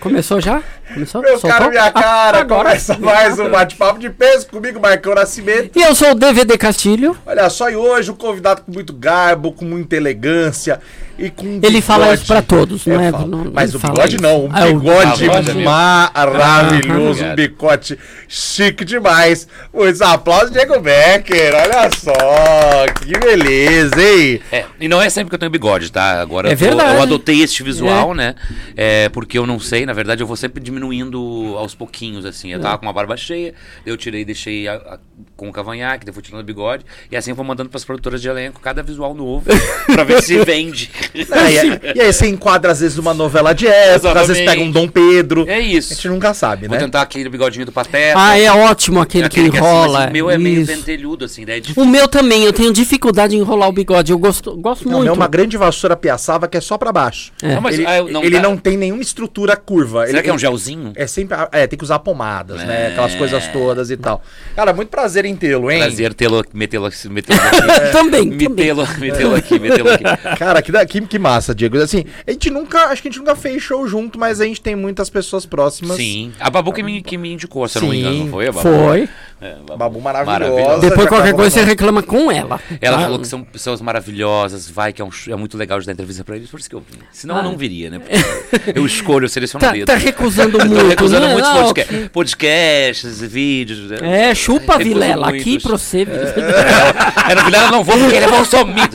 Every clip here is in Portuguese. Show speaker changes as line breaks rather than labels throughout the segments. Começou já? Começou?
Meu
Soltou?
caro, minha
Ah,
cara, começa mais um bate-papo de peso comigo, Marcão Nascimento.
E eu sou o DVD Castilho.
Olha só, e hoje um convidado com muito garbo, com muita elegância e com um
Ele fala
bigode.
isso pra todos,
Eu
não é?
falo.
Não- não
Mas o
fala
bigode
isso.
não, um
Ah, o-
bigode
bigode, amigo.
maravilhoso, um
Obrigado.
bicote chique demais. Os aplausos, Diego Becker, olha só, que beleza, hein?
É, e não é sempre que eu tenho bigode, tá? Agora
É
eu tô-
verdade.
eu adotei este visual, né? É, porque eu não sei, na verdade, eu vou sempre diminuindo aos pouquinhos, assim. Eu tava
É.
com uma barba cheia, eu tirei e deixei a- a- com o cavanhaque, daí fui tirando o bigode. E assim eu vou mandando pras produtoras de elenco cada visual novo pra ver se vende.
Ah, e, aí- e aí você enquadra às vezes uma novela de época, às vezes
Exatamente.
pega um Dom Pedro.
É
A
isso.
gente nunca sabe,
Vou
né?
tentar aquele bigodinho do Pateta.
É. Ah, é ótimo aquele, que
é assim, mas
enrola.
o meu é meio
isso.
pentelhudo, assim, daí é difícil.
O meu também, eu tenho dificuldade em enrolar o bigode. Eu gosto, gosto
Não,
muito.
é uma grande vassoura piaçava que é só pra baixo.
É.
Não, mas,
ele
ah, eu-
ele
tá-
não tem nenhuma estrutura curva.
Será
ele,
que é um É.
ele-
gelzinho?
É sempre. É, tem que usar pomadas, né? Aquelas coisas todas e tal. Cara, muito prazer em tê-lo, hein?
Prazer tê-lo, metê-lo aqui, metê-lo aqui.
é,
Também, também.
Metê-lo, metê-lo aqui, metê-lo aqui.
Cara, que, da- que, que massa, Diego. Assim, a gente nunca. Acho que a gente nunca fez show junto, mas a gente tem muitas pessoas próximas.
Sim. A Babu que me, que me indicou, se eu não me
Sim,
engano, não foi a Babu?
Foi.
É, Babu.
Babu maravilhosa.
Maravilhosa.
já
Depois qualquer
acabou
coisa você
falando.
reclama com ela.
Ela
tá?
falou que são pessoas maravilhosas, vai, que é, um sh- é muito legal de dar entrevista pra eles, por isso que eu vim. Senão eu não viria, né? Porque Eu escolho, eu
Tá,
selecionaria.
tá recusando muito.
Tô recusando
né?
muitos
Ah,
podca-
ok.
podcasts e vídeos. né?
É, chupa,
Recuso
Vilela. Aqui
muitos.
pra você.
É, na verdade eu não vou, porque ele é bolsominion.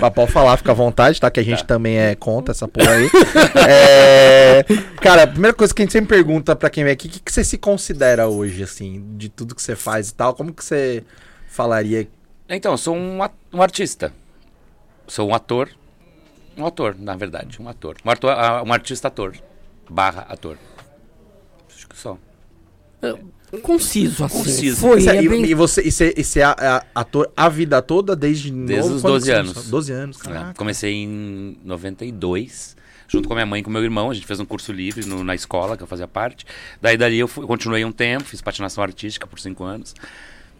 Mas pode falar, fica à vontade, tá? Que a gente também é conta essa porra aí. É, Cara, a primeira coisa que a gente sempre pergunta pra quem vem aqui, o que, que você se considera hoje, assim, de tudo que você faz e tal? Como que você falaria?
Então, eu sou um, a- um artista. Sou um ator. Um ator, na verdade, um ator. Um, ator- ah, um artista-ator. Barra ator. Acho que só.
Conciso, assim.
Conciso.
Foi,
Você-
é
e,
bem-
e você, e você, e você é a- a- ator a vida toda desde
Desde
novo,
os
quando
12
que você
anos.
começou? 12 anos,
É,
caraca.
Comecei em 92, junto com a minha mãe e com meu irmão. A gente fez um curso livre no- na escola que eu fazia parte. Daí dali eu fui- continuei um tempo, fiz patinação artística por cinco anos.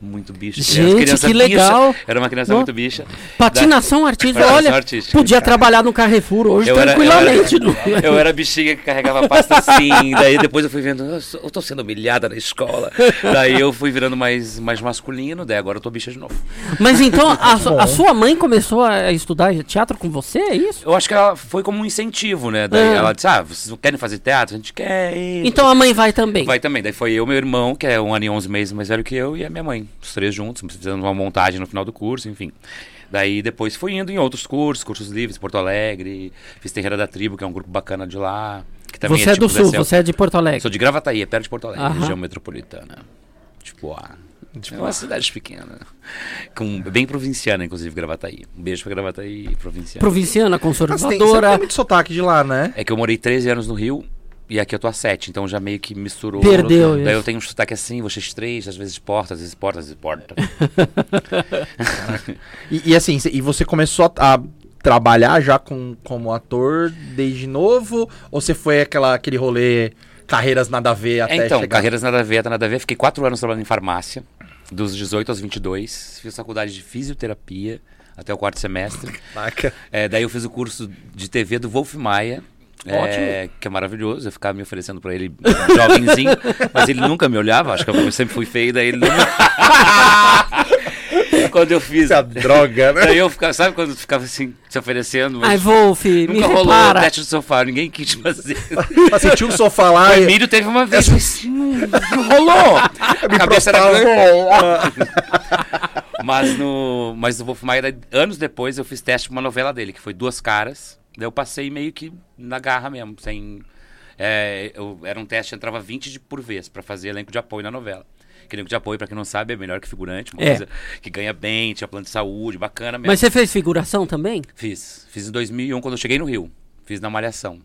Muito bicho.
Gente, que legal.
Bicha. Era uma criança
Bom,
muito bicha.
Patinação artística,
Patinação
olha,
artística,
podia trabalhar no Carrefour hoje tranquilamente.
eu
não é?
era, eu era bichinha que carregava pasta assim. Daí depois eu fui vendo, eu, sou- eu tô sendo humilhada na escola. Daí eu fui virando mais, mais masculino, daí agora eu tô bicha de novo.
Mas então, a, su- a sua mãe começou a estudar teatro com você, é isso?
Eu acho que ela foi como um incentivo, né? Daí
Ah.
ela disse: Ah, vocês não querem fazer teatro? A gente quer. ir.
Então a mãe vai também.
Vai também. Daí foi eu, meu irmão, que é um ano e onze meses mais velho que eu, e a minha mãe. Os três juntos, fizemos uma montagem no final do curso, enfim. Daí depois fui indo em outros cursos, cursos livres, Porto Alegre, fiz Terreira da Tribo, que é um grupo bacana de lá. Que também
você é,
tipo
do sul,
dessa-
você é de Porto Alegre.
Sou de Gravataí, é perto de Porto Alegre,
Aham.
região metropolitana. Tipo, ah, é uma cidade pequena. Com, bem provinciana, inclusive, Gravataí. Um beijo pra Gravataí, provinciana.
Provinciana,
Mas tem, você
conservadora,
tem muito sotaque de lá, né?
É que eu morei 13 anos no Rio e aqui eu tô há 7, então já meio que misturou.
Perdeu
Daí
isso.
eu tenho um sotaque assim, vocês três, às vezes porta, às vezes porta, às vezes porta.
E, e assim, cê- e você começou a, a trabalhar já com, como ator desde novo? Ou você foi aquela, aquele rolê carreiras nada a ver até
É, então,
chegar?
carreiras nada a ver, tá nada a ver. Fiquei 4 anos trabalhando em farmácia, dos 18 aos 22. Fiz faculdade de fisioterapia até o quarto semestre.
Caraca.
É, daí eu fiz o curso de TV do Wolf Maia. é, que é maravilhoso, eu ficava me oferecendo pra ele um jovenzinho, mas ele nunca me olhava, acho que eu sempre fui feio, daí ele não... Quando eu fiz.
Essa droga, né?
Daí eu ficava, sabe quando tu ficava assim, se oferecendo, mas
Ai, Wolf, me
nunca rolou o
repara.
teste do sofá, ninguém quis fazer.
Mas sentiu o sofá lá
O
e-
Emílio teve uma vez, mas assim, não não rolou. A cabeça era
prostava.
grande. Mas no, mas no Wolf Maia, daí, anos depois, eu fiz teste pra uma novela dele, que foi Duas Caras. Daí eu passei meio que na garra mesmo, sem... é, eu, era um teste, entrava 20 de, por vez pra fazer elenco de apoio na novela. Que elenco de apoio, pra quem não sabe, é melhor que figurante, uma
É.
coisa que ganha bem, tinha plano de saúde, bacana mesmo.
Mas você fez figuração também?
Fiz. Fiz em 2001, quando eu cheguei no Rio. Fiz na Malhação.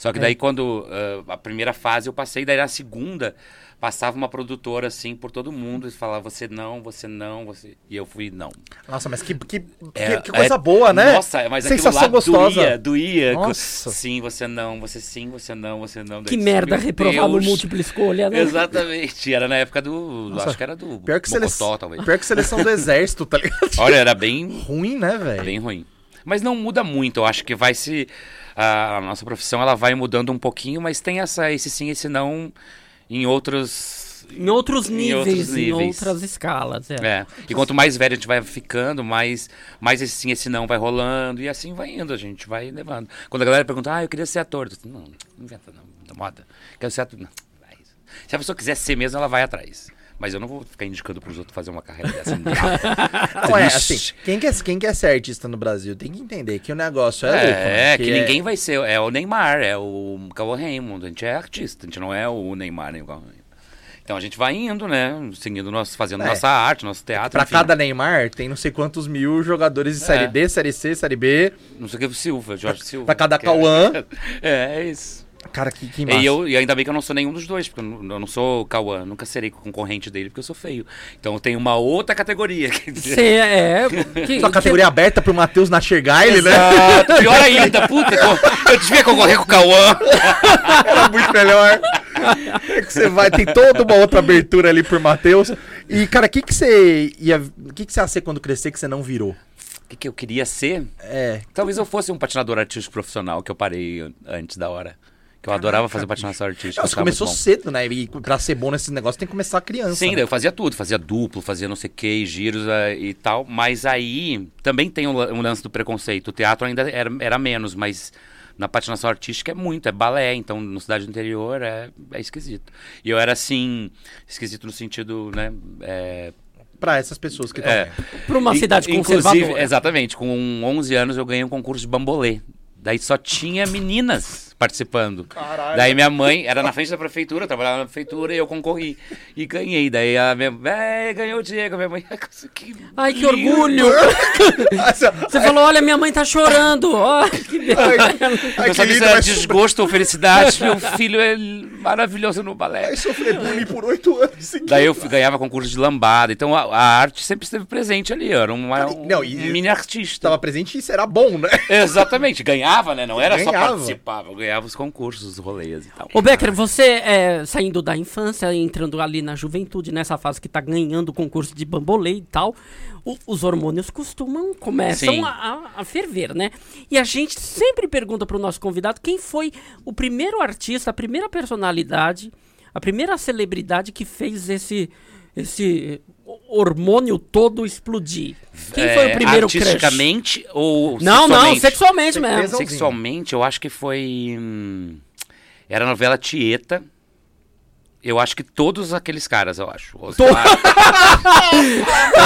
Só que
É.
daí, quando ah, a primeira fase eu passei, daí na segunda, passava uma produtora assim por todo mundo e falava: você não, você não, você. E eu fui, não.
Nossa, mas que, que, que-
É,
que coisa
é-
boa, né?
Nossa, mas
Sensação
aquilo lá
gostosa.
doía, doía.
Nossa.
Sim, você não, você sim, você não, você não. Daí
Que
eu disse,
merda
"Meu
reprovar no
Deus."
múltipla escolha, né?
Exatamente. Era na época do. Acho que era do.
Pior que,
Mocotó,
seleção,
talvez.
pior que seleção do exército, tá ligado?
Olha, era É bem,
Ruim, né, velho?
bem ruim. Mas não muda muito, eu acho que vai se. A, a nossa profissão ela vai mudando um pouquinho, mas tem essa, esse sim, esse não em outros.
Em outros
Em
níveis,
outros
em
níveis.
outras escalas. É.
É. E quanto mais velho a gente vai ficando, mais, mais esse sim, esse não vai rolando. E assim vai indo, a gente vai levando. Quando a galera pergunta, ah, eu queria ser ator. Eu disse, não, não inventa, não, da moda. Quero ser ator. Não, vai. Se a pessoa quiser ser mesmo, ela vai atrás. Mas eu não vou ficar indicando pros outros fazer uma carreira dessa.
Não é
Triste.
assim. Quem quer, quem quer ser artista no Brasil tem que entender que o negócio é,
É,
louco. né?
é, que ninguém vai ser. É o Neymar, é o Cauã Raymond. A gente é artista, a gente não é o Neymar nem o Cauã Raymond. Então a gente vai indo, né? Seguindo, nosso, fazendo
É.
nossa arte, nosso teatro.
Pra
enfim.
cada Neymar, tem não sei quantos mil jogadores de Série
É.
D, Série C, Série B.
Não sei o que, o Silva, Jorge Silva.
Pra cada
que é-
Cauã.
É, é isso.
Cara, que, que massa.
E, eu, e ainda bem que eu não sou nenhum dos dois, porque eu não, eu não sou o Cauã, nunca serei concorrente dele, porque eu sou feio. Então tem uma outra categoria. Quer dizer,
Você é. que-
Só
que-
categoria aberta pro Matheus Nachergaile, né?
Exato. Pior ainda, puta, co- eu devia concorrer com o Cauã.
Era muito melhor. É que você vai, tem toda uma outra abertura ali por Matheus. E, cara, o que, que você ia. O que, que você ia ser quando crescer que você não virou?
O que, que eu queria ser?
É.
Talvez eu fosse um patinador artístico profissional, que eu parei an- antes da hora. Que eu adorava fazer patinação artística.
Não, você
achava Tá muito
começou
bom.
cedo, né? E pra ser bom nesse negócio tem que começar criança.
Sim,
né?
daí eu fazia tudo, fazia duplo, fazia não sei o que, giros eh, e tal. Mas aí também tem um, la- um lance do preconceito. O teatro ainda era, era menos, mas na patinação artística é muito, é balé, então na cidade do interior é, é esquisito. E eu era assim, esquisito no sentido, né? é,
Pra essas pessoas que estão.
É.
Pra uma
In-
cidade um
inclusive, é
conservadora.
Exatamente, com 11 anos eu ganhei um concurso de bambolê. Daí só tinha meninas participando.
Caralho.
Daí minha mãe era na frente da prefeitura, eu trabalhava na prefeitura e eu concorri. E ganhei. Daí a minha mãe, ganhou o Diego. Minha mãe, que é
Ai, que
lindo."
orgulho! Você falou, olha, minha mãe tá chorando. ó. que delícia.
Eu sabia se era desgosto ou felicidade. Meu filho é maravilhoso no balé.
sofrer bullying por oito anos seguidos.
Daí eu fui- ganhava concurso de lambada. Então a, a arte sempre esteve presente ali. Eu era uma, um,
Não, e-
mini artista.
Tava presente e será bom, né?
Exatamente, ganhava, né? Não era
Ganhava.
só participava, eu ganhava os concursos, os rolês e tal.
Ô Becker, você é, saindo da infância, entrando ali na juventude, nessa fase que tá ganhando o concurso de bambolê e tal, o- os hormônios costumam,
Sim.
começam a, a- a ferver, né? E a gente sempre pergunta pro nosso convidado quem foi o primeiro artista, a primeira personalidade, a primeira celebridade que fez esse, esse hormônio todo explodir. Quem foi o
É,
primeiro crush?
Artisticamente ou
Não, não,
sexualmente?
sexualmente mesmo.
Certeza.
Sexualmente, eu acho que foi... hum, era a novela Tieta. Eu acho que todos aqueles caras, eu acho. Osmar...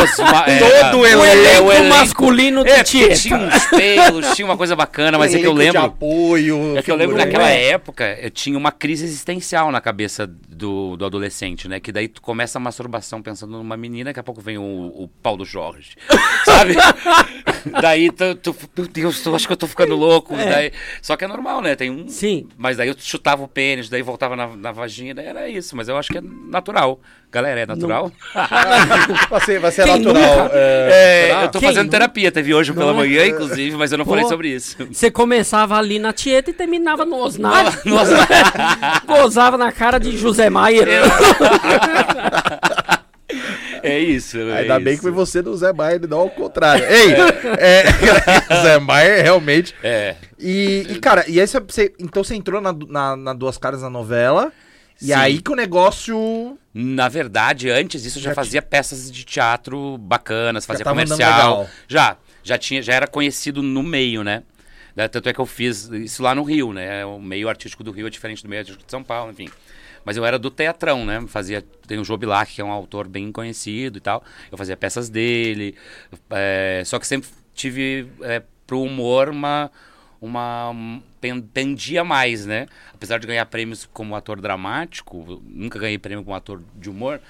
Osmar- era-
Todo
O elenco
é, o elenco-
masculino do
É, porque
Tietê.
tinha uns pelos, tinha uma coisa bacana, mas é que eu
Elenco de
lembro...
apoio.
É que eu lembro
figurante.
naquela época, eu tinha uma crise existencial na cabeça do, do adolescente, né? Que daí tu começa a masturbação pensando numa menina, daqui a pouco vem o, o pau do Jorge, sabe? daí tu, tu- meu Deus, tu, acho que eu tô ficando louco. Daí, só que é normal, né? Tem um...
Sim.
Mas daí eu chutava o pênis, daí voltava na, na vagina, era isso. Mas eu acho que é natural. Galera, é natural?
Vai ser, vai ser
Quem
natural.
nunca?
É,
É,
será?
eu tô
Quem
fazendo
não?
terapia, teve hoje pela
Ah, Não é?
manhã, inclusive, mas eu não falei
Pô.
sobre isso.
Você começava ali na Tieta e terminava no Osnar. Gozava na cara de José Maier.
É isso. é
Ainda bem que
isso.
foi você do Zé Maier, não ao contrário. Ei, é, Zé Maier realmente.
É.
E, e, cara, e aí você- você, então você entrou na, na, na Duas Caras na novela, e
Sim.
aí que o negócio...
Na verdade, antes disso eu já, fazia peças de teatro bacanas, fazia
tava andando
comercial.
legal.
Já, já tinha, já era conhecido no meio, né? Né, Tanto é que eu fiz isso lá no Rio, né? O meio artístico do Rio é diferente do meio artístico de São Paulo, enfim. Mas eu era do teatrão, né? Fazia, tem o Joe Bilac, que é um autor bem conhecido e tal. Eu fazia peças dele. é, só que sempre tive é, pro humor uma, uma um, pen- pendia mais, né? Apesar de ganhar prêmios como ator dramático, eu nunca ganhei prêmio como ator de humor.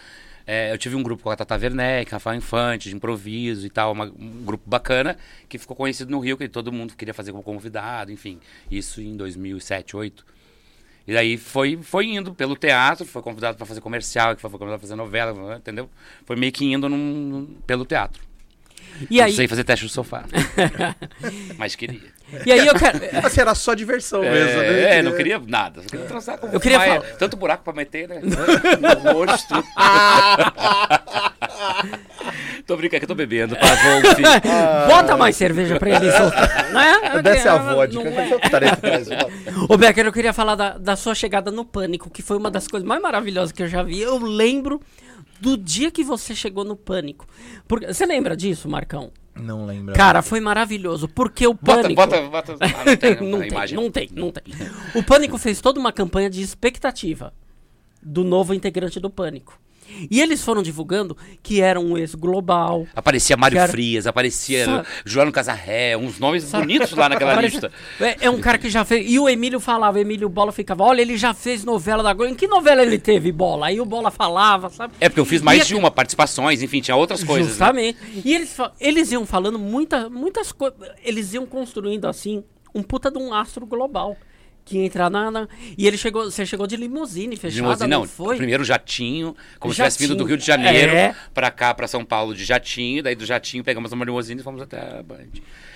é, eu tive um grupo com a Tata Werneck, Rafael Infante, de improviso e tal, uma- um grupo bacana, que ficou conhecido no Rio, que todo mundo queria fazer como convidado, enfim. Isso em 2007, 2008. E daí foi, foi indo pelo teatro, foi convidado para fazer comercial, que foi convidado pra fazer novela, entendeu? Foi meio que indo num- num- pelo teatro.
E
Não sei
aí,
fazer teste no sofá. Mas queria.
e aí eu quero.
Assim, era só diversão mesmo, né?
É, é, não queria nada. Só queria transar com
Eu queria
Maia.
falar-
Tanto buraco pra meter, né? No rosto. Tô brincando que eu tô bebendo. Pavão, filho.
Bota mais cerveja pra ele soltar. Não é?
Ah. Desce a
Não
vodka.
é.
Tarefa faz vodka.
Ô Becker, eu queria falar da, da sua chegada no Pânico, que foi uma das coisas mais maravilhosas que eu já vi. Eu lembro do dia que você chegou no Pânico. Porque, você lembra disso, Marcão?
Não lembro.
Cara, foi maravilhoso, porque o
Bota,
Pânico...
bota, bota. Ah, não tem, não,
não,
tem,
tem,
imagem.
não tem, não tem. O Pânico fez toda uma campanha de expectativa do novo integrante do Pânico. E eles foram divulgando que era um ex-global,
Aparecia Mário
Cara,
Frias, aparecia
sabe-
Joano Casarré, uns nomes bonitos lá naquela
Parece-
lista.
É, é um cara que já fez. E o Emílio falava, o Emílio Bola ficava, olha, ele já fez novela da Globo. Em que novela ele teve bola? Aí o Bola falava, sabe?
É porque eu fiz
E
mais
a-
de uma, participações, enfim, tinha outras coisas. né?
Justamente. E eles, fa- eles iam falando muita, muitas coisas. Eles iam construindo assim um puta de um astro global. Que ia entrar na. na- E ele chegou. Você chegou de limusine fechada,
Limousine,
não,
não,
foi?
primeiro jatinho, como se tivesse
Jatinho.
vindo do Rio de Janeiro
É.
pra cá, pra São Paulo de jatinho, daí do jatinho pegamos uma limusine e fomos até a Band.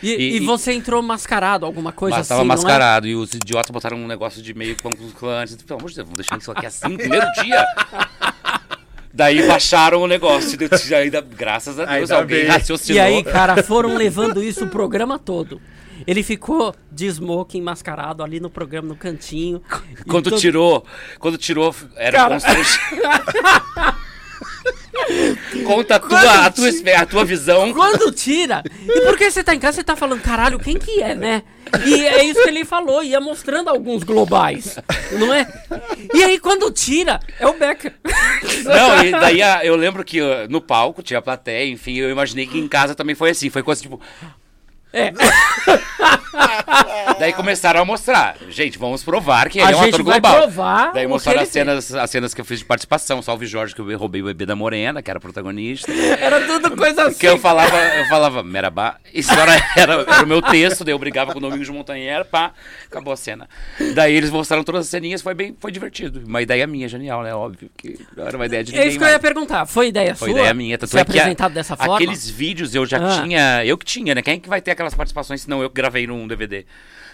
E, e você entrou mascarado, alguma coisa
mas tava
assim. não é?
mascarado e os idiotas botaram um negócio de meio com os clãs. Pelo amor de Deus, vamos deixar isso aqui assim no primeiro dia. Daí baixaram o negócio. de- de- Ainda, graças a Deus,
Ainda
alguém
bem.
raciocinou.
E aí, cara, foram levando isso o programa todo. Ele ficou de smoking mascarado ali no programa, no cantinho. E
quando
todo-
tirou, quando tirou, era
Cara.
constrangedor. Conta a tua, a, tua, espe- a tua visão.
Quando tira? E porque você tá em casa, você tá falando, caralho, quem que é, né? E é isso que ele falou, ia mostrando alguns globais, não é? E aí, quando tira, é o Becker.
Não, e daí a- eu lembro que ó, no palco tinha plateia, enfim, eu imaginei que em casa também foi assim. Foi coisa tipo.
É.
Daí começaram a mostrar. Gente, vamos provar que ele
A
é um
gente
ator
vai
global.
provar
Daí
o
mostraram
que
as
ele tem.
cenas, as cenas que eu fiz de participação. Salve Jorge, que eu roubei o bebê da Morena, que era protagonista.
Era tudo coisa assim.
Que eu falava, eu falava, Merabá, isso era, era, era o meu texto, daí eu brigava com o Domingos de Montanheiro, pá, acabou a cena. Daí eles mostraram todas as ceninhas, foi bem, foi divertido. Uma ideia minha, genial, né? Óbvio que não era uma ideia de
É
ninguém.
isso que eu ia
mais.
perguntar. Foi ideia
Foi
sua?
ideia minha, tanto
Ser
é que a-
apresentado dessa forma?
Aqueles vídeos eu já
Ah.
tinha, eu que tinha, né? Quem que vai ter aquelas participações se não eu que gravei num DVD?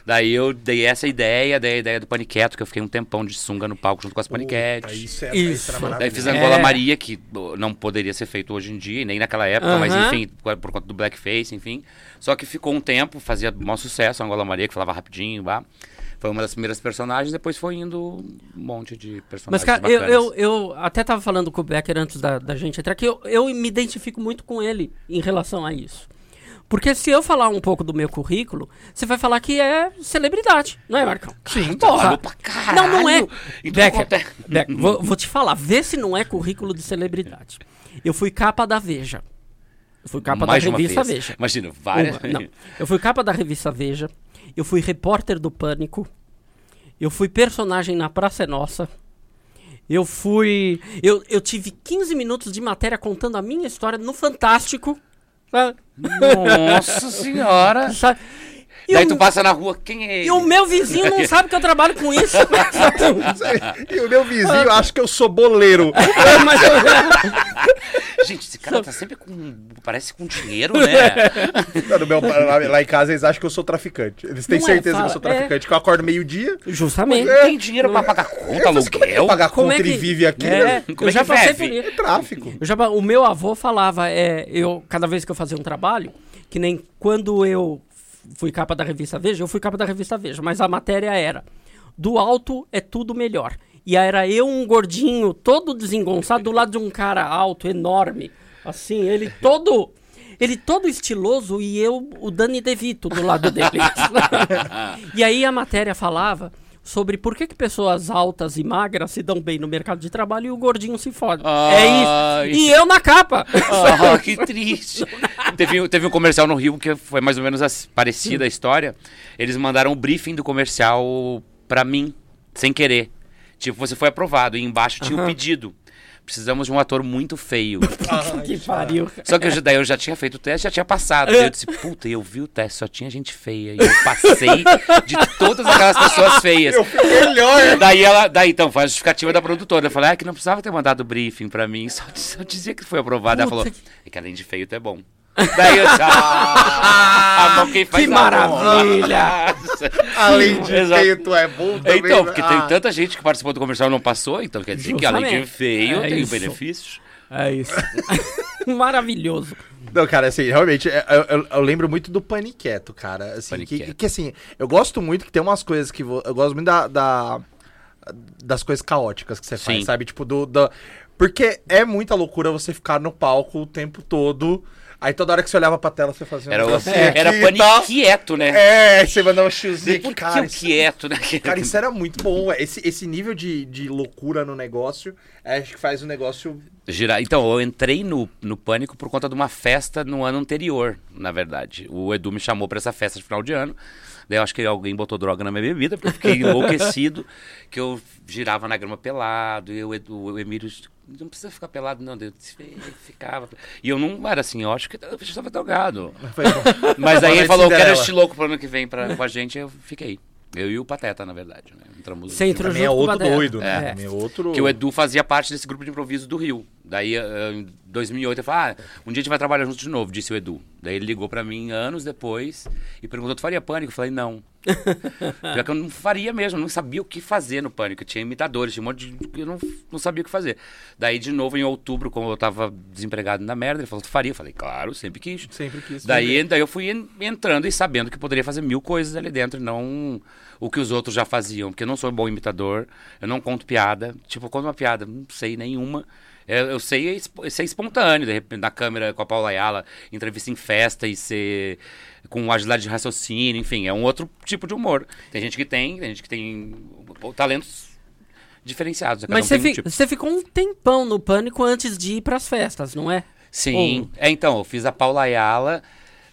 Daí eu dei essa ideia, dei a ideia do Paniqueto, que eu fiquei um tempão de sunga no palco junto com as Paniquetes.
Isso é
Isso.
isso.
Daí fiz
maravilhoso.
Angola
É.
Maria, que oh, não poderia ser feito hoje em dia, e nem naquela época, mas
Aham.
enfim, por conta do blackface, enfim. Só que ficou um tempo, fazia maior sucesso a Angola Maria, que falava rapidinho, lá. Foi uma das primeiras personagens, depois foi indo um monte de
Mas,
personagens
cara, eu,
bacanas.
eu, eu até tava falando com o Becker antes da, da gente entrar, que eu, eu me identifico muito com ele em relação a isso. Porque se eu falar um pouco do meu currículo, você vai falar que é celebridade, não é, Marcão? Sim,
falou tá pra caralho.
Não, não é.
Então
Becker,
conta-
Becker, vou, vou te falar, vê se não é currículo de celebridade. Eu fui capa da Veja. Eu fui capa
Mais de
da
uma
revista
vez.
Veja.
Imagina, várias.
Uma, não. Eu fui capa da revista Veja, eu fui repórter do Pânico, eu fui personagem na Praça é Nossa, eu fui. Eu, eu tive 15 minutos de matéria contando a minha história no Fantástico. sabe?
Nossa senhora.
Sabe? E,
Daí
o,
tu passa na rua, quem é
e
ele?
o meu vizinho não sabe que eu trabalho com isso.
E o meu vizinho acha que eu sou boleiro.
Mas eu-
Gente, esse cara tá sempre com. Parece com dinheiro, né?
Não, no meu- lá, lá em casa eles acham que eu sou traficante. Eles têm
Não é,
certeza que
fala,
eu sou traficante, que eu acordo meio-dia.
Justamente.
Não tem dinheiro pra pagar conta,
Mas como é que eu
aluguel.
vou pagar
Como é
conta e
que-
vive aqui? né?
É,
Como
eu
é
já
que
passei
vive?
por isso.
É tráfico.
Eu já, ba- o meu avô falava, é, eu, cada vez que eu fazia um trabalho, que nem quando eu fui capa da revista Veja, eu fui capa da revista Veja, mas a matéria era: do alto é tudo melhor. E aí era eu, um gordinho, todo desengonçado, do lado de um cara alto, enorme, assim, ele todo. Ele todo estiloso e eu, o Dani DeVito, do lado dele. e aí a matéria falava sobre por que, que pessoas altas e magras se dão bem no mercado de trabalho e o gordinho se fode.
Ah,
é isso. E eu na capa.
Ah, que triste. teve, teve um comercial no Rio que foi mais ou menos as- parecida a história. Eles mandaram o briefing do comercial pra mim, sem querer. Tipo, você foi aprovado e embaixo tinha o pedido. Precisamos de um ator muito feio.
que pariu.
Só que eu, já- daí eu já tinha feito o teste, já tinha passado. Daí eu disse, puta, eu vi o teste, só tinha gente feia. E eu passei de todas aquelas pessoas feias.
Eu fui melhor.
Daí ela, daí então, foi a justificativa da produtora. Eu falei, ah, que não precisava ter mandado o briefing pra mim, só, só dizia que foi aprovado. Ela
Puta
falou,
que-
é que além de feio, tu é bom. Daí eu disse, ah, a mão quem faz
que
a mão."
maravilha.
Além de
Exato.
feio, tu é bom também.
Então,
né?
porque tem
Ah,
tanta gente que participou
É
do comercial e não passou, então quer dizer que além de
Justamente.
feio,
É
tem
isso.
benefícios.
É isso. Maravilhoso.
Não, cara, assim, realmente, é, eu, eu- eu lembro muito do Paniqueto, cara. Assim, Que,
Paniqueto.
que, assim, eu gosto muito que tem umas coisas que. vo- Eu gosto muito da, da- das coisas caóticas que você faz,
Sim.
sabe? Tipo, do, da- Porque é muita loucura você ficar no palco o tempo todo. Aí toda hora que você olhava pra tela, você fazia um
Era, o-
negocinho
era
aqui e tal.
paniquieto, né?
tá. É, aí você mandava um chiozinho
Por
aqui,
que
cara.
o
isso-
quieto, né?
Cara, isso é era muito bom. ué. Esse, esse nível de, de loucura no negócio, é, acho que faz o negócio.
Girar. Então, eu entrei no, no pânico por conta de uma festa no ano anterior, na verdade. O Edu me chamou pra essa festa de final de ano. Daí eu acho que alguém botou droga na minha bebida, porque eu fiquei enlouquecido, que eu girava na grama pelado, e o, Edu, o Emílio. Não precisa ficar pelado, não. Eu disse, "Fi- ficava. E eu não era assim, eu acho que eu estava drogado.
Foi bom.
Mas aí ele
Boa noite,
falou, eu quero
Cinderela."
este louco pro ano que vem pra, com a gente, eu fiquei. Eu e o Pateta, na verdade, né? Entramos
Você entrou
Também é
junto com o
outro
Badela. É.
doido, né? Também É. outro.
Que o Edu fazia parte desse grupo de improviso do Rio. Daí, eh, em 2008, eu falei, ah, um dia a gente vai trabalhar junto de novo, disse o Edu. Daí ele ligou pra mim anos depois e perguntou, tu faria Pânico? Eu falei, não. Já que eu não faria mesmo, eu não sabia o que fazer no Pânico. Tinha imitadores, tinha um monte de... Eu não, não sabia o que fazer. Daí, de novo, em outubro, como eu tava desempregado na merda, ele falou, tu faria? Eu falei, claro, sempre quis.
Sempre quis.
Daí,
né?
daí eu fui en- entrando e sabendo que poderia fazer mil coisas ali dentro, e não o que os outros já faziam. Porque eu não sou um bom imitador, eu não conto piada. Tipo, eu conto uma piada, não sei nenhuma. É, Eu, sei espo- ser espontâneo, de repente, na câmera com a Paula Ayala, entrevista em festa e ser com agilidade de raciocínio, enfim, é um outro tipo de humor. Tem gente que tem, tem gente que tem pô, talentos diferenciados. cada
Mas
um
você,
tem um
fi-
tipo.
você ficou um tempão no pânico antes de ir pras festas, não é?
Sim. É, então, eu fiz a Paula Ayala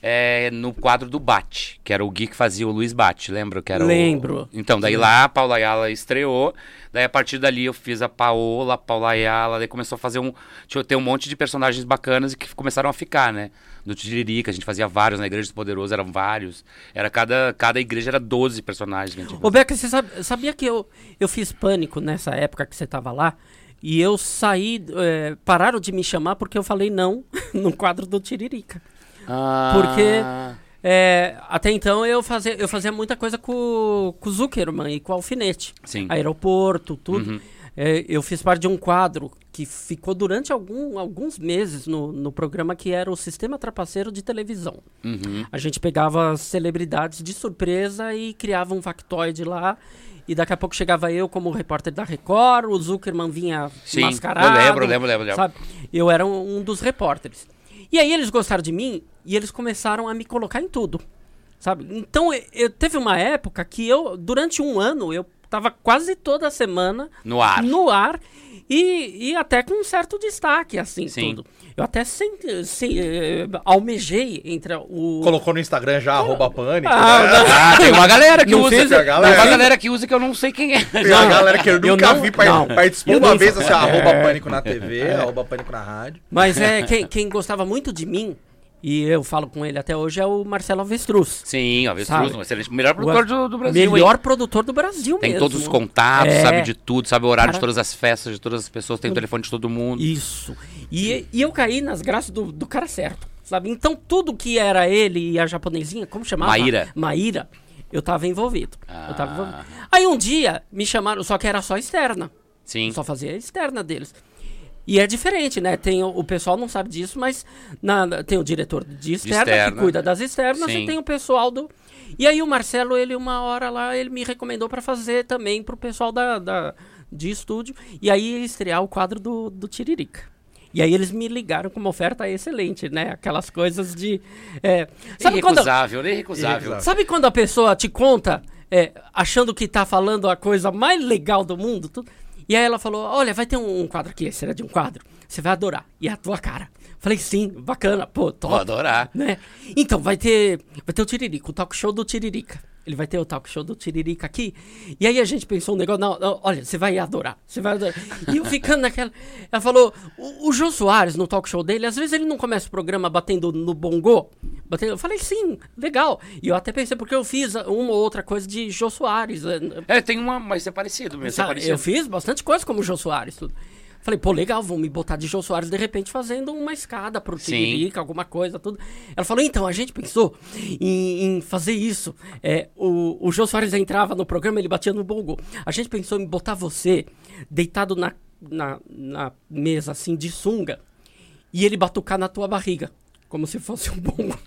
é, no quadro do Bate, que era o Gui que fazia o Luiz Bate, lembra? Que era o-
Lembro.
Então, daí lá a Paula Ayala estreou, daí a partir dali eu fiz a Paola, a Paula Ayala, daí começou a fazer um... Deixa eu ter um monte de personagens bacanas que começaram a ficar, né? No Tiririca, a gente fazia vários, na Igreja do Poderoso eram vários. Era cada, cada igreja era 12 personagens. né, tipo. que a gente
Ô, Beca, você sabe- sabia que eu, eu fiz pânico nessa época que você tava lá? E eu saí. é, pararam de me chamar porque eu falei não no quadro do Tiririca.
Ah.
É, até então eu fazia, eu fazia muita coisa com, com o Zuckerman e com o Alfinete.
Sim. Uhum.
Aeroporto, tudo. É, eu fiz parte de um quadro que ficou durante algum- alguns meses no, no programa que era o Sistema Trapaceiro de Televisão.
Uhum.
A gente pegava as celebridades de surpresa e criava um factoide lá. E daqui a pouco chegava eu como repórter da Record, o Zuckerman vinha
Sim, eu
mascarado.
lembro, lembro, lembro, lembro.
Sabe? Eu era um, um dos repórteres. E aí eles gostaram de mim e eles começaram a me colocar em tudo. Sabe? Então eu, eu- teve uma época que eu, durante um ano, eu tava quase toda semana
No ar.
no ar e, e até com um certo destaque, assim,
Sim.
tudo. Eu até sem, sem, eh, almejei entre o.
Colocou no Instagram já, arroba pânico. né?
Ah,
Ah, tem uma galera que
Não é
usa.
fiz-
Tem
galera.
uma galera que usa que eu não sei quem é.
Tem uma galera que eu
eu
nunca
não-
vi par-
não.
participou
Eu É.
uma
não-
vez, assim, arroba pânico na TV, arroba pânico na rádio.
Mas é, quem, quem gostava muito de mim, e eu falo com ele até hoje, é o Marcelo Avestruz.
Sim,
Sabe?
o Avestruz, um excelente. o Melhor produtor do, do Brasil. hein?
Melhor produtor do Brasil
Tem
mesmo.
todos os contatos,
É.
sabe de tudo, sabe o horário
Cara-
de todas as festas, de todas as pessoas, tem o telefone de todo mundo.
Isso. E, e eu caí nas graças do, do cara certo, sabe? Então tudo que era ele e a japonesinha, como chamava?
Maíra.
Maíra, eu tava envolvido. Eu tava
Ah.
envolvido. Aí um dia me chamaram, só que era só externa.
Sim.
Só fazia a externa deles. E é diferente, né? Tem o, o pessoal não sabe disso, mas na- na- tem o diretor de externa, que
externa,
cuida
é.
das externas e
Sim.
tem o pessoal do. E aí o Marcelo, ele uma hora lá, ele me recomendou pra fazer também pro pessoal da, da- de estúdio. E aí estrear o quadro do, do Tiririca. E aí eles me ligaram com uma oferta excelente, né? Aquelas coisas de. é, Sabe quando,
irrecusável, né? irrecusável.
Irrecusável.
Sabe quando a pessoa te conta, é, achando que tá falando a coisa mais legal do mundo? tudo? E aí ela falou: Olha, vai ter um, um quadro aqui, será de um quadro? Você vai adorar. E é a tua cara. Falei, sim, bacana, pô,
Vou
top.
adorar.
Né? Então, vai ter, vai ter o Tiririca, o talk show do Tiririca. Ele vai ter o talk show do Tiririca aqui. E aí a gente pensou um negócio, não, não, olha, você vai adorar, você vai adorar. E eu ficando naquela. Ela falou, o, o Jô Soares no talk show dele, às vezes ele não começa o programa batendo no bongô. Batendo, eu falei, sim, legal. E eu até pensei, porque eu fiz uma ou outra coisa de Jô Soares. eh,
É, tem uma, mas é parecido mesmo. é
Sabe,
parecido.
eu fiz bastante coisa como o Jô Soares. Tudo. Falei, pô, legal, vão me botar de Jô Soares de repente fazendo uma escada pro
Sim.
Tiririca, alguma coisa, tudo. Ela falou, então, a gente pensou em, em fazer isso. É, o, o Jô Soares entrava no programa, ele batia no bongo. A gente pensou em botar você deitado na, na, na mesa, assim, de sunga. e ele batucar na tua barriga. Como se fosse um bongo.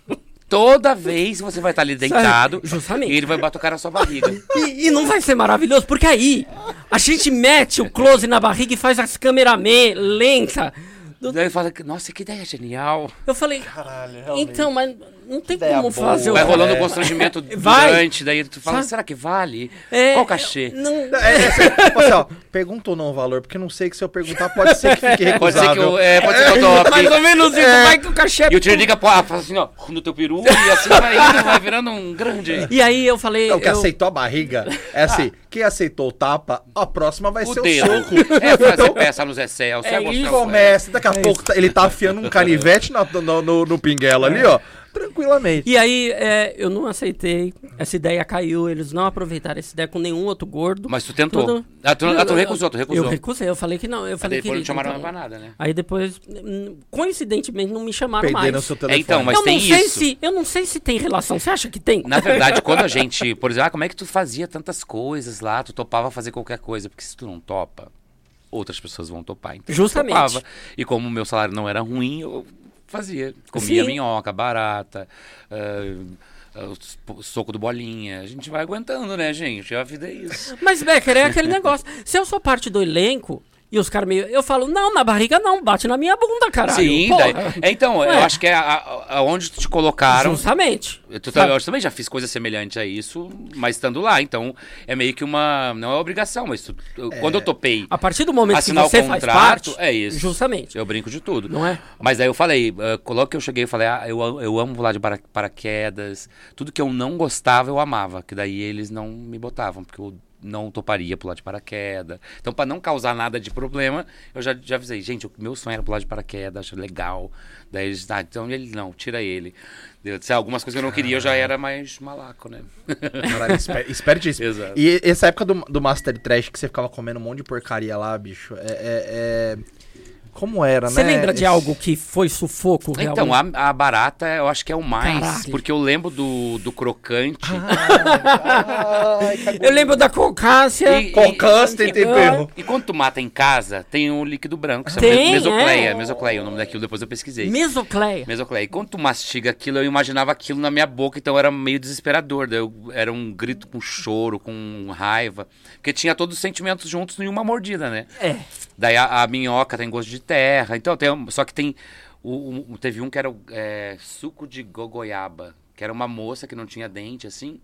Toda vez você vai estar ali deitado
justamente.
e ele vai batucar na sua barriga.
E, e não vai ser maravilhoso, porque aí a gente mete o close na barriga e faz as cameraman lenta. Do-
Daí ele fala, que, nossa, que ideia genial.
Eu falei,
Caralho,
então, mas não tem
ideia
como
boa.
fazer o-
Vai rolando
É.
um constrangimento
Vai.
durante, daí tu fala,
Sabe?
será que vale?
É,
Qual o cachê?
Não,
É, você- você, ó, pergunta ou não o valor, porque eu não sei que se eu perguntar pode ser que fique recusável.
Pode ser que eu, é, pode ser que eu tope.
mais ou menos isso, vai que o cachê é
E o Tiririca pô, faz assim, ó, no teu peru, e assim vai indo, vai virando um grande.
E aí eu falei.
Não, É que
eu- Ah.
aceitou a barriga é assim, quem aceitou o tapa, a próxima vai
O
ser
dedo.
o soco.
É fazer peça no Zé Celso, é,
É
mostrar
isso.
o- É
Começa, daqui a pouco tá- ele tá afiando um canivete na- no, no, no pinguelo ali, ó. Tranquilamente.
E aí é, eu não aceitei. Essa ideia caiu. Eles não aproveitaram essa ideia com nenhum outro gordo.
Mas tu tentou.
Tudo-
Ah, tu, ah, tu recusou, tu
Eu
recusou.
recusei, eu falei que não. Eu
Aí
falei que.
depois não te chamaram mais
então-
pra nada, né?
Aí depois, hum, coincidentemente, não me chamaram
Perderam
mais.
seu telefone.
É, então, mas-
eu
tem
não sei
isso.
se. Eu não sei se tem relação. Você acha que tem?
Na verdade, quando a gente, por exemplo, ah, como é que tu fazia tantas coisas lá, tu topava fazer qualquer coisa, porque se tu não topa, outras pessoas vão topar. Então, eu
Justamente.
Topava. E como o meu salário não era ruim, eu fazia. Comia
Sim.
minhoca, barata, ah, ah, os po- soco do bolinha. A gente vai aguentando, né, gente? A vida é isso.
Mas, Becker, é aquele negócio. Se eu sou parte do elenco. E os caras meio. Eu falo, não, na barriga não, bate na minha bunda, caralho.
Sim,
porra.
daí- é, então,
Ué.
eu acho que é a- a- aonde te colocaram.
Justamente.
Eu, tô- eu também já fiz coisa semelhante a isso, mas estando lá. Então, é meio que uma. Não é obrigação, mas tu- eu- quando eu topei.
É, A partir do momento
Assinar
que você
o
faz
contrato,
parte.
é isso.
Justamente.
Eu brinco de tudo.
Não é?
Mas daí eu falei, eh, logo que eu cheguei, eu falei, ah, eu, am- eu amo pular de para- paraquedas. Tudo que eu não gostava, eu amava. Que daí eles não me botavam, porque eu não toparia pular de paraquedas. Então, para não causar nada de problema, eu já, já avisei, gente, o meu sonho era pular de paraquedas, acho legal. Daí eles, ah, então ele não, tira ele. Eu disse, ah, algumas coisas que eu não queria, eu já era mais malaco, né?
Caralho, esper- espertíssimo.
Exato.
E essa época do, do Master Trash que você ficava comendo um monte de porcaria lá, bicho, é. é- é- Como era,
Você
né?
lembra de
Esse-
algo que foi sufoco realmente?
Então, a, a barata eu acho que é o mais,
Caralho.
porque eu lembro do, do crocante.
Ai,
Eu lembro da crocância.
E-
Com câncer, tem perro.
E quando tu mata em casa, tem um líquido branco, chama
Tem,
mesocleia,
é.
mesocleia, o nome daquilo depois eu pesquisei.
Mesocleia.
Mesocleia. E quando tu mastiga aquilo, eu imaginava aquilo na minha boca, então era meio desesperador. Daí eu- era um grito com choro, com raiva. Porque tinha todos os sentimentos juntos em uma mordida, né?
É.
Daí a, a minhoca tem gosto de terra. Então tem. um- Só que tem. o- o- teve um que era o, é, suco de go- goiaba, que era uma moça que não tinha dente, assim.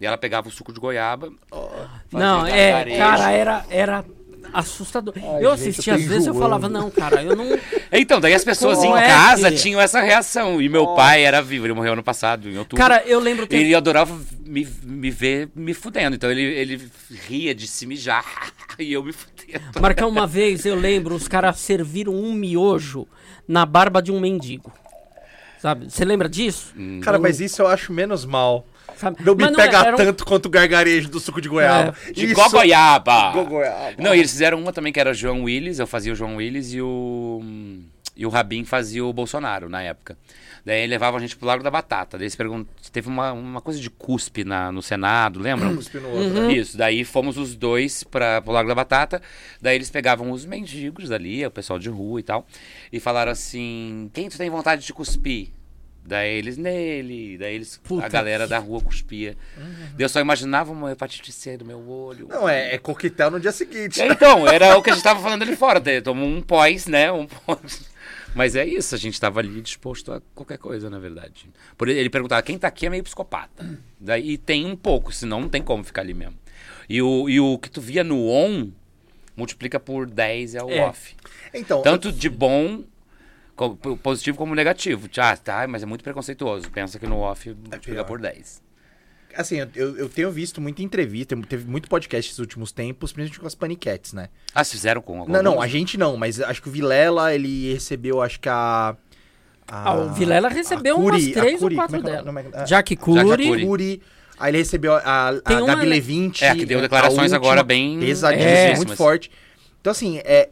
E ela pegava o suco de goiaba. fazia
Não,
gargarejo.
é, cara, era, era assustador. eu assistia,
eu tô
às vezes eu
enjoando.
falava, não, cara, eu não.
Então, daí as pessoas
Como
em
é
casa
que-
tinham essa reação. E meu pai era vivo, ele morreu ano passado, em outubro.
Cara, eu lembro que.
ele adorava me, me ver me fudendo. Então ele, ele ria de se mijar e eu me fudendo.
Marcar uma vez, eu lembro, os caras serviram um miojo na barba de um mendigo. Sabe? Você lembra disso?
Hum.
Cara, mas isso eu acho menos mal.
Sabe?
Não me
Mas
pega
era um- É.
tanto quanto o gargarejo do suco de goiaba.
De gogoiaba.
Gogoiaba.
Não, e eles fizeram uma também que era João Willis, eu fazia o João Willis e o. E o Rabin fazia o Bolsonaro na época. Daí ele levava a gente pro Largo da Batata. Daí eles perguntam, teve uma, uma coisa de cuspe na, no Senado, lembram?
Uhum.
Uhum.
Cuspe no outro. né?
Isso, daí fomos os dois para pro Lago da Batata, daí eles pegavam os mendigos ali, o pessoal de rua e tal, e falaram assim: quem tu tem vontade de cuspir? Daí eles nele, daí eles.
Puta
a galera da rua cuspia. Daí Eu só imaginava uma hepatite C no meu olho.
Uhum. Não, é, é coquetel no dia seguinte.
Então, era o que a gente tava falando ali fora, daí tomou um pós, né? Um pós. Mas é isso, a gente tava ali disposto a qualquer coisa, na verdade. Por ele ele perguntava, quem tá aqui é meio psicopata. Daí e tem um pouco, senão não tem como ficar ali mesmo. E o, e o que tu via no on, multiplica por 10 é o
É.
off.
Então,
Tanto de bom, co- po- positivo como negativo. Ah, tá, mas é muito preconceituoso. Pensa que no off multiplica
É pior.
por 10.
assim, eu, eu tenho visto muita entrevista, teve muito podcast esses últimos tempos, principalmente com as paniquetes, né?
Ah, se fizeram com alguma
Não, não, a
coisa?
gente não, mas acho que o Vilela, ele recebeu, acho que a... a-
Ah, o Vilela recebeu umas três ou quatro
como é que-
dela.
não, como é que- a-
Jack
Jack
Cury.
Cury.
Curi. Aí ele recebeu a, a,
Tem
a
uma- né?
Gabi Levinte.
É, que deu
a
declarações
última,
agora bem
Pesadíssimas,
É.
muito forte. Então, assim, é...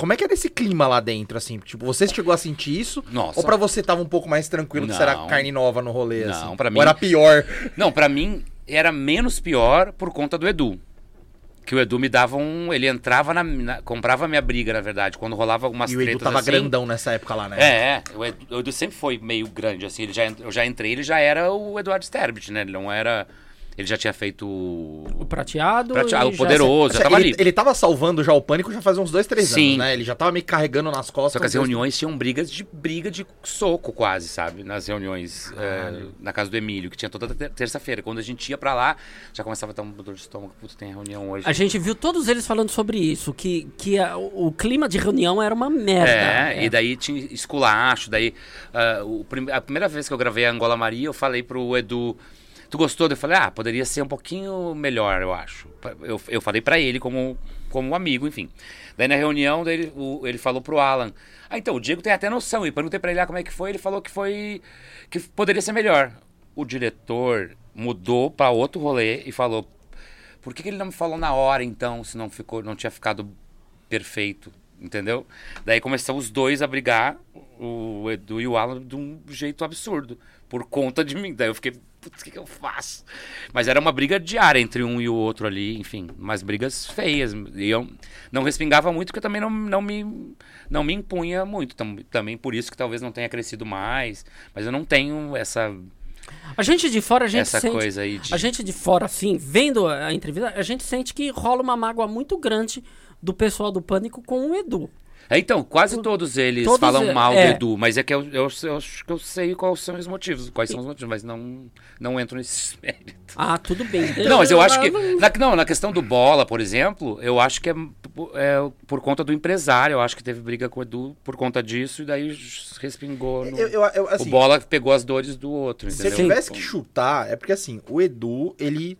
Como é que era esse clima lá dentro, assim? Tipo, você chegou a sentir isso?
Nossa.
Ou pra você tava um pouco mais tranquilo que
Não.
será carne nova no rolê,
Não,
assim?
pra mim-
Ou era pior?
Não, pra mim era menos pior por conta do Edu. que o Edu me dava um. Ele entrava na. na- comprava a minha briga, na verdade. Quando rolava algumas
E o Edu
tretas
tava
assim.
grandão nessa época lá, né?
É, é. O Edu, o Edu sempre foi meio grande, assim. Ele já, en- eu já entrei, ele já era o Eduardo Sterbit, né? Ele não era. Ele já tinha feito.
O
O,
um prateado.
prateado,
e
o
já-
poderoso, já
Ele,
tava ali.
Assim, ele tava salvando já o pânico já faz uns dois, três
Sim.
anos, né? Ele já tava meio carregando nas costas.
Só que as
uns dois-
reuniões tinham brigas de briga de soco, quase, sabe? Nas reuniões
Ah,
é, na casa do Emílio, que tinha toda ter- terça-feira. Quando a gente ia pra lá, já começava a dar um dor de estômago. Putz, tem reunião hoje.
A gente viu todos eles falando sobre isso, que, que a- o o clima de reunião era uma merda.
É, e daí tinha esculacho, daí ah, o prim- a primeira vez que eu gravei a Angola Maria, eu falei pro Edu, tu gostou? Eu falei, ah, poderia ser um pouquinho melhor, eu acho. Pa- Eu, eu falei pra ele como, como um amigo, enfim. Daí na reunião, daí ele, o- ele falou pro Alan, ah, então, o Diego tem até noção, e perguntei pra ele lá como é que foi, ele falou que foi, que poderia ser melhor. O diretor mudou pra outro rolê e falou, por que, que ele não me falou na hora, então, se não, ficou, não tinha ficado perfeito, entendeu? Daí começaram os dois a brigar, o Edu e o Alan, de um jeito absurdo, por conta de mim. Daí eu fiquei, putz, o que, que eu faço? Mas era uma briga diária entre um e o outro ali, enfim, umas brigas feias. E eu não respingava muito, porque eu também não, não, me, não me impunha muito. Tam- também por isso que talvez não tenha crescido mais, mas eu não tenho essa,
A gente de fora, a gente
essa
sente.
coisa aí de...
A gente de fora, assim, vendo a entrevista, a gente sente que rola uma mágoa muito grande do pessoal do Pânico com o Edu.
É, então, quase todos eles
todos
falam
e-
mal
é.
do Edu, mas é que eu, eu, eu acho que eu sei quais são os motivos, quais são os motivos, mas não, não entro nesses méritos.
Ah, tudo bem.
Não, mas eu acho que. Na, não, na questão do bola, por exemplo, eu acho que é, é por conta do empresário. Eu acho que teve briga com o Edu por conta disso, e daí respingou no.
Eu, eu, eu, assim,
o né? bola pegou as dores do outro,
Se eu
entendeu?
tivesse que chutar, é porque assim, o Edu, ele,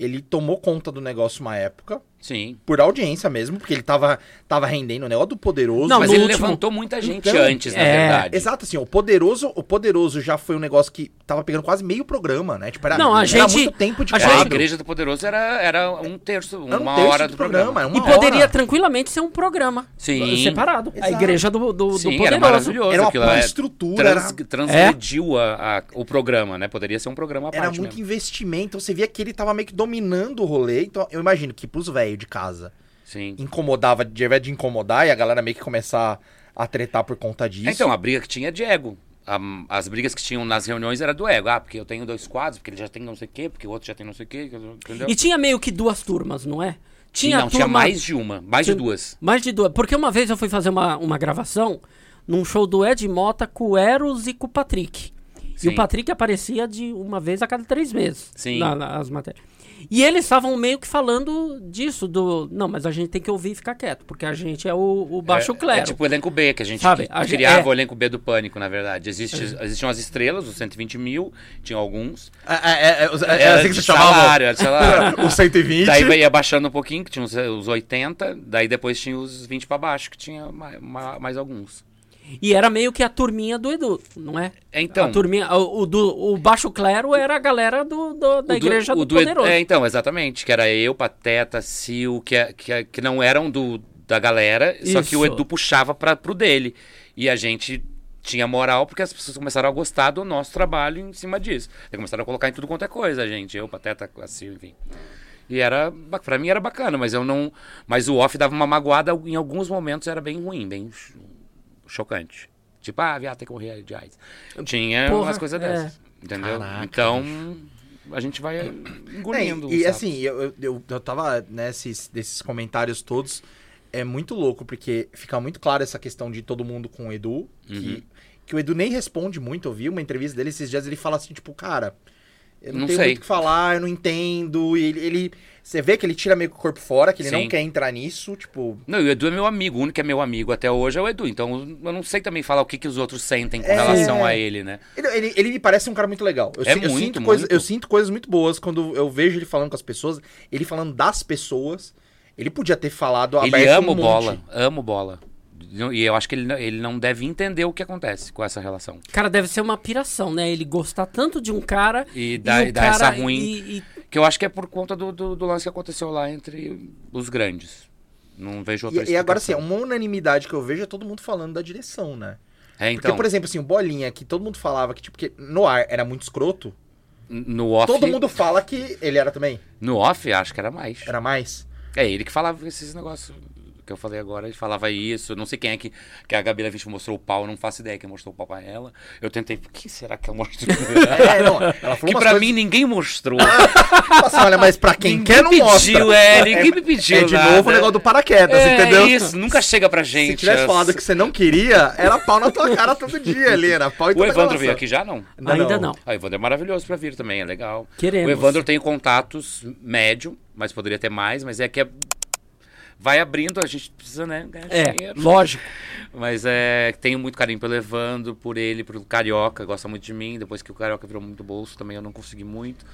ele tomou conta do negócio uma época,
Sim.
por audiência mesmo, porque ele tava, tava rendendo o negócio do poderoso.
Não,
mas
no
ele
último-
levantou muita gente
Então,
antes, na
é,
verdade.
Exato, assim, o poderoso, o poderoso já foi um negócio que tava pegando quase meio programa, né? Tipo, era,
Não, a
era
gente-
muito tempo de
a
Era
gente-
a
quadro.
igreja do poderoso era, era um terço, uma
Era um terço
hora do, programa.
era uma
E poderia
hora.
tranquilamente ser um programa
Sim.
separado. A
Exato.
igreja do, do, do
Sim, era
Poderoso.
maravilhoso.
Era uma
aquilo
puta
é-
estrutura,
trans,
era,
transgrediu a- a- o programa, né? Poderia ser um programa à
era
parte
muito
mesmo.
investimento. Então você via que ele tava meio que dominando o rolê. Então eu imagino que pros velhos de casa
Sim.
incomodava, de invés de incomodar, e a galera meio que começar a tretar por conta disso.
Então, a briga que tinha é de ego. A- as brigas que tinham nas reuniões era do ego. Ah, porque eu tenho dois quadros, porque ele já tem não sei o quê, porque o outro já tem não sei o quê, entendeu?
E tinha meio que duas turmas, não é? Tinha
não,
a
tinha
turma-
mais de uma, mais de
tinha-
duas.
Mais de duas. Porque uma vez eu fui fazer uma, uma gravação num show do Ed Mota com o Eros e com o Patrick. E o
Sim.
Patrick aparecia de uma vez a cada três meses
Sim.
na- nas matérias. E eles estavam meio que falando disso, do. Não, mas a gente tem que ouvir e ficar quieto, porque a gente é o, o baixo
é,
clero.
É tipo o elenco B, que a gente
Sabe,
que-
a gente-
criava
é.
o elenco B do Pânico, na verdade. Existe, Existiam as estrelas, os 120 mil, tinha alguns.
É, é, é, é,
Era
assim que
de
você chamava?
salário, era de salário.
O 120.
Daí vai- ia baixando um pouquinho, que tinha os, os 80, daí depois tinha os 20 pra baixo, que tinha ma- ma- mais alguns.
E era meio que a turminha do Edu, não é?
Então.
A turminha, o, o do, o baixo clero era a galera do, do- da
O
igreja do,
o Ed-
Poderoso.
É, então, exatamente. Que era eu, Pateta, Sil, que, é- que, é- que não eram do, da galera, só que o
Isso.
Edu puxava pra, pro dele. E a gente tinha moral porque as pessoas começaram a gostar do nosso trabalho em cima disso. E começaram a colocar em tudo quanto é coisa, a gente. Eu, Pateta, a Sil, enfim. E era, ba- pra mim era bacana, mas eu não. Mas o off dava uma magoada, em alguns momentos era bem ruim, bem cho- chocante. Tipo, ah, viado, tem que morrer de AIDS. Tinha
Porra,
umas coisas
é.
dessas. Entendeu?
Caraca,
então, a gente vai
É,
engolindo.
e
sabe?
assim, eu, eu, eu, eu tava nesses desses comentários todos. É muito louco, porque fica muito claro essa questão de todo mundo com o Edu.
Uhum.
Que, que o Edu nem responde muito. Eu vi uma entrevista dele esses dias, ele fala assim, tipo, cara. Eu não,
Não
tenho
sei.
muito o que falar, eu não entendo. E ele, ele- Você vê que ele tira meio que o corpo fora, que ele
Sim.
não quer entrar nisso. Tipo,
Não, e o Edu é meu amigo, o único que é meu amigo até hoje é o Edu. Então eu não sei também falar o que, que os outros sentem com
É.
relação a ele, né?
Ele, ele, ele me parece um cara muito legal. Eu,
É
si- eu
muito,
sinto coisas,
muito.
eu sinto coisas muito boas quando eu vejo ele falando com as pessoas, ele falando das pessoas. Ele podia ter falado
ele
aberto
ama
um
o
monte.
bola, ama o bola. Não- E eu acho que ele, não- ele não deve entender o que acontece com essa relação.
Cara, deve ser uma piração, né? Ele gostar tanto de um cara
E dá-
o
e dá essa
cara-
ruim.
e- e-
Que eu acho que é por conta do, do, do lance que aconteceu lá entre os grandes. Não vejo outra
E, e agora sim,
explicação.
uma unanimidade que eu vejo é todo mundo falando da direção, né?
É,
Porque,
então,
por exemplo, assim, o Bolinha, que todo mundo falava que, tipo, que no ar era muito escroto,
no off,
todo mundo fala que ele era também,
no off acho que era mais.
era mais.
É ele que falava esses negócios que eu falei agora, ele falava isso. Não sei quem é que, que a Gabi Levinte mostrou o pau, não faço ideia quem mostrou o pau pra ela. Eu tentei, o que será que ela mostrou?
É, não, ela falou
que
umas
pra
coisas-
mim ninguém mostrou.
Nossa, olha, mas pra quem quer, não
pediu,
mostra.
é, ninguém me pediu.
É de
nada.
novo o negócio do paraquedas,
É,
entendeu?
isso, nunca chega pra gente.
Se tivesse
as-
falado que você não queria, era pau na tua cara todo dia ali, era pau e
O
toda
Evandro veio
gravação.
aqui já, não?
Ainda não.
Ah, o Evandro é maravilhoso pra vir também, é legal.
Queremos.
O Evandro tem contatos médio, mas poderia ter mais, mas é que é... vai abrindo, a gente precisa, né, ganhar
É,
dinheiro.
lógico.
Mas é, tenho muito carinho pelo Evandro, por ele, pro Carioca, gosta muito de mim. Depois que o Carioca virou muito bolso, também eu não consegui muito.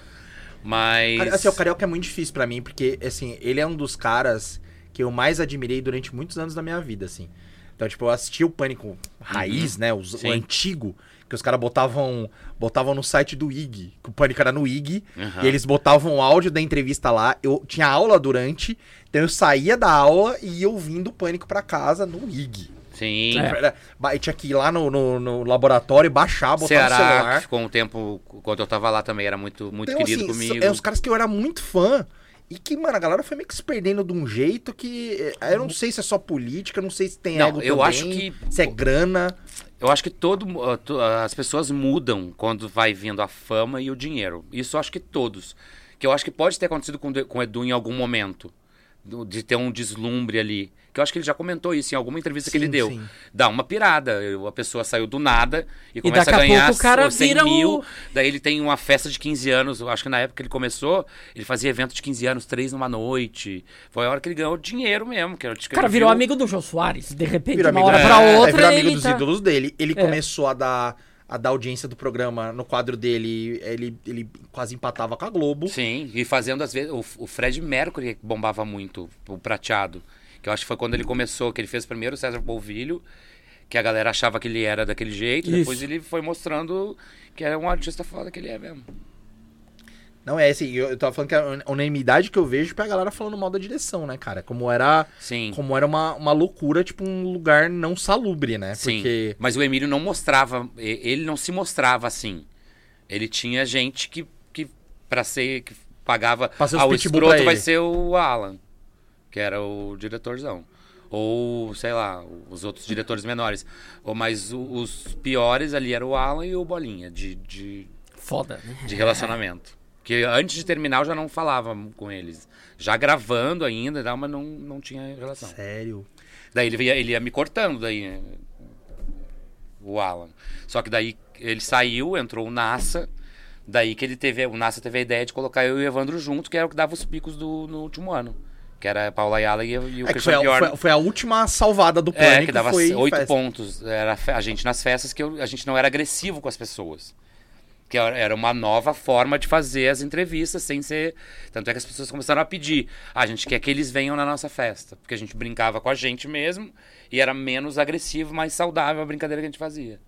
Mas.
Cara, Assim, o Carioca é muito difícil pra mim, porque, assim, ele é um dos caras que eu mais admirei durante muitos anos da minha vida, assim. Então, tipo, eu assisti o Pânico Raiz, né? os- o
Uhum. Sim.
antigo, que os caras botavam botavam no site do IG, que o Pânico era no IG,
Aham.
e eles botavam o áudio da entrevista lá. Eu tinha aula durante, então eu saía da aula e ia ouvindo o Pânico pra casa no IG.
Sim.
É.
Era, ba- eu tinha que ir lá no, no- no laboratório, baixar, botar no
Ceará, que
celular.
ficou um tempo, quando eu tava lá também, era muito, muito
Então,
querido
assim, são-
comigo.
É os caras que eu era muito fã. E que, mano, a galera foi meio que se perdendo de um jeito que. eh, Eu não sei se é só política, não sei se tem
Uhum. Não,
algo.
eu
também,
acho que-
Se é grana.
Eu acho que todo mu- ah, to- as pessoas mudam quando vai vindo a fama e o dinheiro. Isso eu acho que todos. Que eu acho que pode ter acontecido com, o De- com o Edu em algum momento. do- De ter um deslumbre ali. Que eu acho que ele já comentou isso em alguma entrevista que
Sim,
ele deu.
sim.
Dá uma pirada. eu- A pessoa saiu do nada e começa
daqui a
a ganhar
pouco o cara
100
vira um
mil.
o-
Daí ele tem uma festa de 15 anos. Eu acho que na época que ele começou, ele fazia evento de 15 anos, três numa noite. Foi a hora que ele ganhou dinheiro mesmo. Que eu acho
O
que
cara
ele
virou
viu-
amigo do Jô Soares, de repente,
Virou
de uma
amigo
hora
do-
pra
é, virou
outra.
amigo
Ele
dos
tá...
ídolos dele. Ele começou a dar, a dar audiência do programa no quadro dele. Ele, ele quase empatava com a Globo.
Sim, e fazendo às vezes. O, o Fred Mercury bombava muito, o prateado. Que eu acho que foi quando ele começou, que ele fez primeiro o César Polvilho, que a galera achava que ele era daquele jeito.
Isso.
Depois ele foi mostrando que era um artista foda que ele é mesmo.
Não é assim, eu, eu tava falando que a unanimidade que eu vejo é a galera falando mal da direção, né, cara? Como era.
Sim.
Como era uma, uma loucura, tipo, um lugar não salubre, né?
Sim.
Porque.
Mas o Emílio não mostrava, e- ele não se mostrava assim. Ele tinha gente que, que para ser, que pagava.
Pra ser os
ah, o
pitbull pra
escroto vai
ele."
ser o Alan, que era o diretorzão. Ou, sei lá, os outros diretores menores. Ou, mas o- os piores ali era o Alan e o Bolinha, de, de,
Foda, né?
É.
de relacionamento. Que antes de terminar eu já não falava com eles. Já gravando ainda, e tal, mas não, não tinha relação.
Sério.
Daí ele ia, ele ia me cortando, daí né, o Alan. Só que daí ele saiu, entrou o NASA. Daí que ele teve, o NASA teve a ideia de colocar eu e o Evandro junto, que era o que dava os picos do, no último ano. Que era a Paula Ayala e, e o
É que foi,
Christian
a,
Bjorn.
foi- foi a última salvada do
É,
pânico.
que dava
foi
oito
festa.
pontos. Era a fe- a gente nas festas que eu- a gente não era agressivo com as pessoas. Que era era uma nova forma de fazer as entrevistas sem ser. Tanto é que as pessoas começaram a pedir. "Ah, a gente quer que eles venham na nossa festa. Porque a gente brincava com a gente mesmo e era menos agressivo, mais saudável a brincadeira que a gente fazia.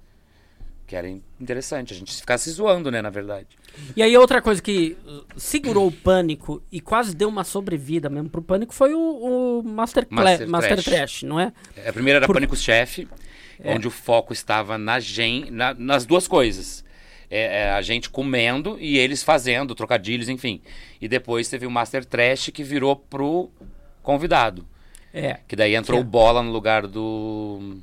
Que era in- interessante. A gente ficava se zoando, né, na verdade.
E aí outra coisa que uh, segurou o pânico e quase deu uma sobrevida mesmo pro pânico foi o, o Master, Cla-
Master
Master
Trash.
Trash, não é?
A primeira era
Por- É.
Pânico Chefe, onde o foco estava na gen... na- nas duas coisas. É, é, a gente comendo e eles fazendo, trocadilhos, enfim. E depois teve o Master Trash que virou pro convidado.
É.
Que daí entrou
É.
o Bola no lugar do,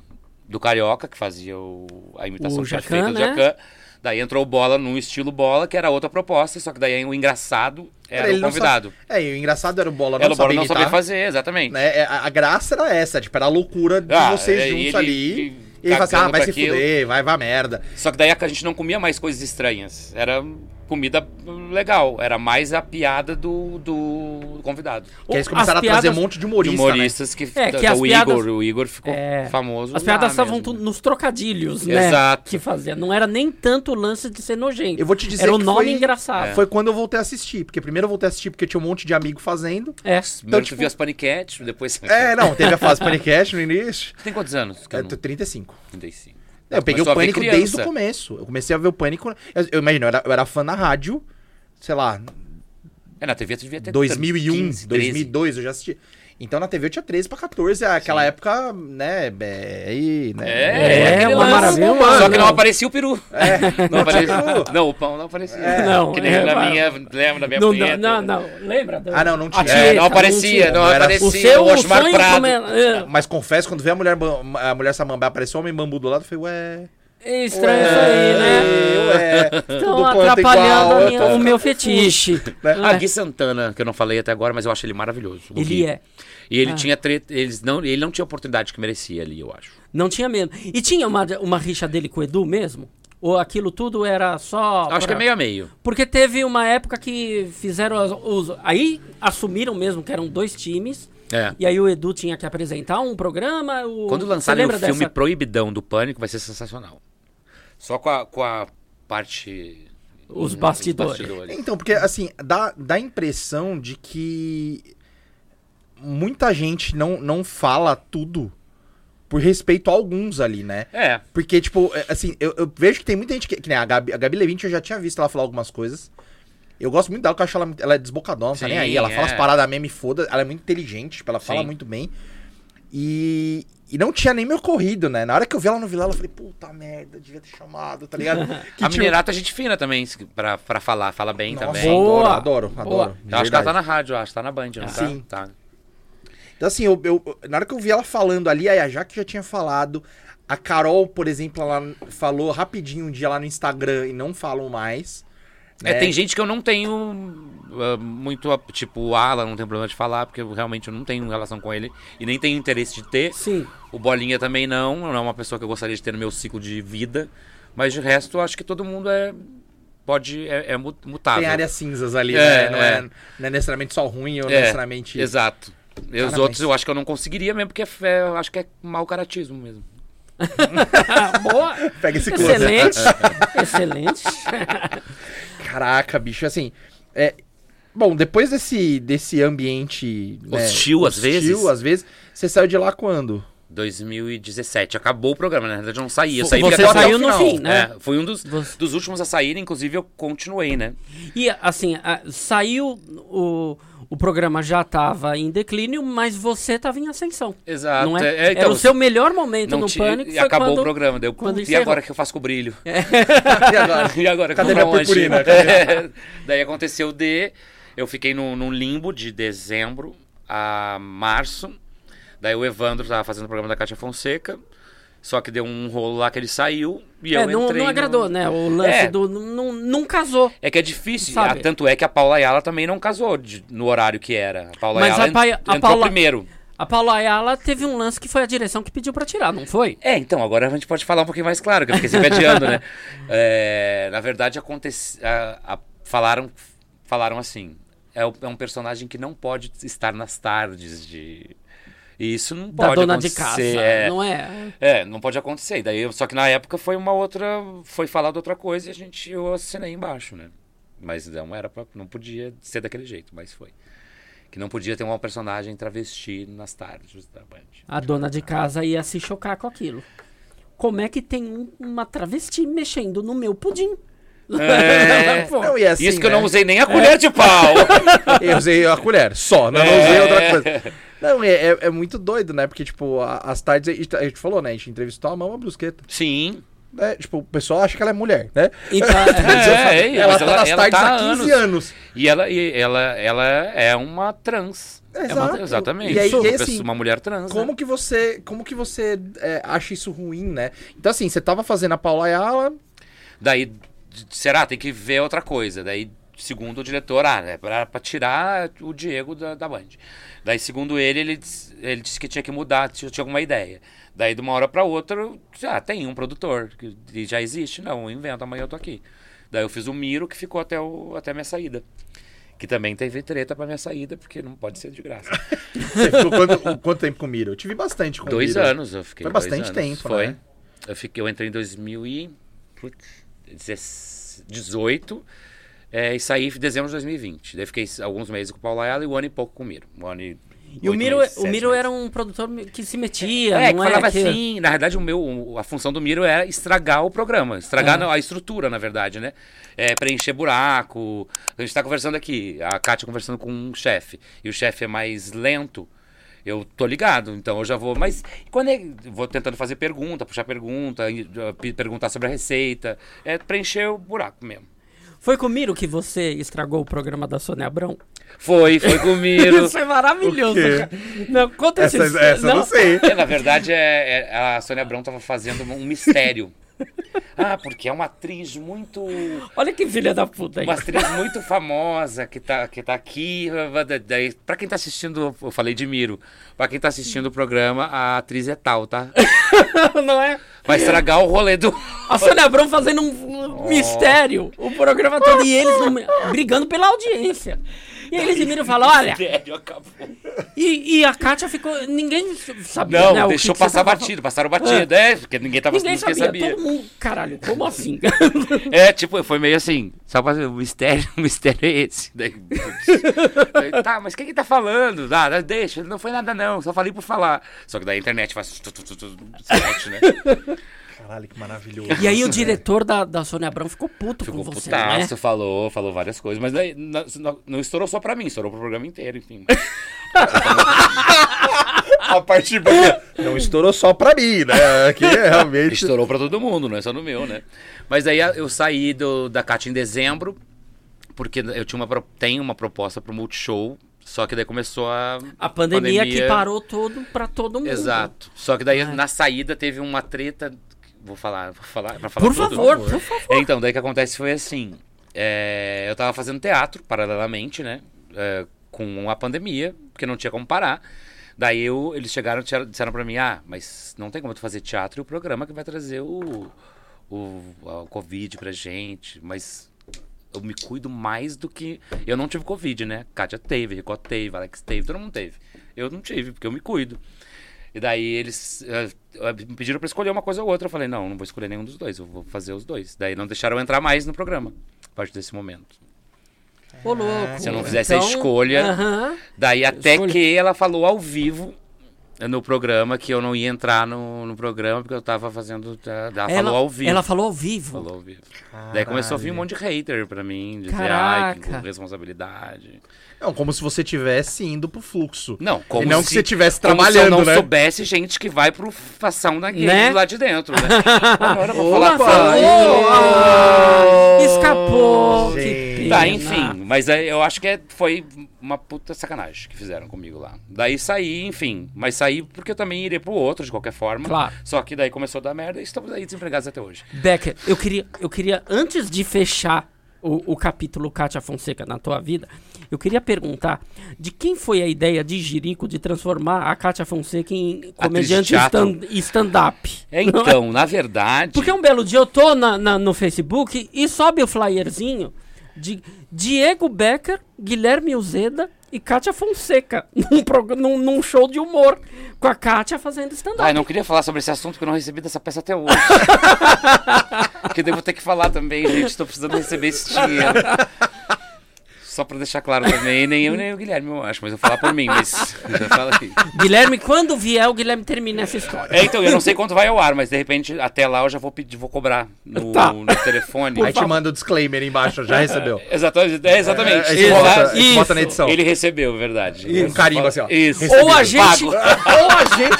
do Carioca, que fazia o- a imitação
O
perfeita
Jacan,
do
né?
Jacan. Daí entrou o Bola num estilo Bola, que era outra proposta, só que daí o engraçado era
Cara, ele
o
não
convidado.
sabe- É, e o engraçado era o Bola
Era
não
o Bola
sabia
não
imitar.
sabia fazer, exatamente.
né? É, A, a graça era essa, tipo, era a loucura de
Ah,
vocês
é, e
juntos
ele-
ali.
e
E ele fala assim, ah,
cagando
vai
pra
se
aquilo.
fuder, vai, vai merda.
Só que daí a gente não comia mais coisas estranhas. Era comida legal. Era mais a piada do, do convidado.
Que aí eles
As
começaram a trazer um
piadas-
monte de
De
humorista,
humoristas que,
É,
da-
que as
o
piadas-
Igor. O Igor ficou
É.
famoso.
As piadas
lá
estavam
mesmo.
tudo nos trocadilhos, né?
Exato.
Que fazia. Não era nem tanto o lance de ser nojento.
Eu vou te dizer
Era o
que
nome
foi-
engraçado.
né? Foi quando eu voltei a assistir, porque primeiro eu voltei a assistir porque tinha um monte de amigo fazendo.
É.
Primeiro
tipo-
tu viu as paniquetes, depois.
É, não, teve a fase Panicast no início.
Tem quantos anos? Que
É,
eu não...
tô 35.
Tá,
É,
Eu peguei o
começou a ver
pânico
criança.
desde o começo. Eu comecei a ver o pânico. Eu, eu imagino, eu era, eu era fã na rádio, sei lá,
É, na TV tu devia ter
2001,
15, 13.
2002, eu já assisti. Então na TV eu tinha 13 pra 14, aquela época, né, é, aí, né?
É,
É,
aquele
uma
lance.
maravilha,
Só que
mano.
não aparecia o peru.
É,
Não, aparecia.
tipo-
não, o pão não aparecia.
Não,
que nem
é,
na
vai.
minha, lembra da minha
Não,
punheta.
não, não, não. Lembra?
Ah, não, não
A
tinha.
É,
tieta,
não aparecia,
tinha.
não,
Não
O
era-
aparecia.
seu o
Osmar
sonho
Prado.
come- é,
Mas confesso, quando veio a mulher, bam- a mulher samambá, apareceu o homem bambu do lado, eu falei, ué. é,
é estranho isso aí, né?
Ué,
Estão
tudo quanto
atrapalhando
igual, é, tá. Né?
a minha-
eu tô
o meu fetiche.
Ah, Gui Santana, que eu não falei até agora, mas eu acho ele maravilhoso. o
Ele
Gui.
é.
E ele tinha treta, eles não, ele não tinha a oportunidade que merecia ali, eu acho.
Não tinha mesmo. E tinha uma, uma rixa dele com o Edu mesmo? Ou aquilo tudo era só.
Eu acho que é
pra-
meio a meio.
Porque teve uma época que fizeram as- os. Aí assumiram mesmo que eram dois times.
É.
E aí o Edu tinha que apresentar um programa. O...
Quando
Você
lançarem o
lembra
filme
dessa?
Proibidão do Pânico, vai ser sensacional. Só com a, com a parte.
Os bastidores.
Então, porque assim, dá, dá a impressão de que muita gente não, não fala tudo por respeito a alguns ali, né?
É.
Porque, tipo, é, assim, eu, eu vejo que tem muita gente que. que nem a Gabi, a Gabi Levinte, eu já tinha visto ela falar algumas coisas. Eu gosto muito dela, porque eu acho ela, muito- ela é desbocadona, não tá
Sim,
nem aí. Ela fala
é.
as paradas mesmo e foda. Ela é muito inteligente, tipo, ela fala
Sim.
muito bem. E, e não tinha nem meu corrido, né? Na hora que eu vi ela no vilão, eu falei, puta merda, devia ter chamado, tá ligado? Que,
a
tipo,
Minerato é gente fina também, se- pra, pra falar. Fala bem
nossa,
também.
Boa,
adoro, adoro,
boa.
adoro. de
Eu acho que
verdade.
ela tá na rádio, eu acho. Tá na Band, não tá?
Sim.
Tá.
Então, assim, eu, eu- na hora que eu vi ela falando ali, aí a Jaque já tinha falado. A Carol, por exemplo, ela falou rapidinho um dia lá no Instagram e não falam mais.
É,
né?
tem gente que eu não tenho ah, muito. a- Tipo, o Alan, não tem problema de falar, porque eu realmente eu não tenho relação com ele e nem tenho interesse de ter.
Sim.
O Bolinha também não, não é uma pessoa que eu gostaria de ter no meu ciclo de vida. Mas de resto, eu acho que todo mundo é. Pode. É, é mu- mutável.
Tem áreas cinzas ali,
É,
né? Não
é.
é, não é necessariamente só ruim ou
É,
necessariamente.
Exato. E os
Parabéns.
outros eu acho que eu não conseguiria mesmo, porque é, é, eu acho que é mau caratismo mesmo.
Ah, boa!
Pega esse close.
Excelente! Excelente!
Caraca, bicho, assim. é, Bom, depois desse, desse ambiente. né,
Hostil, às vezes.
Hostil, às vezes. Você saiu de lá quando?
2017. Acabou o programa, né? na verdade eu não saí. Eu
Fo-
saí
você
porque até o
saiu no
final.
fim, né?
É, fui um dos,
Você-
dos últimos a sair, inclusive eu continuei, né?
E assim, a- saiu o. O programa já estava em declínio, mas você estava em ascensão.
Exato.
Não é?
É, então,
Era o seu melhor momento
não
no
ti-
pânico.
e
foi
acabou
quando-
o programa. Deu,
quando
e
encerrou. É.
agora o que eu faço com o brilho?
E agora?
E agora?
Cadê
Comprar
minha
onde?
purpurina?
É, Daí aconteceu de... Eu fiquei num, num limbo de dezembro a março. Daí o Evandro tava fazendo o programa da Cátia Fonseca. Só que deu um rolo lá que ele saiu. E
É,
eu
não,
entrei
não
no-
agradou, né? O lance
É.
do. Não, não casou.
É que é difícil.
Sabe?
Ah, tanto é que a Paula Ayala também não casou de- no horário que era. A Paula
Mas
Ayala
a Pai-
en-
a
entrou
Paula-
primeiro.
A Paula Ayala teve um lance que foi a direção que pediu pra tirar, não foi?
É, então, agora a gente pode falar um pouquinho mais claro, que eu fiquei sempre adiando, né? É, na verdade, acontece, a- a- falaram, falaram assim, é, o- é um personagem que não pode estar nas tardes de... E isso não
Da
pode
dona
acontecer.
de casa,
é,
não é?
é, não pode acontecer. E Daí, eu- só que na época foi uma outra, foi falado outra coisa e a gente, eu assinei embaixo, né? Mas não era pra, não podia ser daquele jeito, mas foi. Que não podia ter uma personagem travesti nas tardes da Band.
A dona de casa ia se chocar com aquilo. Como é que tem um- uma travesti mexendo no meu pudim?
É.
Pô,
Não, e assim,
Isso que eu
né?
não usei
É.
nem a colher de pau.
Eu usei a colher, só, né? não
É.
usei outra coisa. Não, é, é- é muito doido, né? Porque, tipo, a- as tardes. A gente, a gente falou, né? A gente entrevistou a Mama Brusqueta.
Sim.
Né? Tipo, o pessoal acha que ela é mulher, né?
então,
Mas eu falo,
é,
ela
mas
tá
ela-
nas
ela
tardes
tá
há
há
15 anos.
E ela, e ela, ela é uma trans. É uma-
Exato.
exatamente.
E aí-
uma,
e aí,
pessoa-
assim,
uma mulher trans. né?
Como que você, como que você é, acha isso ruim, né? Então, assim, você tava fazendo a Paula Ayala.
Daí, d- será? Tem que ver outra coisa. Daí, segundo o diretor, ah, é pra, pra tirar o Diego da, da Band. Daí, segundo ele, ele, dis- ele disse que tinha que mudar, tinha, tinha alguma ideia. Daí, de uma hora pra outra, eu disse, ah, tem um produtor, que que já existe. Não, inventa, amanhã eu tô aqui. Daí eu fiz o Miro, que ficou até, o, até a minha saída. Que também teve treta pra minha saída, porque não pode ser de graça.
Você ficou quanto, quanto tempo com o Miro? Eu tive bastante Tipo, com o
Dois
Miro.
anos eu fiquei.
Foi
dois
bastante
anos.
tempo,
Foi.
né?
Eu, fiquei, eu entrei em 2018 é, e saí em dezembro de 2020. Daí fiquei alguns meses com o Paulo Ayala e um ano e pouco com o Miro. Um ano e
e o
oito
Miro,
meses,
o
sete
Miro
meses.
era um produtor que se metia,
É, que
não era
falava
que-
assim. Na verdade, o meu, o- a função do Miro era estragar o programa, estragar não, a estrutura, na verdade, né? É, preencher buraco. A gente tá conversando aqui, a Kátia conversando com um chefe, e o chefe é mais lento. eu tô ligado, então eu já vou. Mas quando é, vou tentando fazer pergunta, puxar pergunta, e, uh, pe- perguntar sobre a receita, é preencher o buraco mesmo.
Foi com o Miro que você estragou o programa da Sônia Abrão?
Foi, foi com o Miro.
Isso é maravilhoso.
O quê?
cara. Não, conta
Essa,
esse-
essa eu não sei.
É, na verdade, é, é- a Sônia Abrão tava fazendo um mistério. Ah, porque é uma atriz muito.
Olha que filha da puta aí.
Uma atriz muito famosa que tá, que tá aqui. Daí, pra quem tá assistindo, eu falei de Miro. Pra quem tá assistindo o programa, a atriz é tal, tá?
não é?
Vai estragar o rolê do.
A Sônia Abrão fazendo um
Oh.
um mistério. O programa todo e eles no- brigando pela audiência. E eles e Miro falam, olha,
Sério, acabou.
e, e a Kátia ficou. Ninguém sabia.
Não,
né, o que
deixou
que você
passar
tava-
batido, passaram batido, é, porque ninguém tava
Ninguém sabia, todo mundo. Caralho, como assim?
É, tipo, foi meio assim, só pra o mistério, o mistério é esse. Daí, putz. Daí, tá, mas quem que tá falando? Ah, não, deixa, não foi nada não, só falei por falar. Só que daí a internet faz tu, tu, tu, tu, sete, né?
Caralho, que maravilhoso.
e aí o diretor da, da Sônia Abrão ficou puto
Ficou
com você,
putaço,
né?
falou, falou várias coisas, mas daí não, não- não estourou só pra mim, estourou pro programa inteiro, enfim.
A parte boa. Não estourou só pra mim, né? Que é realmente.
Estourou pra todo mundo, não é só no meu, né? Mas aí a- eu saí do, da Kátia em dezembro, porque eu tinha uma, pro- tenho uma proposta pro Multishow, só que daí começou a...
A pandemia, que
Pandemia.
parou todo pra todo mundo.
Exato. Só que daí na saída teve uma treta... Vou falar, vou falar, pra falar
Por
tudo?
favor, por favor.
É, Então, daí o que acontece foi assim. é, eu tava fazendo teatro, paralelamente, né? é, com a pandemia, porque não tinha como parar. Daí eu, eles chegaram e disseram- disseram pra mim, ah, mas não tem como tu fazer teatro e o programa que vai trazer o, o, a- o Covid pra gente. Mas eu me cuido mais do que... Eu não tive Covid, né? Kátia teve, Rico teve, Alex teve, todo mundo teve. Eu não tive, porque eu me cuido. E daí eles eh, eh, me pediram pra escolher uma coisa ou outra. Eu falei, não, não vou escolher nenhum dos dois, eu vou fazer os dois. Daí não deixaram eu entrar mais no programa, a partir desse momento.
Ô, louco. Então,
Se eu não fizesse a escolha-
aham.
Daí até
escolhi.
que ela falou ao vivo eh, no programa que eu não ia entrar no, no programa porque eu tava fazendo. tá, Ela, falou ao vivo.
Ela falou ao vivo.
Falou ao vivo. Daí começou a vir um monte de hater pra mim, dizer, ai, que
Caraca.
responsabilidade.
Não, como se você estivesse indo pro fluxo.
Não, como
E não
se,
que você estivesse
como se eu
trabalhando,
não
né?
soubesse gente que vai pro fação da
Né?
né? lá de dentro, né? Agora eu vou
Ela
falar com
falou,
ela.
ah, Escapou. que
Gente.
pena.
Tá, enfim, mas é, eu acho que é- foi uma puta sacanagem que fizeram comigo lá. Daí saí, enfim, mas saí porque eu também iria pro outro de qualquer forma.
Claro.
Só que daí começou a dar merda e estamos aí desempregados até hoje.
Becker, eu queria, eu queria antes de fechar o, o capítulo Cátia Fonseca na tua vida, eu queria perguntar de quem foi a ideia de Jirico de transformar a Cátia Fonseca em comediante
de teatro.
stand- stand-up.
É, Então, na verdade.
Porque um belo dia eu tô na, na- no Facebook e sobe o flyerzinho de Diego Becker, Guilherme Uzeda e Kátia Fonseca num, prog- num, num show de humor com a Kátia fazendo
Ai,
stand-up.
não queria falar sobre esse assunto porque eu não recebi dessa peça até hoje. que devo ter que falar também, gente. Tô precisando receber esse dinheiro. Só pra deixar claro também, nem eu nem o Guilherme, eu acho, mas eu vou falar por mim, mas já fala aqui.
Guilherme, quando vier, o Guilherme termina essa história.
É, então, eu não sei quanto vai ao ar, mas de repente até lá eu já vou pedir, vou cobrar no,
Tá.
no telefone.
Aí te manda o disclaimer embaixo,
É.
já recebeu.
Exatamente, é, exatamente.
Aí
Se
você bota,
rolar,
aí você bota na
isso.
edição.
ele recebeu, verdade.
Um carimbo assim, ó.
Isso.
Ou a
Pago.
gente. Ou a gente.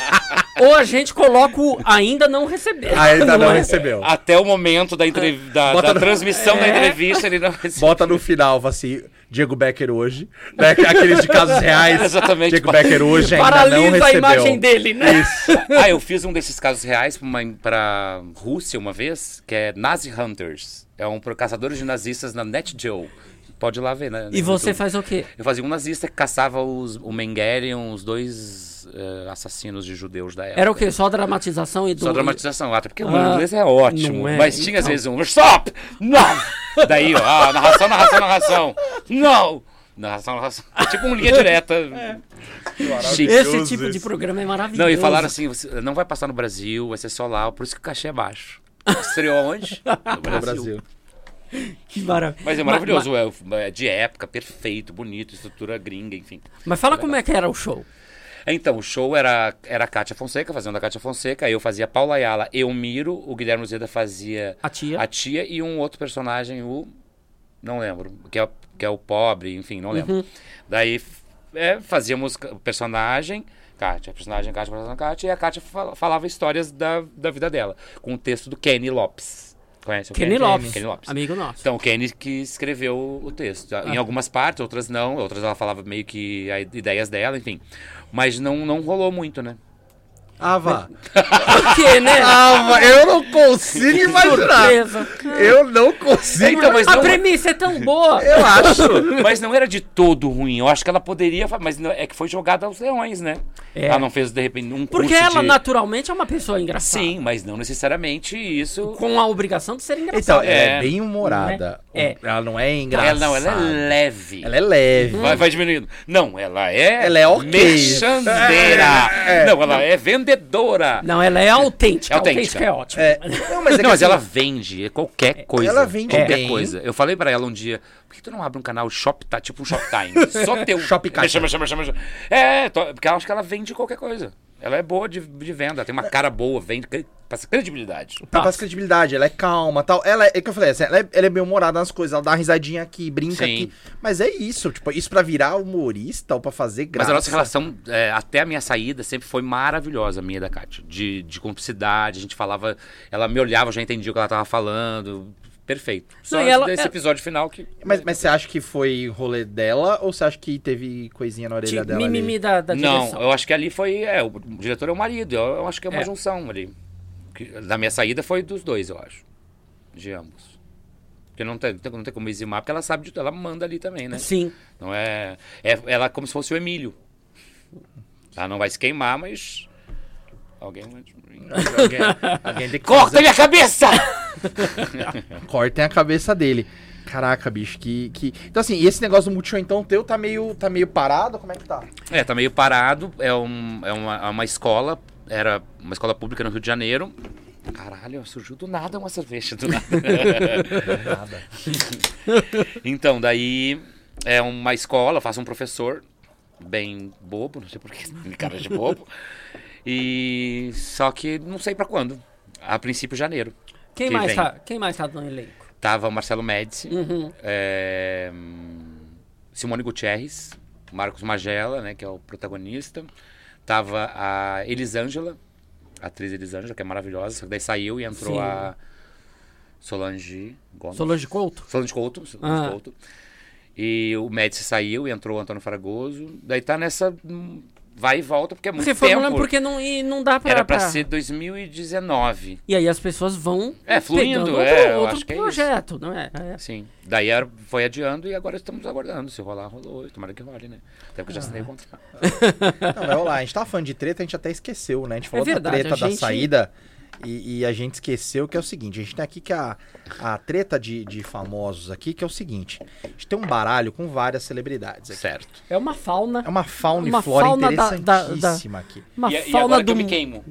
Ou a gente coloca o ainda não receber.
Ah, ainda não
é?
recebeu.
Até o momento da, entrev- da,
Bota
da
no-
transmissão da
É.
entrevista, ele não recebeu.
Bota no final, fala assim, Diego Becker hoje. Né? Aqueles de casos reais.
Exatamente.
Diego Becker hoje ainda não
Paralisa
recebeu.
a imagem dele, né?
Ah, eu fiz um desses casos reais pra, uma, pra Rússia uma vez, que é Nazi Hunters. É um pro- caçadores de nazistas na NetJoe. Pode ir lá ver, né?
E você faz o quê?
Eu fazia um nazista que caçava os, o Mengerian, os dois eh, assassinos de judeus da época.
Era o quê? Só a dramatização e do.
Só dramatização, até porque
Ah,
o inglês é ótimo.
não é,
mas tinha às
então.
vezes um stop! Não! Daí, ó, ah, narração, narração, narração. Não! Narração, narração. É tipo um linha direta.
É.
Chique.
Esse tipo de programa é maravilhoso.
Não, e falaram assim: você não vai passar no Brasil, vai ser só lá, por isso que o cachê é baixo. Estreou onde? No Brasil.
No Brasil.
Que maravilha.
Mas é maravilhoso, é, é de época, perfeito, bonito, estrutura gringa, enfim.
Mas fala como é que era o show.
Então, o show era, era a Kátia Fonseca, fazendo a Kátia Fonseca, eu fazia Paula Ayala, eu Miro, o Guilherme Zeda fazia
A tia.
a tia e um outro personagem, o. Não lembro, que é,
Uhum.
que é o pobre, enfim, não lembro. Daí f- é, fazíamos ca- o personagem, Kátia. A personagem é Kátia, a personagem é Kátia. E a Kátia fal- falava histórias da, da vida dela, com o texto do Kenny Lopes. Conhece o
Kenny Lopes,
é Kenny Lopes.
amigo nosso.
Então, o Kenny que escreveu o texto.
Ah.
Em algumas partes, outras não. Outras ela falava meio que a ideias dela, enfim. Mas não, não rolou muito, né?
Ah, vá.
Então-
Por quê, né?
Ah, vá. Eu não consigo imaginar.
Surpresa.
Eu não consigo.
Então, mas
a
não-
premissa é tão boa.
Eu acho.
Mas não era de todo ruim. Eu acho que ela poderia, fa- mas não- é que foi jogada aos leões, né?
É.
Ela não fez, de repente, um
Porque
curso
ela,
de...
naturalmente, é uma pessoa engraçada.
Sim, mas não necessariamente isso...
Com a obrigação de ser
Então,
engraçada.
ela é
É.
bem humorada.
Não é? É.
Ela não é engraçada.
Ela não, ela é leve.
Ela é leve.
Vai, vai diminuindo. Não, ela é.
Ela é ok.
Merchandeira.
É, é.
Não, ela é vendedora.
Não, ela é autêntica.
Então- É autêntica.
é ótimo.
É. Não, mas, é que
não, mas
assim, é,
ela vende qualquer coisa.
Ela vende
qualquer
bem.
coisa. Eu falei pra ela um dia, por que tu não abre um canal Shoptime, tipo um Shoptime? Só teu.
Shoptime.
Chama, chama, chama, chama. É, to- porque ela acha que ela vende qualquer coisa. Ela é boa de, de venda, tem
É.
uma cara boa, vende, cre- passa credibilidade.
Ela passa credibilidade, ela é calma tal. Ela é, é que eu falei, assim, ela é, ela é bem humorada nas coisas, ela dá uma risadinha aqui, brinca
Sim.
aqui. Mas é isso, tipo, isso pra virar humorista ou pra fazer
Mas
graça.
a nossa relação, é, até a minha saída, sempre foi maravilhosa, a minha e da Kátia. De, de cumplicidade, a gente falava, ela me olhava, eu já entendia o que ela tava falando. Perfeito. Só
Não, e
esse-
ela-
esse
ela-
episódio final que.
é Mas, mas você acha que foi rolê dela ou você acha que teve coisinha na orelha
De
dela?
mimimi
ali?
da, da
não,
direção.
eu acho que ali foi. É, o diretor é o marido, eu, eu acho que é uma
É.
junção ali. Que- da minha saída foi dos dois, eu acho. De ambos. Porque não tem, não tem como eximar, porque ela sabe de tudo, ela manda ali também, né?
Sim.
Não é, é. Ela é como se fosse o Emílio. Ela não vai se queimar, mas. Alguém. alguém
Alguém tem que
corta
fazer-
minha cabeça!
Cortem a cabeça dele. Caraca, bicho, que, que. Então, assim, e esse negócio do Multishow, então, teu tá meio, tá meio parado? Como é que tá?
É, tá meio parado. É, um, é uma, é uma escola. Era uma escola pública no Rio de Janeiro. Caralho, surgiu do nada uma cerveja. Do nada. então, daí é uma escola, eu faço um professor bem bobo, não sei porquê, cara de bobo. E só que não sei pra quando. A princípio, janeiro.
Quem
que
mais,
vem.
tá, quem mais tá no elenco?
Tava o Marcelo Médici,
Uhum.
é, Simone Gutierrez, Marcos Magela, né, que é o protagonista. Tava a Elisângela, a atriz Elisângela, que é maravilhosa, só que daí saiu e entrou
Sim.
a Solange Gomes.
Solange Couto?
Solange Couto, Solange
Ah.
Couto. E o Médici saiu e entrou o Antônio Fragoso. Daí tá nessa hum, vai e volta, porque é muito
Reformulando
tempo.
porque não, e não dá pra...
Era pra
pra-
ser 2019.
E aí as pessoas vão
É, fluindo,
pegando
é, eu
outro, outro
acho que é isso.
projeto, não é? É.
Sim. Daí era- foi adiando e agora estamos aguardando. Se rolar, rolou. Tomara que role, né? Até porque eu já assinei o contrato.
Não, vai rolar. A gente tava falando de treta, a gente até esqueceu, né? A gente falou
É verdade,
da treta
a
da
gente-
saída e, e a gente esqueceu que é o seguinte: a gente tem aqui que a, a treta de, de famosos aqui, que é o seguinte: a gente tem um baralho com várias celebridades aqui.
Certo.
É uma fauna,
É uma fauna
Uma
e flora
fauna da- da- da-
interessantíssima aqui.
uma
e, e
fauna
agora que
do...
eu me queimo.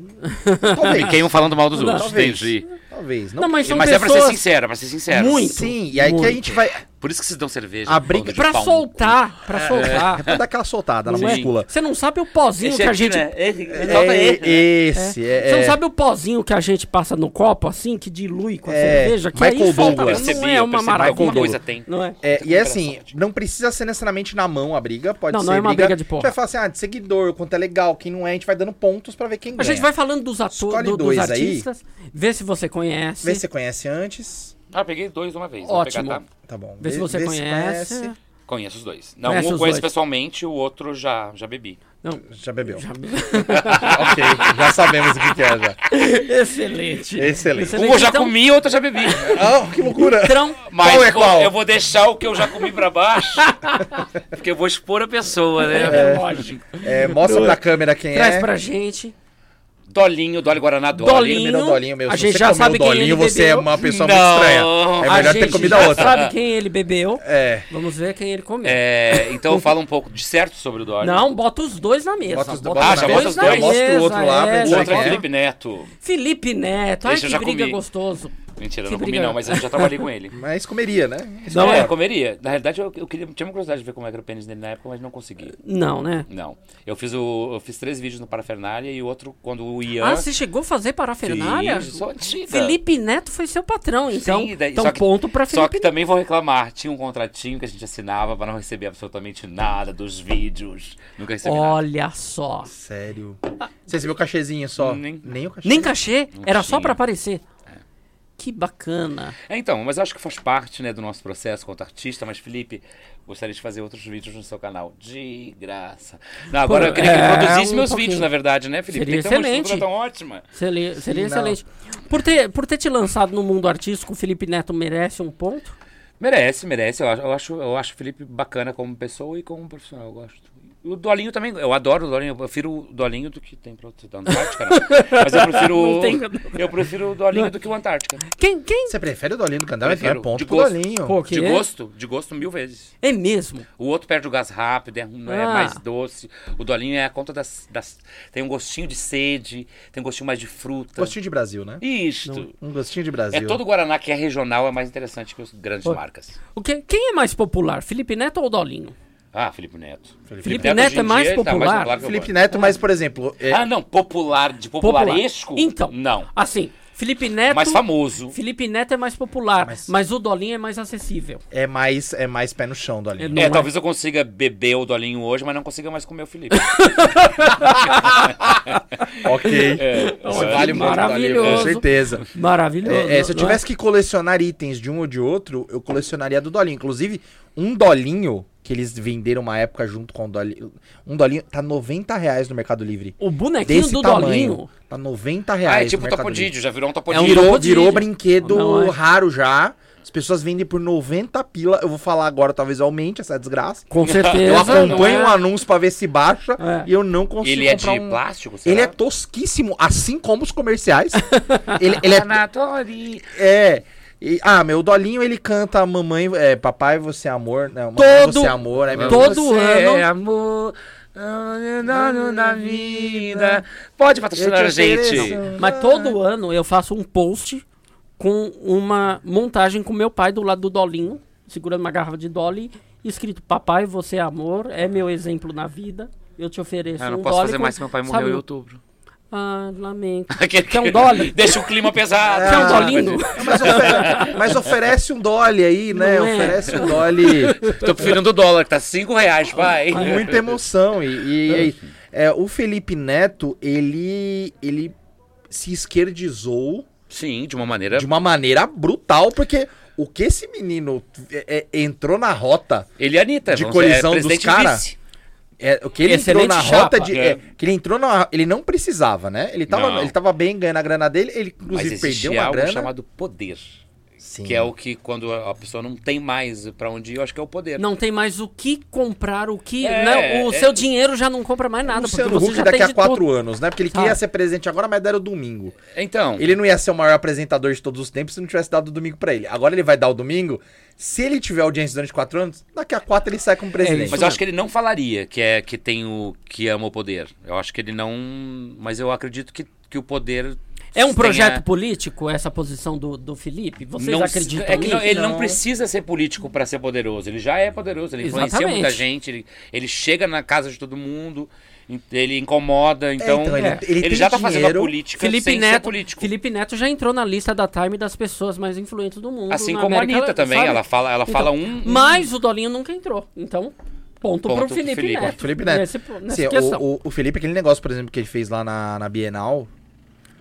Talvez.
Me queimo falando mal dos
Não.
outros.
Talvez.
Entendi.
Talvez. Não,
Não, mas são
Mas é pra ser
pessoas
sincera, pra ser sincera.
Muito.
Sim, e aí que a gente vai.
Por isso que vocês dão cerveja.
A briga-
bando de
pra
pau no
soltar, pra soltar.
É pra dar aquela soltada na
Sim.
muscula.
Você não sabe o pozinho
Esse
que a
aqui,
gente...
né? Esse-
É,
solta esse, né?
esse, é.
Você não
é-
sabe o pozinho que a gente passa no copo, assim, que dilui com a
É,
cerveja? Que
Michael
aí falta,
Douglas.
Percebi,
não é
eu
uma
percebi, Alguma
maravilha.
coisa tem.
Não é?
É, e é
Era
assim,
sorte.
não precisa ser necessariamente na mão a briga, pode
Não,
ser
não é uma briga de porra.
A gente vai falar assim, ah, de seguidor, quanto é legal, quem não é, a gente vai dando pontos pra ver quem
A
ganha.
gente vai falando dos
É. Escolhe
atores, dos
dois aí.
artistas, vê se você conhece.
Vê se você conhece antes.
Ah, peguei dois de uma vez.
Ótimo.
Vou pegar, tá?
Tá bom.
Vê se você conhece.
Conheço os dois. Não,
Conhece
um eu
os
conheço
dois.
pessoalmente, o outro já, já bebi.
Não,
Já bebeu.
já...
ok, já sabemos o que, que é já.
Excelente.
Excelente.
Excelente.
Um eu já
Então-
comi, outro eu já bebi.
Ah, que loucura.
Então,
Mas
Qual é
eu-
qual?
eu vou deixar o que eu já comi pra baixo, porque eu vou expor a pessoa, né?
é lógico.
É, mostra pra câmera quem
Traz
é.
pra gente.
Dolinho, Dolly Guaraná, Dolly.
Dolinho.
Primeiro é o dolinho meu.
A
Se
gente
você
já
comeu
sabe
o
quem
dolinho,
ele
você
bebeu.
é uma pessoa
Não.
muito estranha. É
a
melhor
gente
ter comido
já
a outra.
sabe quem ele bebeu.
É.
Vamos ver quem ele comeu.
É, então fala um pouco de certo sobre o Dolly.
Não, bota os dois na mesa.
Bota os dois-
Ah, já bota os dois.
na
Mostra o outro
mesa,
lá pra
é,
O
gente
já
outro é
quem
bota-
Felipe Neto.
Felipe Neto. Ai,
Esse eu
que
já
briga
comi.
gostoso.
Mentira, eu
Que
não comi
briga.
não, mas eu já trabalhei com ele.
Mas comeria, né? Isso
Não,
é.
é, comeria. Na realidade, eu, eu queria, tinha uma curiosidade de ver como era o pênis dele na época, mas não consegui.
Não, né?
Não. Eu fiz, o, eu fiz três vídeos no Parafernália e outro quando o Ian...
Ah, você chegou a fazer parafernália?
Fiz, sou antiga.
Felipe Neto foi seu patrão, então.
Sim, daí-
então
só que-
ponto pra
Só que tá
Felipe Neto.
também vou reclamar. Tinha um contratinho que a gente assinava pra não receber absolutamente nada dos vídeos. Nunca recebi nada.
Olha só.
Sério. Você recebeu o cachezinho só?
Nem-
Nem o cachê.
Nem cachê, era só
tinha.
pra aparecer. Que bacana.
É, então, mas eu acho que faz parte né, do nosso processo quanto artista. Mas, Felipe, gostaria de fazer outros vídeos no seu canal. De graça. Não, agora eu queria que
é,
ele produzisse
um
meus
pouquinho.
vídeos, na verdade, né, Felipe?
Seria
Tem que ter uma
excelente.
estrutura tão ótima.
Seria, seria
Não.
excelente. Por ter, por ter te lançado no mundo artístico, o Felipe Neto merece um ponto?
Merece, merece. Eu acho, eu acho, eu acho o Felipe bacana como pessoa e como profissional. Eu gosto. E O Dolinho também, eu adoro o Dolinho, eu prefiro o Dolinho do que tem pra outro da Antártica, né? Mas eu prefiro.
Não tem-
eu prefiro o Dolinho do que o Antártica.
Quem? quem?
Você prefere o Dolinho do Candel? Então é
Prefiro.
ponto
De
pro
gosto.
Dolinho.
Pô, que
De
é?
gosto, de gosto mil vezes.
É mesmo.
O outro perde o gás rápido, é, ru- é
Ah.
mais doce. O Dolinho é a conta das, das- Tem um gostinho de sede, tem um gostinho mais de fruta.
Gostinho de Brasil, né?
Isto.
Um gostinho de
É
Brasil.
todo Guaraná que é regional, é mais interessante que os grandes marcas.
O que, quem é mais popular, Felipe Neto ou Dolinho?
Ah, Felipe Neto.
Felipe Neto
hoje em
é mais
dia tá
popular?
que eu
Felipe Neto, mas, por exemplo, é-
Ah, não, popular, de popularesco?
Então.
Não.
Assim, Felipe Neto.
Mais famoso.
Felipe Neto é mais popular, mas,
Mas-
o Dolinho é mais acessível.
é mais é mais pé no chão do
É,
Dolinho.
não
é, talvez eu consiga beber o Dolinho hoje, mas não consiga mais comer o Felipe.
Ok.
Isso
olha,
vale muito.
maravilhoso.
Com certeza.
Maravilhoso.
É, é, se eu
não é?
né?
tivesse que colecionar itens de um ou de outro, eu colecionaria do Dolinho. Inclusive, um Dolinho que eles venderam uma época junto com o Dolinho. Um Dolinho tá 90 reais no Mercado Livre.
O bonequinho
Desse
do
tamanho.
Dolinho.
Tá 90 reais.
Ah, é tipo
no Mercado Livre.
Topodídio, já virou um
É um
Topodídio.
virou,
crocodilo.
virou brinquedo
Não é.
raro já. As pessoas vendem por 90 pila. Eu vou falar agora, talvez aumente essa desgraça.
Com certeza.
Eu
não
acompanho
é?
um anúncio pra ver se baixa
É.
e eu não consigo
Ele é de
comprar um...
plástico, será?
Ele é tosquíssimo, assim como os comerciais. ele, ele é...
Anatori.
é... e- ah, meu, o Dolinho, ele canta Mamãe... É, papai, você é amor. Não, mamãe,
Todo-
você é amor. É, meu,
todo
você
ano-
É
amor, ano na vida. Pode patrocinar a
Eu te
gente.
ofereço.
Mas todo ano eu faço um post com uma montagem com meu pai do lado do Dolinho, segurando uma garrafa de Dolly, escrito: Papai, você é amor, é meu exemplo na vida. Eu te ofereço
Eu
um
Ah, não posso
Dolly
fazer
com-
mais, meu pai morreu
sabe
em
o-
outubro.
Ah, lamento. Quer um Dolly?
Deixa o clima pesado. Ah,
Quer um Dolinho?
Mas, ofe- mas oferece um Dolly aí, né?
Não é.
Oferece um Dolly...
Tô preferindo o dólar, que tá 5 reais,
Ah,
pai.
É.
com muita emoção. E, e- e- é, o Felipe Neto, ele, ele se esquerdizou
Sim, de uma maneira.
de uma maneira brutal, porque o que esse menino é, é, entrou na rota,
Ele e a Anitta.
De
vamos dizer, é
colisão dos
presidente e
cara?
vice.
é, o que ele
Excelente
entrou na
chapa.
rota de.
É.
é, que ele entrou na. Ele não precisava, né? Ele tava,
Não.
ele tava bem ganhando a grana dele, ele
Mas
inclusive
existe
perdeu uma
algo
grana.
chamado poder.
Sim.
Que é o que quando a pessoa não tem mais pra onde ir, eu acho que é o poder.
Não tem mais o que comprar, o que.
É,
né? O
é-
seu dinheiro já não compra mais nada. Porque
Luciano
você
Huck
já
daqui
tem
a
de
quatro
tudo.
anos, né? Porque ele
Tá.
queria ser presente agora, mas era o domingo.
Então.
Ele não ia ser o maior apresentador de todos os tempos se não tivesse dado o domingo pra ele. Agora ele vai dar o domingo. Se ele tiver audiência durante quatro anos, daqui a quatro ele sai como presidente.
É, Mas eu acho que ele não falaria que é que tem o que ama o poder. Eu acho que ele não. Mas eu acredito que, que o poder.
É um
tenha-
projeto político essa posição do, do Felipe? Vocês
não se-
acreditam
é que não-
nisso?
ele não,
Não.
precisa ser político para ser poderoso. Ele já é poderoso. Ele influencia
Exatamente.
muita gente. Ele, ele chega na casa de todo mundo. en- Ele incomoda. Então,
então, ele-
é,
ele tem
já tá fazendo a
dinheiro.
política
Felipe
sem ser
Neto,
político.
Felipe Neto já entrou na lista da Time das pessoas mais influentes do mundo.
Assim
na
como
América,
a Anitta também.
sabe?
Ela fala, ela
Então,
fala um.
Mas o Dolinho nunca entrou. Então, ponto,
Ponto
pro
pro
Felipe,
Felipe.
Neto.
Felipe Neto.
Nesse, nessa
Assim,
questão.
o, o- o Felipe, aquele negócio, por exemplo, que ele fez lá na, na Bienal.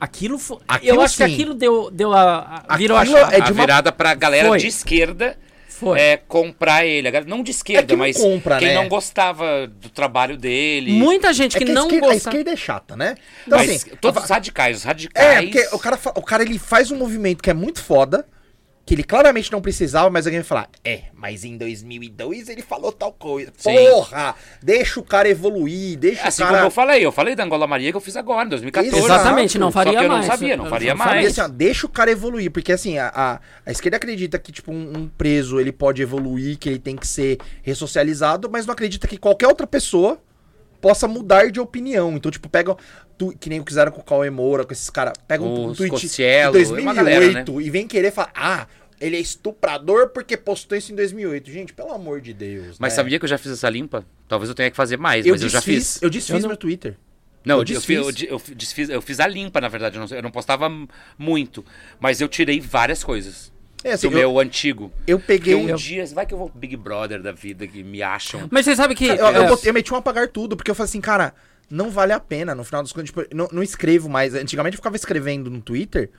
Aquilo foi.
Aquilo
eu acho que
sim.
aquilo deu, deu a. a- virou a
Aquilo
chave.
é
a
de uma-
virada pra galera
Foi.
de esquerda
Foi.
é comprar ele. A galera- Não de
É
esquerda,
que não
mas
compra,
quem
né?
não gostava do trabalho dele.
Muita gente
É
que,
que a
não
esquerda, a
gosta.
esquerda é chata, né? Então,
Mas
assim.
todos os radicais, os
É,
radicais.
porque o cara, fa- o cara ele faz um movimento que é muito foda. Que ele claramente não precisava, mas alguém vai falar: É, mas em 2002 ele falou tal coisa.
Sim.
Porra! Deixa o cara evoluir, deixa
Assim
o cara.
como eu falei, eu falei da Angola Maria que eu fiz agora, em 2014.
Exatamente, não faria
Só que eu
mais.
não sabia, não
Eu
faria
não sabia.
Sabe,
mais.
assim, ó, deixa o cara evoluir, porque assim, a, a, a esquerda acredita que, tipo, um, um preso ele pode evoluir, que ele tem que ser ressocializado, mas não acredita que qualquer outra pessoa possa mudar de opinião. Então, tipo, pega. tu- que nem o que fizeram com o Cauê Moura, com esses caras. Pega um, um
Os
tweet
Cossiello,
de
é uma galera,
2008 e vem querer falar. Ah, ele é estuprador porque postou isso em 2008. Gente, pelo amor de Deus.
Mas
né?
sabia que eu já fiz essa limpa? Talvez eu tenha que fazer mais,
Eu
mas É. eu
desfiz,
já fiz.
Eu desfiz
Eu não-
meu Twitter.
Não,
eu
eu, eu
desfiz.
fi- eu di- eu fi- desfiz- eu fiz a limpa, na verdade. Eu não, eu não postava m- muito, mas eu tirei várias coisas
É, assim,
do
eu,
meu antigo.
eu
Porque
peguei.
um dia, vai que eu vou pro Big Brother da vida, que me acham.
Mas você sabe que.
Eu, eu
é,
botei- eu meti um apagar tudo, porque eu falei assim, cara, não vale a pena. No final dos contos, tipo, não, não escrevo mais. Antigamente eu ficava escrevendo no Twitter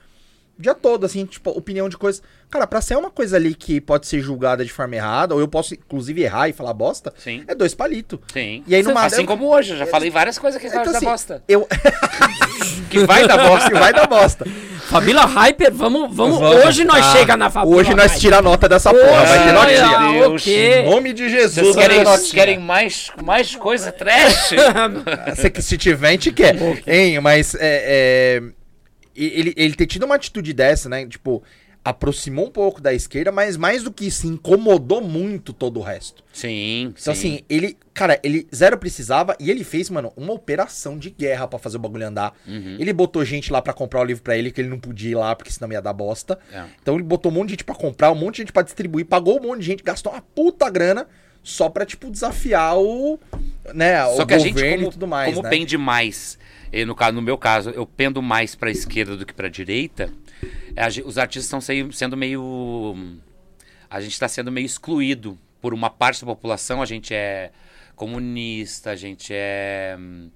o dia todo, assim, tipo, opinião de coisas. Cara, pra ser uma coisa ali que pode ser julgada de forma errada, ou eu posso, inclusive, errar e falar bosta,
Sim.
é dois palitos.
Sim.
E aí numa
Assim É, como hoje, eu já falei várias coisas que
Então,
vai dar
assim,
bosta.
Eu...
Que vai dar bosta.
que vai dar bosta.
Família Hyper, vamos, vamos. Hoje nós
Ah,
chega na Família
Hoje nós
Hyper.
tira a nota dessa porra, vai ter
Ai,
notinha.
ai,
Ah,
Deus.
Em
ok.
nome de Jesus,
Vocês assim, né?
vai ter
querem,
notinha.
querem mais, mais coisa trash?
Você que se tiver, a gente quer.
Um
Hein, mas é, é, e- ele, ele ter tido uma atitude dessa, né? Tipo, aproximou um pouco da esquerda, mas mais do que isso, incomodou muito todo o resto.
Sim,
Então, assim, ele, cara, ele zero precisava e ele fez, mano, uma operação de guerra pra fazer o bagulho andar.
Uhum.
Ele botou gente lá pra comprar o livro pra ele, que ele não podia ir lá, porque senão ia dar bosta.
É.
Então ele botou um monte de gente pra comprar, um monte de gente pra distribuir, pagou um monte de gente, gastou uma puta grana só pra, tipo, desafiar o, né,
Só
o
que a
governo
gente, como,
e tudo mais,
como
né?
pende mais, eh, no, ca- no meu caso, eu pendo mais pra esquerda do que pra direita, eh, a gen- os artistas estão sei- sendo meio... hum, A gente está sendo meio excluído por uma parte da população. A gente é comunista, a gente é... hum,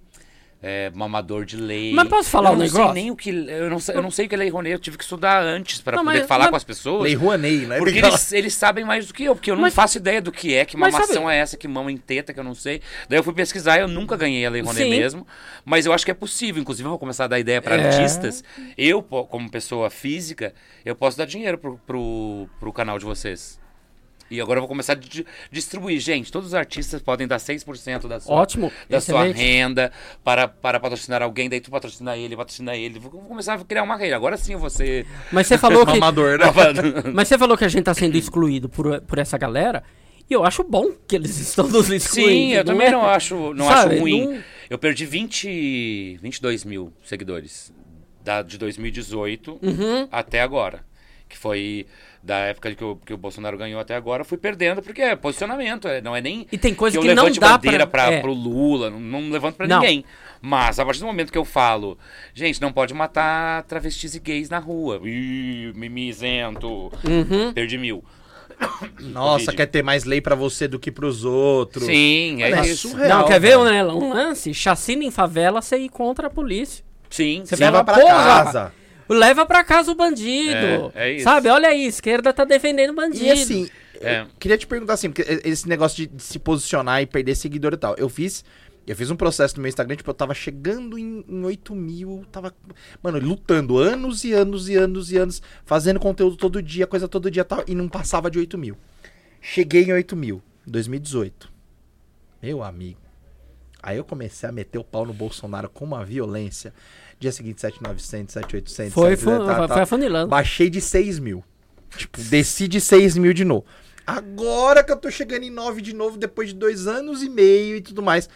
é, mamador de lei.
Mas posso falar
eu
um
não
negócio?
Sei nem o que, eu, não, sei- eu não sei o que é lei Rouanet, eu tive que estudar antes pra
Não,
poder
mas-
falar
mas-
com as pessoas.
Lei Rouanet, né?
Porque eles, eles sabem mais do que eu, porque eu não
Mas-
faço ideia do que é, que
Mas
mamação
sabe-
é essa, que mama em teta, que eu não sei. Daí eu fui pesquisar, eu nunca ganhei a Lei Rouanet
Sim.
mesmo, mas eu acho que é possível. Inclusive, eu vou começar a dar ideia para
É.
artistas. Eu, po- como pessoa física, eu posso dar dinheiro pro, pro, pro canal de vocês. E agora eu vou começar a di- distribuir. Gente, todos os artistas podem dar 6% da sua,
Ótimo.
da sua
excelente.
renda para, para patrocinar alguém, daí tu patrocina ele, patrocina ele. Vou vou começar a criar uma rede. Agora sim você.
Mas você falou que.
Mamador, né?
Mas você falou que a gente tá sendo excluído por, por essa galera. E eu acho bom que eles estão nos excluindo.
Sim, eu também
é?
não acho, não
Sabe,
acho ruim.
não-
Eu perdi 20, 22 mil seguidores da, de 2018
Uhum.
até agora. Que foi da época que o, que o Bolsonaro ganhou até agora, eu fui perdendo, porque é posicionamento, é, não é nem
E tem coisa
eu
que não
levante
dá
bandeira
pra-
pra,
é.
pro Lula, não, não levanto pra
Não.
ninguém. Mas a partir do momento que eu falo, gente, não pode matar travestis e gays na rua. Ih, me, me isento.
Hum. uhum.
Perdi mil.
Nossa,
Covid.
quer ter mais lei pra você do que pros outros.
Sim, é
Mas é
isso.
surreal.
Não,
Real,
quer ver
velho.
né, um lance? Chacina em favela, você ir contra a polícia.
Sim,
Você
sim.
Leva
fala,
pra
"Porra,
casa.
Leva pra casa o bandido.
É, é isso.
Sabe, olha aí, a esquerda tá defendendo o bandido.
E assim,
É.
eu queria te perguntar assim, porque e- esse negócio de- de se posicionar e perder seguidor e tal. Eu fiz. Eu fiz um processo no meu Instagram, tipo, eu tava chegando em, em 8 mil, tava, mano, lutando anos e anos e anos e anos, fazendo conteúdo todo dia, coisa todo dia e tal, e não passava de 8 mil. Cheguei em 8 mil, 2018. Meu amigo. Aí eu comecei a meter o pau no Bolsonaro com uma violência. Dia seguinte, 7900, 7800.
foi,
700,
foi,
tá,
foi,
tá.
foi afunilando.
Baixei de 6 mil. Tipo, desci de 6 mil de novo. Agora que eu tô chegando em 9 de novo, depois de dois anos e meio e tudo mais.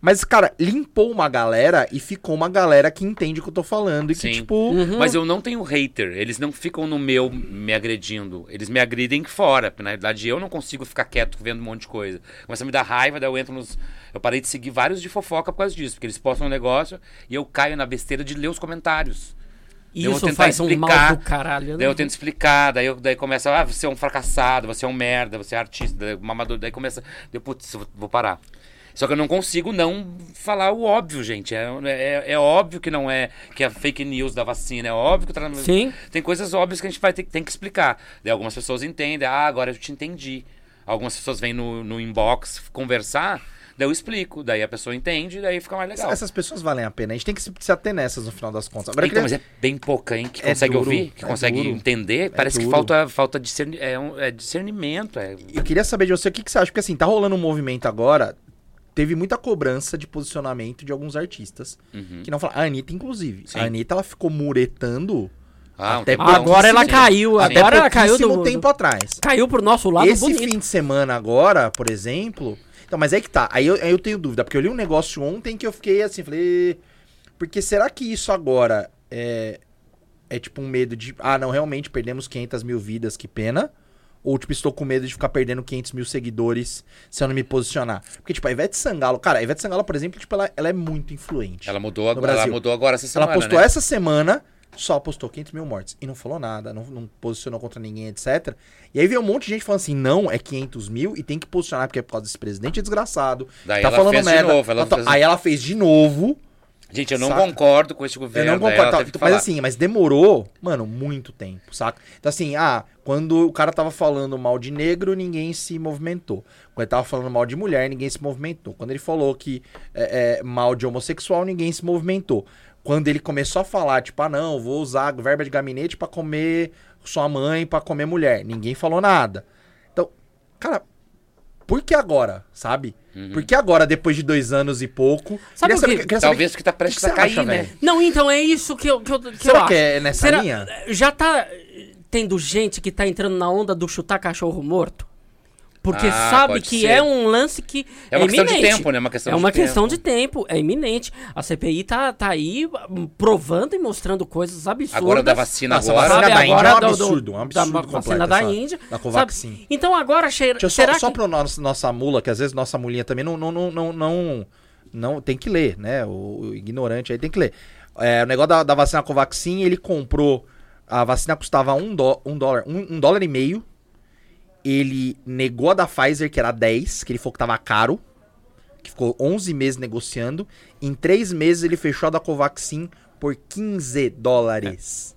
Mas, cara, limpou uma galera e ficou uma galera que entende o que eu tô falando. E
Sim. Uhum.
que, tipo.
Uhum.
Mas eu não tenho hater. Eles não ficam no meu me agredindo. Eles me agridem fora. porque, Na verdade, eu não consigo ficar quieto vendo um monte de coisa. Começa a me dar raiva, daí eu entro nos. Eu parei de seguir vários de fofoca por causa disso. Porque eles postam um negócio e eu caio na besteira de ler os comentários. eu vou
Isso
tentar
faz um
explicar.
mal do caralho. né?
Daí eu tento explicar, daí, eu, daí começa, ah, você é um fracassado, você é um merda, você é artista, daí, mamador, daí começa, daí, putz, eu vou- vou parar. Só que eu não consigo não falar o óbvio, gente. É, é, é óbvio que não é que é fake news da vacina, é óbvio que tá na-
Sim.
tem coisas óbvias que a gente vai ter, tem que explicar. Daí algumas pessoas entendem, ah, agora eu te entendi. Algumas pessoas vêm no, no inbox conversar, daí eu explico, daí a pessoa entende, daí fica mais legal.
Essas pessoas valem a pena. A gente tem que se, se ater nessas no final das contas. Agora, eu
Então,
queria-
mas é bem pouca, hein? Que
É
consegue
duro,
ouvir, que
é
consegue
duro,
entender. Parece que
duro.
falta, falta discerni é, um- é discernimento. É...
Eu queria saber de você o que, que você acha, porque assim, tá rolando um movimento agora. Teve muita cobrança de posicionamento de alguns artistas que não falaram. A Anitta, inclusive.
Uhum. Sim.
A Anitta, ela ficou muretando
Ah, um
Até
tempão.
Agora ela
Sim.
caiu,
Sim.
até
agora ela caiu
pouquíssimo
do-
tempo atrás.
Caiu pro nosso lado
Esse
bonito.
fim de semana agora, por exemplo, Então, mas aí que tá. Aí eu, aí eu tenho dúvida, porque eu li um negócio ontem que eu fiquei assim, falei. Porque será que isso agora é, é tipo um medo de. Ah, não, realmente perdemos 500 mil vidas, que pena. Ou, tipo, estou com medo de ficar perdendo 500 mil seguidores se eu não me posicionar. Porque, tipo, a Ivete Sangalo... Cara, a Ivete Sangalo, por exemplo, tipo, ela, ela é muito influente.
Ela mudou, agora, ela
Brasil.
mudou agora essa
Ela
semana,
postou
né?
essa semana, só postou 500 mil mortes. E não falou nada, não, não posicionou contra ninguém, etc. E aí veio um monte de gente falando assim, não, é 500 mil e tem que posicionar porque é por causa desse presidente é desgraçado.
Daí
tá
ela
falando
fez de
merda.
novo, ela
tá-
fez-
Aí ela fez de novo.
Gente, eu não
Saca?
concordo com esse
Eu
governo.
não
É, daí
concordo,
ela
tá,
teve que
mas
falar.
assim, mas demorou, mano, muito tempo, saca? Então assim, ah, quando o cara tava falando mal de negro, ninguém se movimentou. Quando ele tava falando mal de mulher, ninguém se movimentou. Quando ele falou que é, é, mal de homossexual, ninguém se movimentou. Quando ele começou a falar, tipo, ah não, vou usar verba de gabinete pra comer sua mãe, pra comer mulher, ninguém falou nada. Então, cara, por que agora, sabe?
Uhum.
Por que agora, depois de dois anos e pouco?
Sabe o que-
queria
Talvez que tá
o que
prestes
que
a
você
cair,
acha,
né?
velho?
Não, então é isso que eu, que eu, que eu
Será
acho.
que é nessa
Será-
linha?
Já tá eh, tendo gente que tá entrando na onda do chutar cachorro morto? Porque
Ah,
sabe
pode
que
ser.
é um lance que.
É uma questão de
iminente.
tempo, né? É uma questão
É
de
uma
tempo.
questão de tempo, é iminente. A CPI tá, tá aí hum, provando e mostrando coisas absurdas.
Agora da vacina
Nossa,
agora.
vacina
Sabe,
da Índia é um
agora do- do-
absurdo, um absurdo
da vacina
completo
da
essa-
Índia.
da
sabe?
Covaxin.
Então agora, cheira,
Deixa eu só,
será
só
que...
pro nosso, nossa mula, que às vezes nossa mulinha também não, não, não, não, não, não- tem que ler, né? O, o ignorante aí tem que ler. É, o negócio da, da vacina Covaxin, ele comprou. A vacina custava um, dó, um dólar, um, um dólar e meio. Ele negou a da Pfizer, que era 10, que ele falou que tava caro. Que ficou 11 meses negociando. Em 3 meses ele fechou a da Covaxin por 15 dólares.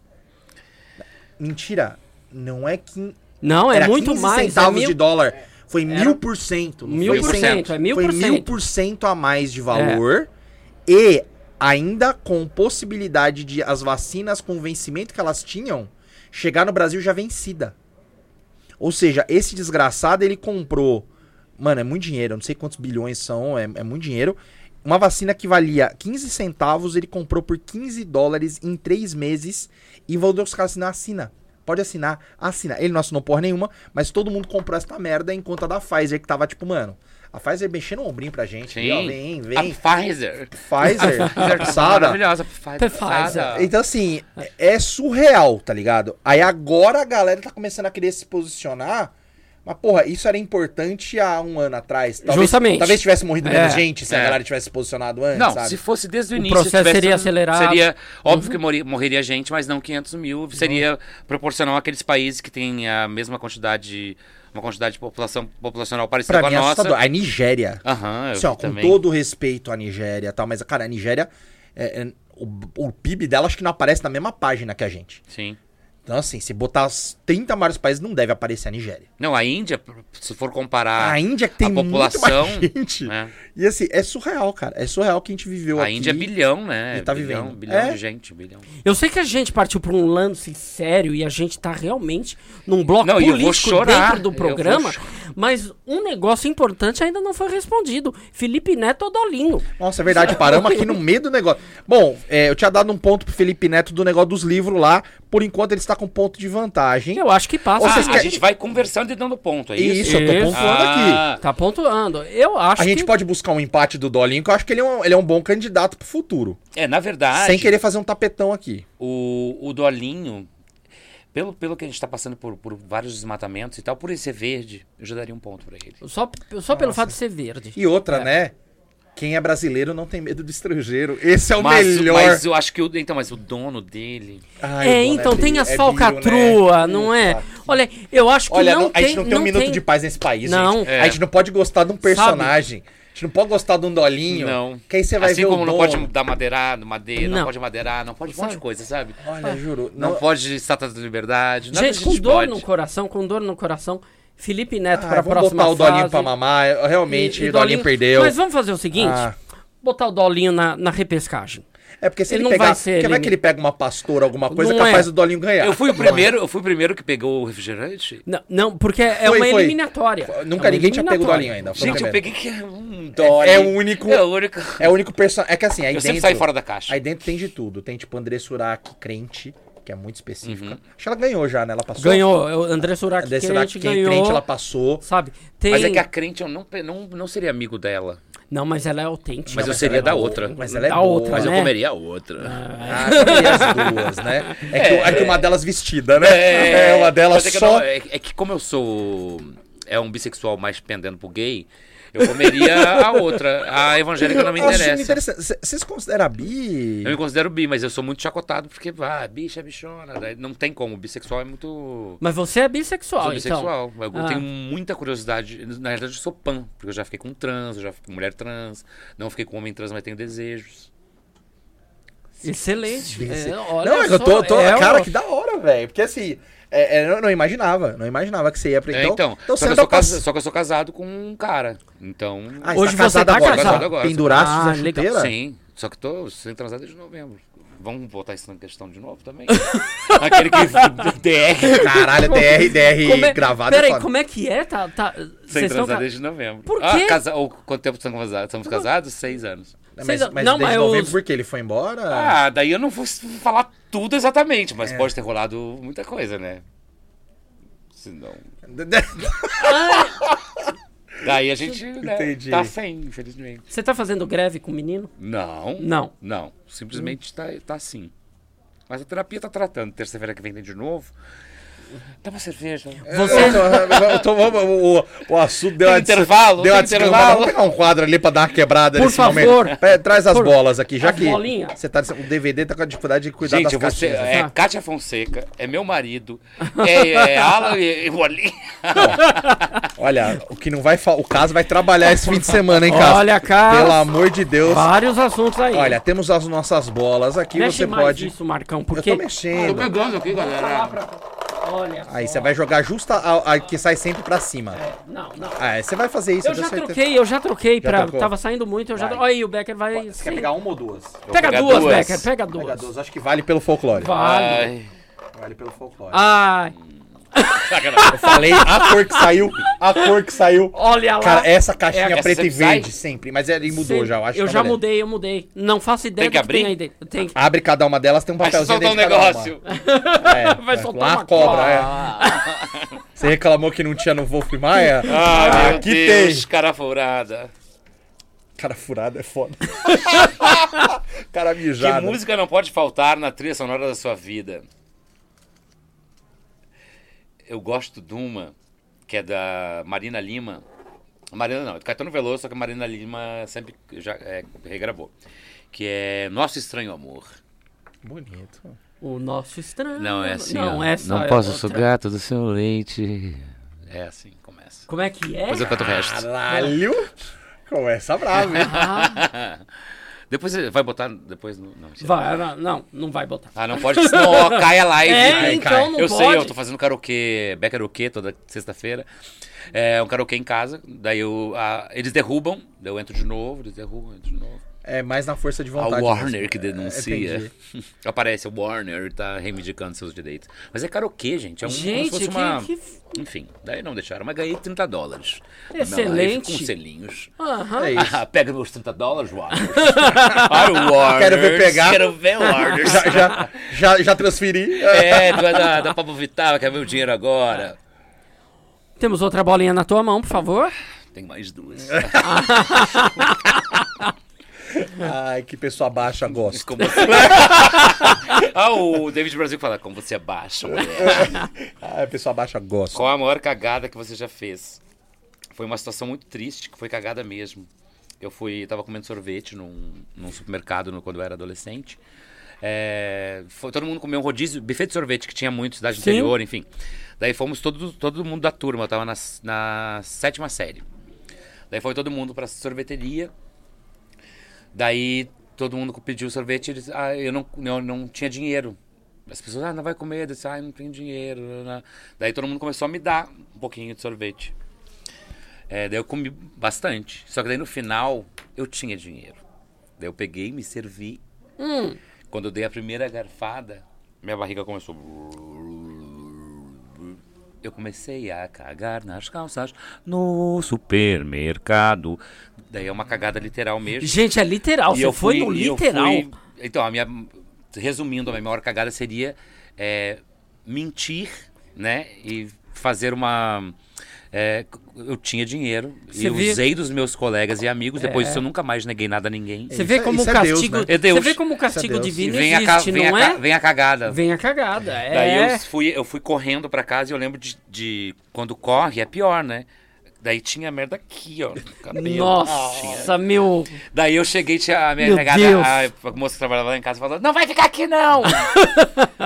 Mentira, não é que
Não, é
era
muito
15
mais. é
centavos
mil-
de dólar. Foi mil por cento. não
mil
foi
por
cem.
cento, é mil
Foi
por
mil
cento. É.
por cento a mais de valor. E ainda com possibilidade de as vacinas com o vencimento que elas tinham chegar no Brasil já vencida. Ou seja, esse desgraçado ele comprou. Mano, é muito dinheiro. Eu não sei quantos bilhões são, é, é muito dinheiro. Uma vacina que valia 15 centavos, ele comprou por 15 dólares em 3 meses. E voltou os caras assim, não assina. Pode assinar, assina. Ele não assinou porra nenhuma, mas todo mundo comprou essa merda, enquanto a da Pfizer, que tava tipo, mano, a Pfizer mexendo o ombrinho pra gente.
Sim.
ali, ó, vem,
A
vem.
Pfizer. tá
Pfizer, sada.
Maravilhosa. Pfizer.
Pfizer.
Então, assim, é surreal, tá ligado? Aí agora a galera tá começando a querer se posicionar. Mas, porra, isso era importante há um ano atrás. Talvez,
Justamente.
Talvez tivesse morrido
É.
menos gente se a
É.
galera tivesse se posicionado antes,
Não,
É, sabe?
se fosse desde o
O
início.
processo
tivesse- um-
seria acelerado.
Seria
Uhum.
óbvio que morri- morreria gente, mas não 500 mil. Seria proporcional àqueles países que têm a mesma quantidade, de- uma quantidade de população populacional parecida
Pra
com
mim é
a nossa.
assustador. A Nigéria.
Aham, eu
Assim, ó,
vi
com
também.
todo o respeito à Nigéria e tal, mas, cara, a Nigéria. é- é- o, o PIB dela acho que não aparece na mesma página que a gente.
Sim.
Então, assim, se botar os 30 maiores países, não deve aparecer a Nigéria.
Não, a Índia, se for comparar.
a Índia que tem
a
população,
população,
muito mais gente.
né?
E assim, é surreal, cara. É surreal o que a gente viveu
A
aqui.
Índia é bilhão, né?
E tá
bilhão,
vivendo.
Bilhão
É.
de gente, bilhão.
Eu sei que a gente partiu pra um lance sério e a gente tá realmente num bloco
Não, e eu vou
político
chorar,
dentro
eu
do
vou
programa,
chorar.
mas um negócio importante ainda não foi respondido. Felipe Neto ou Dolinho?
Nossa, é verdade, paramos aqui no meio do negócio. Bom, é, eu tinha dado um ponto pro Felipe Neto do negócio dos livros lá. Por enquanto ele está com ponto de vantagem.
Eu acho que passa.
Vocês
Ah, a
querem-
gente vai conversando e dando ponto, é isso?
Isso, eu tô
Isso.
pontuando aqui.
Ah,
Tá pontuando. Eu acho
A gente
que...
pode buscar um empate do Dolinho, que eu acho que ele é um, ele é um bom candidato pro futuro.
É, na verdade.
Sem querer fazer um tapetão aqui.
O, o Dolinho, pelo, pelo que a gente está passando por, por vários desmatamentos e tal, por ele ser verde, eu já daria um ponto pra ele.
Só, só pelo fato de ser verde.
E outra, né? Quem é brasileiro não tem medo do estrangeiro. Esse é o
mas,
melhor.
mas eu acho que o, então, mas o dono dele.
Ai, o
É,
Bono
então, tem
brilho-
as
é brilho, né?
falcatrua, não é? Olha, eu acho que
Olha,
não,
não- a
tem...
gente não tem um minuto de paz nesse país,
Não.
gente.
É.
A gente não pode gostar de um personagem. A gente não pode gostar de um dolinho.
Não.
Que aí você vai
assim
ver
como
o
não
dono.
pode dar madeirado, madeira, não.
Não.
pode madeirar, não pode um monte de coisa, sabe?
Ah,
Olha, juro.
Não, pode estátua da liberdade, nada
Gente,
disso
com dor
pode.
no coração, com dor no coração, Felipe
Ah,
Neto pra
vamos
próxima
botar o dolinho
fase.
pra mamar. Eu- Realmente,
E- e
o dolinho, perdeu.
Mas vamos fazer o seguinte:
Ah.
botar o Dolinho na, na repescagem.
É porque se
ele
ele,
não
pegar...
vai ser
porque vai
elimin-
que ele pega uma pastora, alguma coisa,
Não
é capaz
é.
do dolinho ganhar.
Eu fui o
Não
primeiro, eu fui o primeiro que pegou o refrigerante.
Não, não porque é
Foi,
uma
foi.
eliminatória.
Foi.
É
Nunca
uma
ninguém tinha pego o
eliminatória.
Dolinho ainda. Foi o
Gente, eu
primeiro.
peguei que é um Dolly.
É o único-
É o único.
É o único personagem. É que assim, aí
Eu
dentro.
sempre saio fora da caixa.
Aí dentro tem de tudo. Tem tipo André Surak, crente. que é muito específica.
Uhum.
Acho que ela ganhou já, né? Ela passou.
Ganhou, é o André Surak
Desse
que a gente
que é
ganhou.
crente, ela passou.
Sabe? Tem...
Mas é que a crente eu não, pe- não, não seria amigo dela.
Não, mas ela é autêntica.
Mas eu
ela
seria
é
da
boa,
outra.
Mas ela é
Da
boa.
outra,
Mas
né?
eu comeria a outra.
Ah, eu queria as duas, né? É que, é que uma delas vestida, né? É, uma delas
mas é que eu
só.
não- é, é que como eu sou é um bissexual mais pendendo pro gay, eu comeria a outra. A evangélica é não me
Eu acho
interessa.
interessante. C- Vocês consideram bi?
Eu me considero bi, mas eu sou muito chacotado porque, ah, bicha, bichona. daí Não tem como. Bissexual é muito.
Mas você é
Eu
bissexual,
sou
então.
bissexual. Eu
Ah.
tenho muita curiosidade. Na verdade, eu sou pan, porque eu já fiquei com trans, eu já fiquei com mulher trans, não fiquei com homem trans, mas tenho desejos.
Excelente.
Sim,
É,
sim.
olha
não, é que eu tô.
só,
tô
é
cara,
uma-
que da hora, velho. Porque assim, é, é, eu não imaginava. Não imaginava que você ia pra.
É, Então, só, que eu
senta
sou
pra-
casa- só que eu sou casado com um cara. Então.
Ah,
Hoje
tá
você
casado
tá
agora,
casado.
agora, agora. Penduraços
Ah,
na
legal.
chuteira?
Sim, só que tô sem transar desde novembro. Vamos botar isso na questão de novo também? Aquele que DR.
Caralho, DR, DR
Como é-
gravado. é
Peraí,
foda.
como é que é? Tá, tá...
Sem
Vocês estão...
transar
ca-
desde novembro.
Por
Ah,
quê?
casa... ou quanto tempo estamos casados? Estamos casados? Seis anos.
Mas,
Vocês-
mas
não,
desde
mas
novembro,
os-
por quê? Ele foi embora?
Ah, É. daí eu não vou s- falar tudo exatamente, mas pode ter rolado muita coisa, né? Se não. Ah. Daí a gente né,
Entendi.
tá sem, infelizmente.
Você tá fazendo greve com o menino?
Não.
Não.
Não, simplesmente tá, tá assim. Mas a terapia tá tratando. Terça-feira que vem tem de novo. Dá uma cerveja.
É,
Você...
Eu tô- eu tô- o, o- o assunto deu
Tem
uma des-
intervalo?
Deu uma
Tem
descamba.
intervalo?
Vamos pegar um quadro ali pra dar uma quebrada
Por
nesse
favor.
momento. Pera, traz as
Por-
bolas aqui, já
as
que
bolinhas.
você tá, o DVD tá com a dificuldade de cuidar
Gente,
das
você
caixinhas. né?
é
Ah.
Kátia Fonseca, é meu marido, é, é Alan e, e o Ali.
é- Olha, o que não vai fa- o caso vai trabalhar esse fim de semana, hein, Cássio?
Olha, Cássio.
Pelo amor de Deus.
Vários assuntos aí.
Olha, temos as nossas bolas aqui,
Mexe
você
mais
pode.
isso, Marcão,
Eu
porque...
tô mexendo.
pegando aqui, galera.
Olha
Aí
só.
você vai jogar justa a, a que sai sempre pra cima.
Não, não.
Ah, é, você vai fazer isso,
Eu
tenho
já
certeza.
troquei, eu já troquei. pra...
trocou?
Tava saindo muito, eu já...
Vai.
Olha aí, o Becker vai...
Você quer
Sim.
pegar uma ou duas?
Pega
pegar
duas,
duas.
Becker, pega duas.
Pega duas, acho que vale pelo folclore.
Vale.
Vale pelo folclore.
Ai,
Eu falei a cor que saiu, a cor que saiu.
olha lá.
Cara, essa caixinha
É, essa
preta e
sempre sai?
verde sempre, mas ele mudou
Sim,
já, eu acho.
Eu
tá
já
valendo.
mudei, eu mudei. Não faço ideia
Tem que
do tem
abrir?
aí dentro. Tem que...
Abre cada uma delas, tem um
Vai
papelzinho
soltar um
dentro de cada
negócio.
uma. É,
Vai soltar
lá
uma
a cobra, é.
Ah,
Você reclamou que não tinha no Wolf Maia?
ah, meu
Aqui
Deus,
tem.
cara furada.
Cara furado é foda. Cara
Que
mijado.
música não pode faltar na trilha sonora da sua vida? Eu gosto de uma que é da Marina Lima. Marina não, é do Caetano Veloso, só que a Marina Lima sempre já é, regravou. Que é Nosso Estranho Amor.
Bonito.
O nosso estranho.
Não, é assim.
Não,
ó.
essa é outra.
todo o seu leite. É assim, que começa.
Como é que é?
Depois eu canto o resto.
Caralho! Começa bravo, hein?
Ah,
Depois você vai botar. Depois no- não. isso é-
vai, vai, não, não vai botar.
Ah, não pode, senão ó, cai a live.
É,
Cai,
então
cai.
não
eu
pode.
sei, eu tô fazendo karaokê, back karaokê toda sexta-feira. É um karaokê em casa. Daí eu, ah, eles derrubam, daí eu entro de novo, eles derrubam, eu entro de novo.
É mais na força de
A
vontade.
Ah, Warner
mesmo.
que
É,
denuncia.
entendi.
Aparece o Warner e tá reivindicando seus direitos. Mas é karaokê, gente. É um,
Gente,
como se
que,
fosse uma...
que...
Enfim, daí não deixaram, mas ganhei 30 dólares.
Excelente.
Não, aí fica com selinhos.
Aham.
É isso.
Ah, pega meus 30 dólares, Warner. Ai, Warner.
Quero ver pegar.
Quero ver, Warner.
Já, já, já, já transferi.
É, tu é da, da Pablo Vittar, quer ver o dinheiro agora?
Temos outra bolinha na tua mão, por favor.
Tem mais duas.
Ai, que pessoa baixa gosta.
Como você... ah, o David Brasil fala, como você é baixa, mulher.
Ai, pessoa baixa gosta.
Qual a maior cagada que você já fez? Foi uma situação muito triste, que foi cagada mesmo. Eu fui, tava comendo sorvete num, num supermercado no- quando eu era adolescente. É, foi, todo mundo comeu um rodízio, buffet de sorvete, que tinha muito, cidade
Sim.
interior, enfim. Daí fomos todo, todo mundo da turma, eu tava na, s- na sétima série. Daí foi todo mundo pra sorveteria. Daí todo mundo pediu sorvete, eles, ah, eu não, eu não tinha dinheiro. As pessoas, ah, não vai comer, eu disse, ah, eu não tenho dinheiro. né, né. Daí todo mundo começou a me dar um pouquinho de sorvete. É, daí eu comi bastante. Só que daí no final eu tinha dinheiro. Daí eu peguei, me servi. Quando eu dei a primeira garfada, minha barriga começou. Eu comecei a cagar nas calças no supermercado. Daí é uma cagada literal mesmo.
Gente, é literal.
E
Você foi
fui-
no
e eu
literal.
fui- então, a minha. Resumindo, a minha maior cagada seria é, mentir, né? E fazer uma. é, eu tinha dinheiro
Você
e
vê-
usei dos meus colegas e amigos. Depois disso eu nunca mais neguei nada a ninguém.
Você
Isso
vê
é-
como o
isso é Deus,
castigo.
né?
É Deus.
Você vê como o castigo
Deus.
divino
vem, a, ca-
existe,
vem,
não
a, ca-
é?
vem a cagada.
Vem a cagada.
Daí
É.
eu fui, eu fui correndo pra casa e eu lembro de, de quando corre é pior, né? Daí tinha merda aqui, ó. no cabelo.
Nossa, meu.
Daí eu cheguei, tinha a minha
Meu
negada,
Deus.
a moça que trabalhava lá em casa, falou: Não vai ficar aqui não!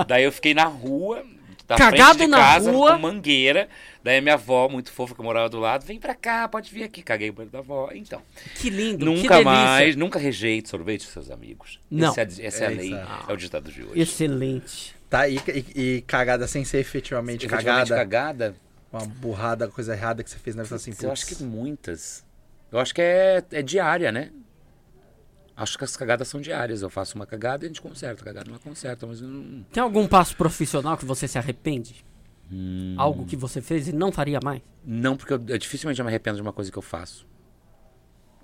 Daí eu fiquei na rua, da
Cagado
frente de
na
casa,
rua.
com mangueira. Daí a minha avó, muito fofa, que morava do lado, vem pra cá, pode vir aqui. Caguei o banheiro da avó. Então,
Que lindo. que
nunca
delícia.
mais, nunca rejeite sorvete dos seus amigos.
Não.
Essa é, a- essa é a
É,
lei,
exato.
é o ditado de hoje.
Excelente.
Tá, e, e- e cagada sem ser efetivamente,
Efetivamente,
cagada.
cagada
Uma burrada, coisa errada que você fez na vida assim.
Eu
putz.
acho que muitas. Eu acho que é, é diária, né? Acho que as cagadas são diárias. Eu faço uma cagada e a gente conserta. A cagada não é conserta, mas eu não.
Tem algum passo profissional que você se arrepende?
Hum.
Algo que você fez e não faria mais?
Não, porque eu, eu dificilmente eu me arrependo de uma coisa que eu faço.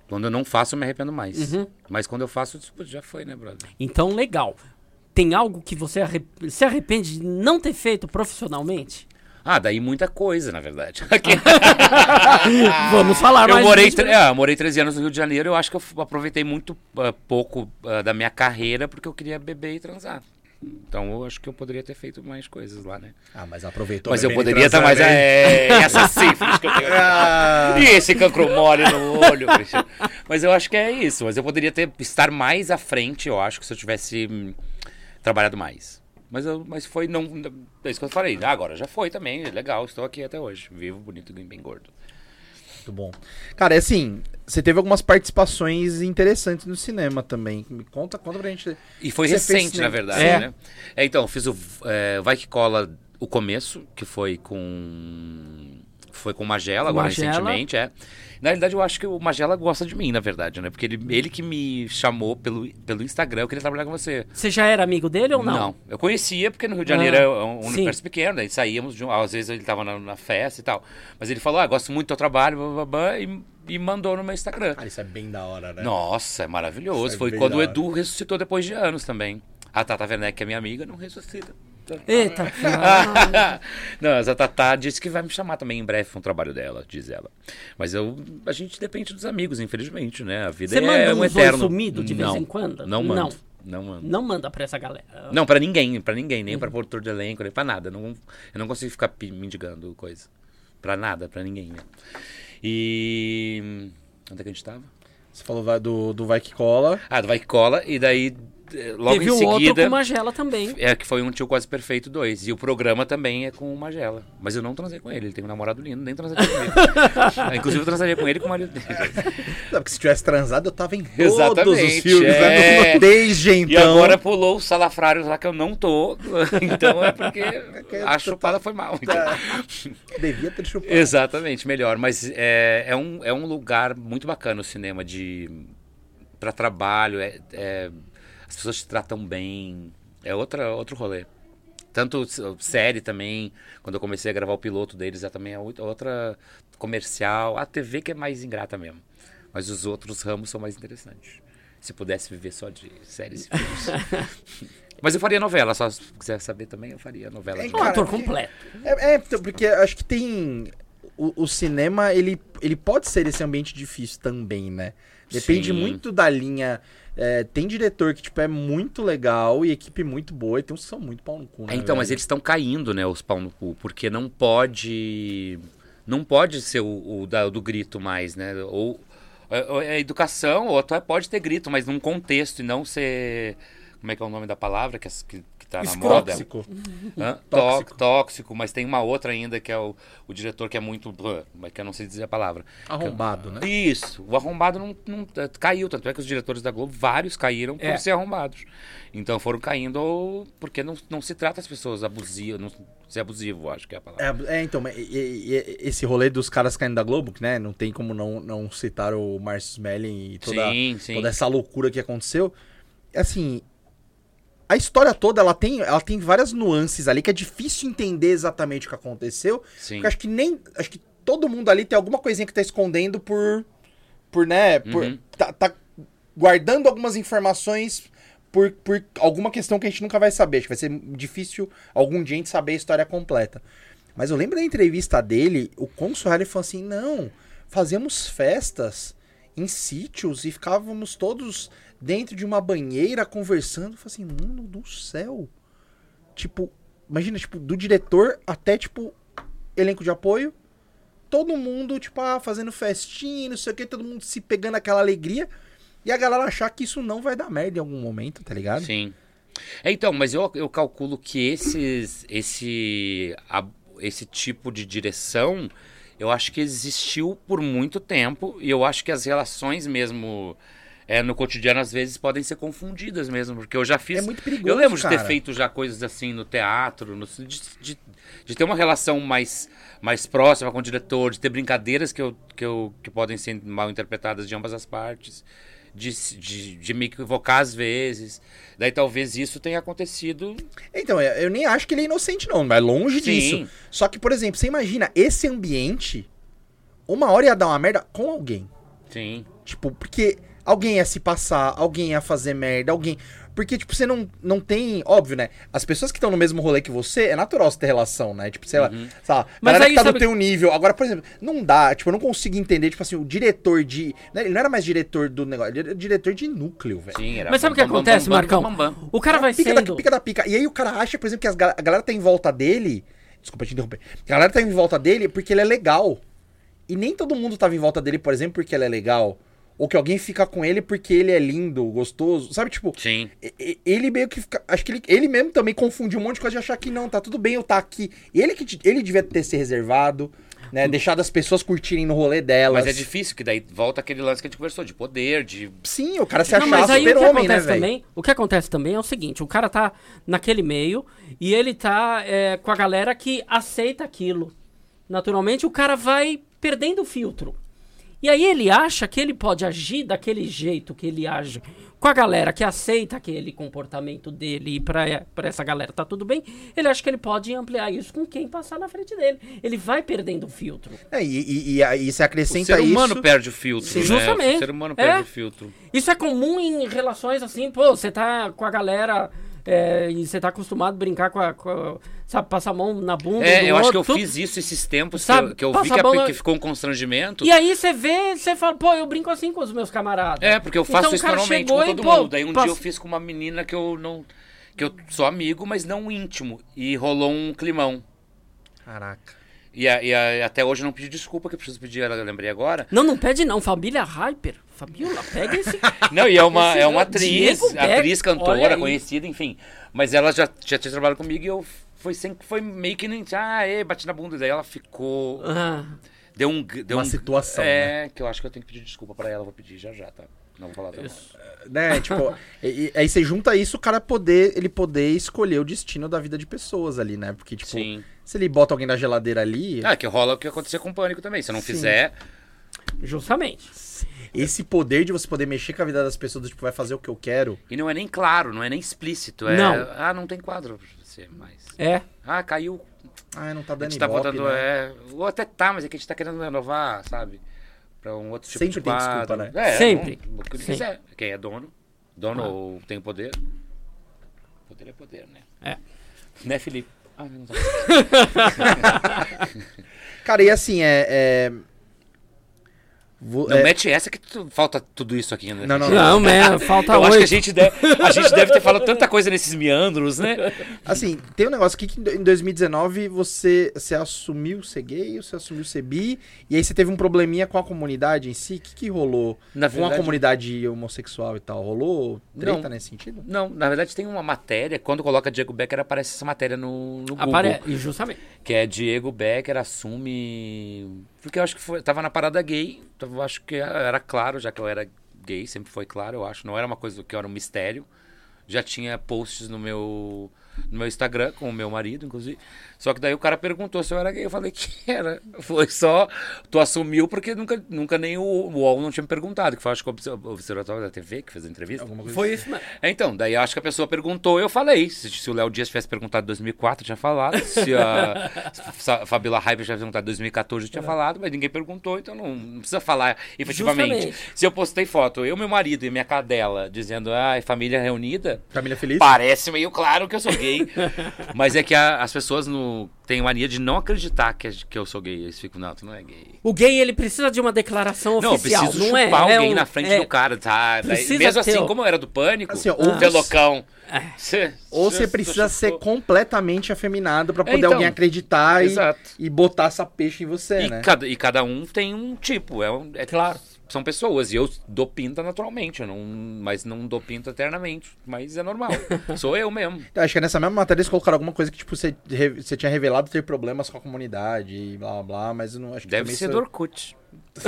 Quando eu não faço, eu me arrependo mais.
Uhum.
Mas quando eu faço, eu disse, "Putz, já foi, né, brother?
Então, legal. Tem algo que você arre- se arrepende de não ter feito profissionalmente?
Ah, daí muita coisa, na verdade. Aqui-
Vamos falar
eu
mais né?
morei,
disso.
tre- é, eu morei 13 anos no Rio de Janeiro. Eu acho que eu f- aproveitei muito ah, pouco ah, da minha carreira porque eu queria beber e transar. Então eu acho que eu poderia ter feito mais coisas lá, né?
Ah, mas aproveitou.
Mas
né,
eu
bem
poderia estar
transando,
mais.
hein?
É, essa sífilis que eu tenho.
Ah.
E esse cancro mole no olho. Cristiano. Mas eu acho que é isso. Mas eu poderia ter, estar mais à frente, eu acho, que se eu tivesse hum, trabalhado mais. Mas, eu, mas foi não. É isso que eu falei. Ah, agora já foi também. é Legal, estou aqui até hoje. Vivo, bonito, bem gordo.
Muito bom. Cara, é assim, você teve algumas participações interessantes no cinema também. Me conta, conta pra gente.
E foi
Você fez
recente,
cinema.
na verdade,
É.
né? É, então, eu fiz o é, Vai Que Cola o começo, que foi com. Foi com o Magela agora
Magela.
recentemente, é. Na realidade, eu acho que o Magela gosta de mim, na verdade, né? Porque ele, ele que me chamou pelo, pelo Instagram, eu queria trabalhar com você.
Você já era amigo dele ou não?
Eu conhecia, porque no Rio de
Ah,
Janeiro é um um
sim.
universo pequeno, daí saíamos, de um- às vezes ele tava na, na festa e tal. Mas ele falou, ah, gosto muito do teu trabalho, blá, blá, blá, e, e mandou no meu Instagram.
Cara, isso é bem da hora, né?
Nossa, é maravilhoso.
Isso é
Foi
bem
quando
da
o
hora.
Edu ressuscitou depois de anos também. A Tata Werneck, que é minha amiga, não ressuscita.
Eita, que ah,
não, mas a Tata disse que vai me chamar também em breve pra um trabalho dela, diz ela. Mas eu, a gente depende dos amigos, infelizmente, né? A vida
Você
é,
manda
é um
uns oi
eterno.
sumido de vez
Não,
em quando?
Não
Não.
mando. Não mando.
Não manda pra essa galera.
Não, pra ninguém, pra ninguém, nem
Uhum.
pra produtor de elenco, nem pra nada. Não, eu não consigo ficar pe- mendigando coisa. Pra nada, pra ninguém. Né? E. Onde é que a gente tava?
Você falou vai- do, do Vai Que Cola.
Ah, do Vai Que Cola, e daí eh, logo
Teve
em
o outro
seguida.
com Magela também.
É que foi um tio quase perfeito dois E o programa também é com o Magela. Mas eu não transei com ele, ele tem um namorado lindo, nem transaria com ele. Ah, Inclusive eu transaria com ele e com o marido dele.
Não, porque se tivesse transado, eu tava em todos os
Exatamente,
filmes. né?
é.
Desde então.
E agora pulou o salafrário lá que eu não tô. Então é porque
que
a
tu
chupada foi mal.
Tá.
então.
Devia ter chupado.
Exatamente, melhor. Mas é, é, um, é um lugar muito bacana o cinema de para trabalho. é- é- as pessoas te tratam bem. É outra, outro rolê. Tanto s- série também, quando eu comecei a gravar o piloto deles, é também é outra- outra comercial. A TV que é mais ingrata mesmo. Mas os outros ramos são mais interessantes. Se pudesse viver só de séries e filmes. Mas eu faria novela, só se quiser saber também, eu faria novela.
É,
de
Um
Cara,
ator
que-
completo.
É, é, então, porque acho que tem. O, o cinema, ele, ele pode ser esse ambiente difícil também, né? Depende
Sim.
muito da linha. É, tem diretor que, tipo, é muito legal e equipe muito boa, e tem uns que são muito pau no cu, né?
É, então, mas
velho?
eles estão caindo, né, os pau no cu, porque não pode. Não pode ser o, o da- o do grito mais, né? Ou é, ou é educação, ou até pode ter grito, mas num contexto e não ser. Como é que é o nome da palavra que, as- que, que tá na moda?
Tóxico.
Hã?
Tóxico.
Tó- tóxico, mas tem uma outra ainda que é o, o diretor que é muito. blá, Mas que eu não sei dizer a palavra.
Arrombado,
Uhum.
né?
Isso, o arrombado não, não- eh, caiu, tanto é que os diretores da Globo, vários caíram por
É.
ser arrombados. Então foram caindo ou- porque não, não se trata as pessoas abusivas, não ser abusivo, acho que é a palavra.
É, é, então, mas e- e- e- esse rolê dos caras caindo da Globo, que, né? Não tem como não, não citar o Marcio Smelling e É, toda,
sim, sim.
toda essa loucura que aconteceu. Assim, a história toda, ela tem, ela tem várias nuances ali que é difícil entender exatamente o que aconteceu.
sim.
Porque acho que nem. Acho que todo mundo ali tem alguma coisinha que tá escondendo por. Por, né? Por,
Uhum.
tá, tá guardando algumas informações por, por alguma questão que a gente nunca vai saber. Acho que vai ser difícil algum dia a gente saber a história completa. Mas eu lembro da entrevista dele, o quão surreal ele falou assim: não, fazemos festas em sítios e ficávamos todos dentro de uma banheira conversando. Eu falei assim, mano do céu. Tipo, imagina, tipo, do diretor até, tipo, elenco de apoio. Todo mundo, tipo, ah, fazendo festinha, não sei o que, todo mundo se pegando aquela alegria. E a galera achar que isso não vai dar merda em algum momento, tá ligado?
Sim. É, então, mas eu, eu calculo que esses, esse, a- esse tipo de direção, eu acho que existiu por muito tempo e eu acho que as relações mesmo é, no cotidiano às vezes podem ser confundidas mesmo, porque eu já fiz...
É muito perigoso.
eu lembro de ter
cara.
feito já coisas assim no teatro, no- de, de- de ter uma relação mais, mais próxima com o diretor, de ter brincadeiras que, eu, que, eu, que podem ser mal interpretadas de ambas as partes, de, se- de, de me equivocar às vezes. Daí talvez isso tenha acontecido.
Então, eu eu nem acho que ele é inocente, não, mas longe disso.
Sim,
Só que, por exemplo, você imagina, esse ambiente, uma hora ia dar uma merda com alguém.
sim.
Tipo, porque alguém ia se passar, alguém ia fazer merda, alguém. Porque, tipo, você não, não tem. Óbvio, né? As pessoas que estão no mesmo rolê que você, é natural você ter relação, né? Tipo, sei lá.
Uhum.
Sei lá
Mas
galera
aí
que tá
sabe-
no teu nível. Agora, por exemplo, não dá. Tipo, eu não consigo entender. Tipo assim, o diretor de. né, Ele não era mais diretor do negócio, ele era diretor de núcleo, velho.
Sim, era
Mas sabe o que
bam, bam,
acontece,
bam, bam,
Marcão?
bam, bam, bam.
O cara vai
É pica da
sendo...
pica da pica. E aí o cara acha, por exemplo, que as gal- a galera tá em volta dele. Desculpa te interromper. A galera tá em volta dele porque ele é legal. E nem todo mundo tava em volta dele, por exemplo, porque ele é legal. Ou que alguém fica com ele porque ele é lindo, gostoso. Sabe, tipo,
Sim.
e- e- ele meio que fica. Acho que ele, ele mesmo também confundiu um monte de coisa de achar que não, tá tudo bem eu tá aqui. Ele que te- ele devia ter se reservado, né?
Hum.
Deixado as pessoas curtirem no rolê delas.
Mas é difícil, que daí volta aquele lance que a gente conversou, de poder, de.
Sim, o cara se
Não,
achava
mas aí o que
super-homem, né,
acontece
velho?
também, o que acontece também é o seguinte, o cara tá naquele meio e ele tá é, com a galera que aceita aquilo. Naturalmente, o cara vai perdendo o filtro. E aí ele acha que ele pode agir daquele jeito que ele age com a galera que aceita aquele comportamento dele e pra, pra essa galera tá tudo bem, ele acha que ele pode ampliar isso com quem passar na frente dele. Ele vai perdendo o filtro.
É, e, e, e aí você
O
acrescenta
ser humano
isso.
perde o filtro.
Sim,
né?
justamente.
O ser humano
É.
perde o filtro.
Isso é comum em relações assim, pô, você tá com a galera é, e você tá acostumado a brincar com a, com a- Sabe, passar a mão na bunda.
É,
um do
eu acho que eu
outro,
fiz isso esses tempos,
Sabe,
que eu, que eu vi
passa a
que, a-
bola-
que ficou um constrangimento.
E aí você vê, você fala, pô, eu brinco assim com os meus camaradas.
É, porque eu faço
Então, o
isso
cara
normalmente
chegou
com
e,
todo
pô,
mundo. Daí um
passa-
dia eu fiz com uma menina que eu não. que eu sou amigo, mas não íntimo. E rolou um climão.
Caraca.
E, a- e a- até hoje eu não pedi desculpa, que eu preciso pedir, eu lembrei agora.
Não, não pede não, família Hyper. Fabiola, pega esse...
Não, e é uma,
Esse
é uma
Diego
atriz,
Beck,
atriz
olha
cantora,
aí.
conhecida, enfim. Mas ela já, já tinha trabalhado comigo e eu foi sempre foi meio que nem. Ah, é, bati na bunda. Daí ela ficou.
Ah,
Deu um. Deu
Uma
um-
situação, né?
É, que eu acho que eu tenho que pedir desculpa pra ela, eu vou pedir já já, tá? Não vou falar isso.
né? Tipo, e, e- aí você junta isso, o cara poder, ele poder escolher o destino da vida de pessoas ali, né? Porque, tipo,
Sim.
se ele bota alguém na geladeira ali,
Ah, que rola o que aconteceu com o pânico também. Se eu não
Sim.
fizer,
justamente.
esse poder de você poder mexer com a vida das pessoas, tipo, vai fazer o que eu quero.
E não é nem claro, não é nem explícito. É,
Não.
Ah, não tem quadro pra você mais.
É.
Ah, caiu.
Ah, não tá
A
dando
gente tá
ibope,
botando.
né?
É, ou até tá, mas é que a gente tá querendo renovar, sabe? Pra um outro tipo
Sempre
de
tem
quadro.
desculpa, né? Ah.
É,
Sempre.
não- o que
Sim.
quiser. Quem é dono, dono ou tem poder. Poder é poder, né?
É.
Né, Felipe? Ah, não tá.
É. Cara, e assim, é... é... Vo-
Não
é-
mete essa que tu- falta tudo isso aqui, né?
Não, não,
Não, né, falta
Eu acho que é a
oito.
gente, deve, a gente deve ter falado tanta coisa nesses meandros, né?
É
Assim, tem um negócio aqui que em do- em 2019 você, você assumiu ser gay, você assumiu ser bi, e aí você teve um probleminha com a comunidade em si. O que, que rolou
Na
com a
verdade,
comunidade homossexual e tal? Rolou treta
Não.
nesse sentido?
Não, na verdade tem uma matéria, quando coloca Diego Becker aparece essa matéria no, no Google,
Apare... e Justamente.
que é Diego Becker assume, porque eu acho que foi, tava na parada gay, então eu acho que era claro, já que eu era gay, sempre foi claro, eu acho, não era uma coisa que era um mistério, já tinha posts no meu, no meu Instagram, com o meu marido, inclusive. Só que daí o cara perguntou se eu era gay. Eu falei que era. Foi só. Tu assumiu porque nunca, nunca nem o o UOL não tinha me perguntado, que foi acho que o Observatório da TV que fez a entrevista.
Foi isso, mano.
Então, daí acho que a pessoa perguntou, eu falei. Se, se o Léo Dias tivesse perguntado em 2004, eu tinha falado. Se a, se a Fabiola Raiva tivesse perguntado em 2014, eu tinha falado. Mas ninguém perguntou, então não, não precisa falar efetivamente.
Justamente.
Se eu postei foto, eu, meu marido e minha cadela, dizendo, ah, família reunida,
Família feliz?
parece meio claro que eu sou gay. mas é que a- as pessoas no, têm mania de não acreditar que, que eu sou gay. Eles ficam, não, tu não é gay.
O gay, ele precisa de uma declaração
Não, eu
oficial,
preciso
não é?
chupar
É
alguém
um-
na frente
é.
do cara, tá? Daí,
Precisa
mesmo
ter um É.
assim,
o-
como eu era do pânico,
Assim, ó,
o
ou-
velocão. Cê-
Ou
cê-
você
cê
precisa ser
chupou.
completamente afeminado pra
É,
poder
então.
alguém acreditar e,
Exato.
e botar essa peixe em você,
E,
né?
cada, e cada um tem um tipo, é, um- é-
Claro.
São pessoas, e eu dou pinta naturalmente, eu não, mas não dou pinta eternamente. Mas é normal, sou eu mesmo.
Eu Acho que é nessa mesma matéria eles colocaram alguma coisa que, tipo, você, re- você tinha revelado ter problemas com a comunidade e blá blá blá, mas eu não acho que
Deve
também
ser
isso- é
do Orkut.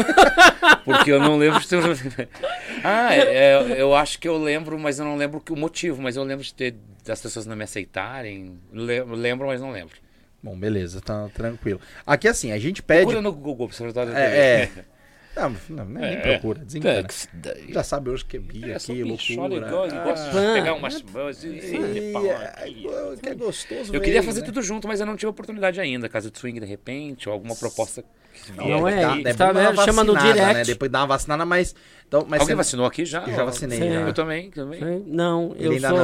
Porque eu não lembro. de ter- um- ah, é, é, eu acho que eu lembro, mas eu não lembro que- o motivo. Mas eu lembro de ter das pessoas não me aceitarem. Le- Lembro, mas não lembro.
Bom, beleza, tá tranquilo. Aqui assim, a gente pede.
Procura no Google, Observatório da TV.
É, é. Não, não, nem
É.
procura, desencana.
Daí.
Já sabe hoje que é bi
Eu sou
aqui,
bicho, olha,
loucura.
igual- eu gosto de
Ah.
pegar umas mãos e-
Ih,
e- pau
é,
aqui.
é, que é gostoso.
Eu queria
mesmo,
fazer
né?
tudo junto, mas eu não tive oportunidade ainda. Casa de swing, de repente, ou alguma proposta. que vier.
Não é,
Tá,
e
é
tá,
bom dar
né,
uma
chama no
vacinada,
direct.
né? Depois dá uma vacinada, mas. Então, mas
Alguém
você-
vacinou aqui já?
Eu já vacinei,
Sim. já.
Eu também, também.
Né? Não, eu
Ele ainda
sou,
não.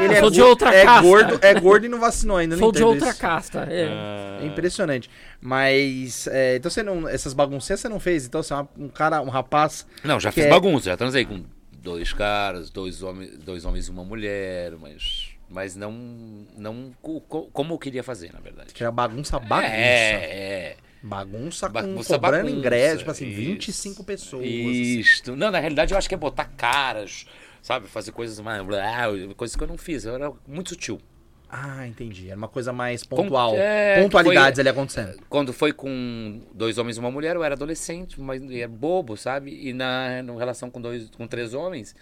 eu-
Ele
eu
é,
sou de
go-
outra
é
casta.
gordo, é gordo e não vacinou ainda, não
Sou de
entendo
outra
isso.
casta. É.
Ah.
É impressionante. Mas, é, então você não. Essas baguncinhas você não fez? Então você é uma- um cara, um rapaz.
Não, já
Que
fiz
é-
bagunça, já transei com dois caras, dois homens, dois homens e uma mulher, mas mas não não co- co- como eu queria fazer, na verdade.
Que é bagunça, bagunça.
É, é.
Bagunça com
Bagunça,
cobrando
bagunça,
ingresso, tipo assim,
isso.
25 pessoas. assim.
Isto. Não, na realidade eu acho que é botar caras, sabe, fazer coisas mais, coisas que eu não fiz, eu era muito sutil.
Ah, entendi. Era uma coisa mais pontual.
é,
Pontualidades
foi-
ali acontecendo.
Quando foi com dois homens e uma mulher, eu era adolescente, mas é bobo, sabe? E na no relação com dois, com três homens,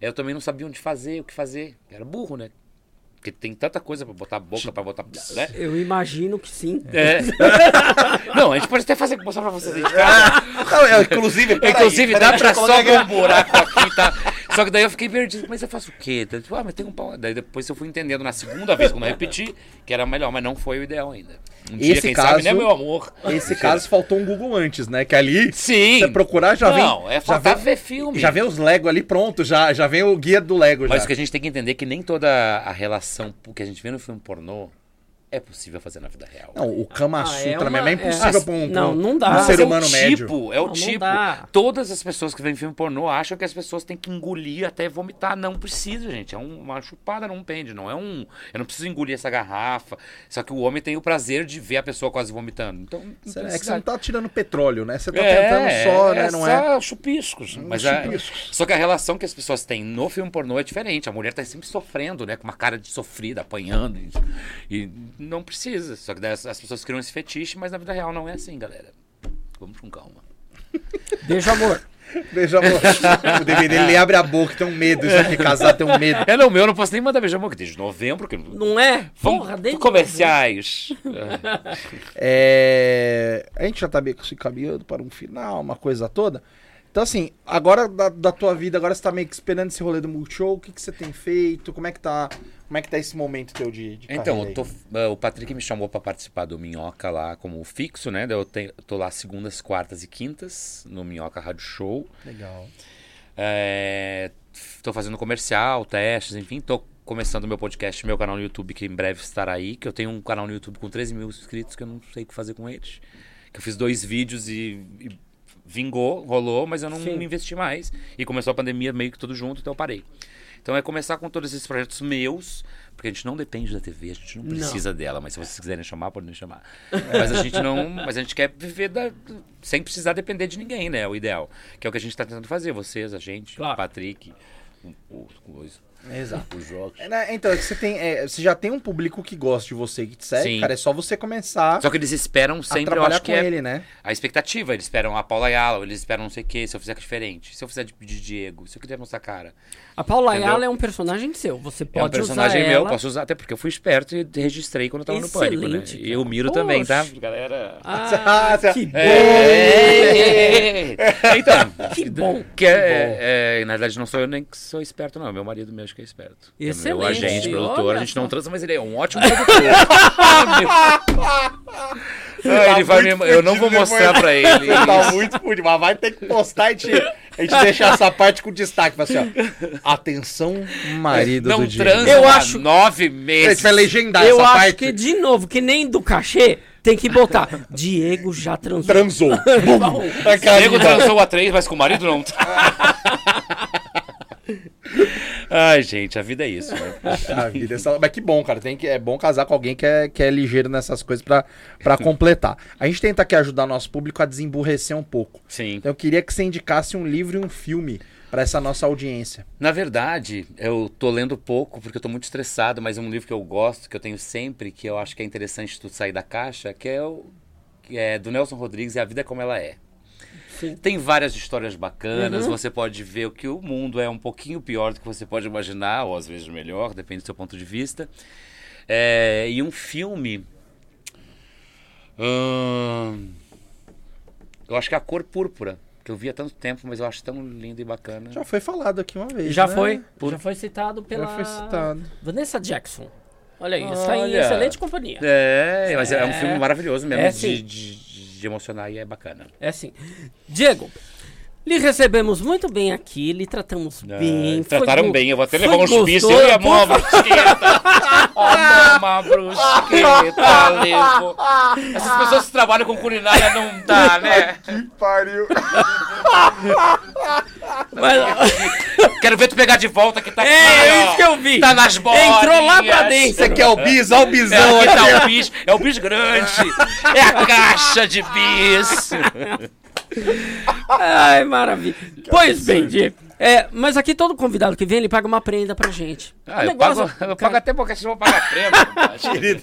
eu também não sabia onde fazer, o que fazer. Era burro, né? Porque tem tanta coisa pra botar boca, pra botar, né?
Eu imagino que sim.
É. Não, a gente pode até fazer, mostrar pra vocês aí de casa.
inclusive,
é, Inclusive, dá pra só ver um
né?
buraco aqui, tá? Só que daí eu fiquei perdido. Mas eu faço o quê? Daí, tipo, ah, mas tem um pau. Daí depois eu fui entendendo na segunda vez, quando eu repeti, que era melhor, mas não foi o ideal ainda. Um dia,
Esse
quem
caso-
sabe, né, meu amor?
Esse caso faltou um Google antes, né? Que ali, se
Sim.
você procurar, já vem.
Não, é
já
faltar
vem,
ver filme.
já vem os Lego ali pronto, já, já vem o guia do Lego
Mas
já.
o que a gente tem que entender é que nem toda a relação que a gente vê no filme pornô é possível fazer na vida real.
Não, o Kama
Ah, é
Sutra
uma-
mesmo é impossível
é.
pra um,
Não,
pra um-
não dá.
um
Mas
ser
é
o
humano médio.
tipo, é
Não,
o
não
tipo.
dá.
Todas as pessoas que veem filme pornô acham que as pessoas têm que engolir até vomitar. Não precisa, gente. É um- uma chupada não pende. Não é um. Eu não preciso engolir essa garrafa. Só que o homem tem o prazer de ver a pessoa quase vomitando. Então, não
Você- É
precisa.
que você não tá tirando petróleo, né? Você tá
É,
tentando só,
é,
né? Não é?
só chupiscos. Mas a- só que a relação que as pessoas têm no filme pornô é diferente. A mulher tá sempre sofrendo, né? Com uma cara de sofrida, apanhando. E, e não precisa. Só que daí as, as pessoas criam esse fetiche, mas na vida real não é assim, galera. Vamos com calma.
Beijo, amor.
Veja, amor. o DVD ele abre a boca, tem um medo. Isso aqui, casar tem um medo.
É, não, meu, eu não posso nem mandar beijar amor, que desde novembro que...
Não é?
Vamos
Porra, desde
comerciais.
É, a gente já tá meio que se caminhando para um final, uma coisa toda. Então, assim, agora da, da tua vida, agora você tá meio que esperando esse rolê do Multishow, o que, que você tem feito? Como é que tá, como é que tá esse momento teu de, de
então,
carreira
eu tô,
Tá aí?
ah, o Patrick me chamou pra participar do Minhoca lá como fixo, né? Daí Eu, tenho- eu tô lá segundas, quartas e quintas no Minhoca Rádio Show.
Legal.
É, tô fazendo comercial, testes, enfim, tô começando meu podcast, meu canal no YouTube, que em breve estará aí, que eu tenho um canal no YouTube com 13 mil inscritos que eu não sei o que fazer com eles. Que eu fiz dois vídeos e, e vingou, rolou, mas eu não
Sim.
investi mais. E começou a pandemia meio que tudo junto, então eu parei. Então é começar com todos esses projetos meus, porque a gente não depende da TV, a gente não precisa dela, mas se vocês quiserem chamar, podem me chamar. Mas a gente não, mas a gente quer viver da- sem precisar depender de ninguém, tá né? É O ideal, que é o que a gente está tentando fazer, vocês, a gente,
Claro.
o Patrick, o, o, o-
Exato.
os jogos.
É, né, Então, é que você, tem, é, você já tem um público que gosta de você, que te segue,
Sim.
cara. É só você começar
Só que eles esperam
a
sempre, eu
trabalhar
acho
com
que é
ele, né?
a expectativa. Eles esperam a Paula Ayala, eles esperam não sei o quê, se eu fizer diferente, se eu fizer de, de Diego, se eu quiser mostrar cara.
A Paula
Entendeu?
Ayala é um personagem seu. Você
É
pode
um personagem
usar
meu,
ela.
posso usar, até porque eu fui esperto e registrei quando eu tava no pânico, né?
Excelente,
E o
cara.
Miro também, tá?
Poxa.
Galera.
Ah,
Nossa.
que bom.
É. Então,
Que bom.
que é, é, na verdade não sou eu nem que sou esperto, não. Meu marido mesmo que é esperto.
Excelente,
Meu agente,
olha
produtor, a gente
só.
não transa, mas ele é um ótimo produtor. Ah, ele vai me-
Tá muito
eu não vou
fudido depois.
mostrar pra
Você
ele.
tá muito fudido, mas vai ter que postar e te- a gente deixar essa parte com destaque. Vai ser, ó. Atenção, marido
não
do Diego.
transa
Eu
há
acho-
nove
A gente
meses.
vai legendar
Eu
essa
acho
parte.
que, de novo, que nem do cachê, tem que botar. Diego já transou.
Transou. Bum. A cara-
Diego transou a três, mas com o marido não. Ai, gente, a vida é isso. né?
A vida é sal- Mas que bom, cara. Tem que... É bom casar com alguém que é, que é ligeiro nessas coisas pra, pra completar. A gente tenta aqui ajudar nosso público a desemburrecer um pouco.
Sim.
Então eu queria que você indicasse um livro e um filme pra essa nossa audiência.
Na verdade, eu tô lendo pouco porque eu tô muito estressado, mas um livro que eu gosto, que eu tenho sempre, que eu acho que é interessante tu sair da caixa, que é o que é do Nelson Rodrigues e A Vida é Como Ela É.
Sim.
Tem várias histórias bacanas,
Uhum.
você pode ver que o mundo é um pouquinho pior do que você pode imaginar, ou às vezes melhor, depende do seu ponto de vista. É, e um filme. Ahn, eu acho que é a cor púrpura, que eu vi há tanto tempo, mas eu acho tão lindo e bacana.
Já foi falado aqui uma vez.
Já
né?
foi?
Por-
Já foi citado pela
Já foi citado.
Vanessa Jackson. Olha aí, está em
Olha.
excelente companhia.
É, mas é, um
É.
filme maravilhoso mesmo,
É,
de,
sim.
de- de emocionar e é bacana.
É assim. Diego, lhe recebemos muito bem aqui, lhe tratamos bem.
Ah,
foi
trataram
go-
bem, eu vou até
foi
levar um chubiço
gostoso.
e a mão uma brusqueta. A mão uma brusqueta, levo. Essas pessoas que trabalham com culinária não dá, né?
Pariu.
Mas- ah,
Quero ver tu pegar de volta que tá
é,
ó,
isso que eu vi.
Tá nas bolinhas.
Entrou lá pra dentro.
Você quer o bis? Olha o bisão
É, aqui
aqui.
tá o bis, é o bis grande. É a caixa de bis.
Ai, maravilha. pois bem, Diego. É, mas aqui todo convidado que vem, ele paga uma prenda pra gente.
Ah,
Um
eu pago,
negócio-
eu pago
cara,
até porque vocês vão pagar prêmio. querido.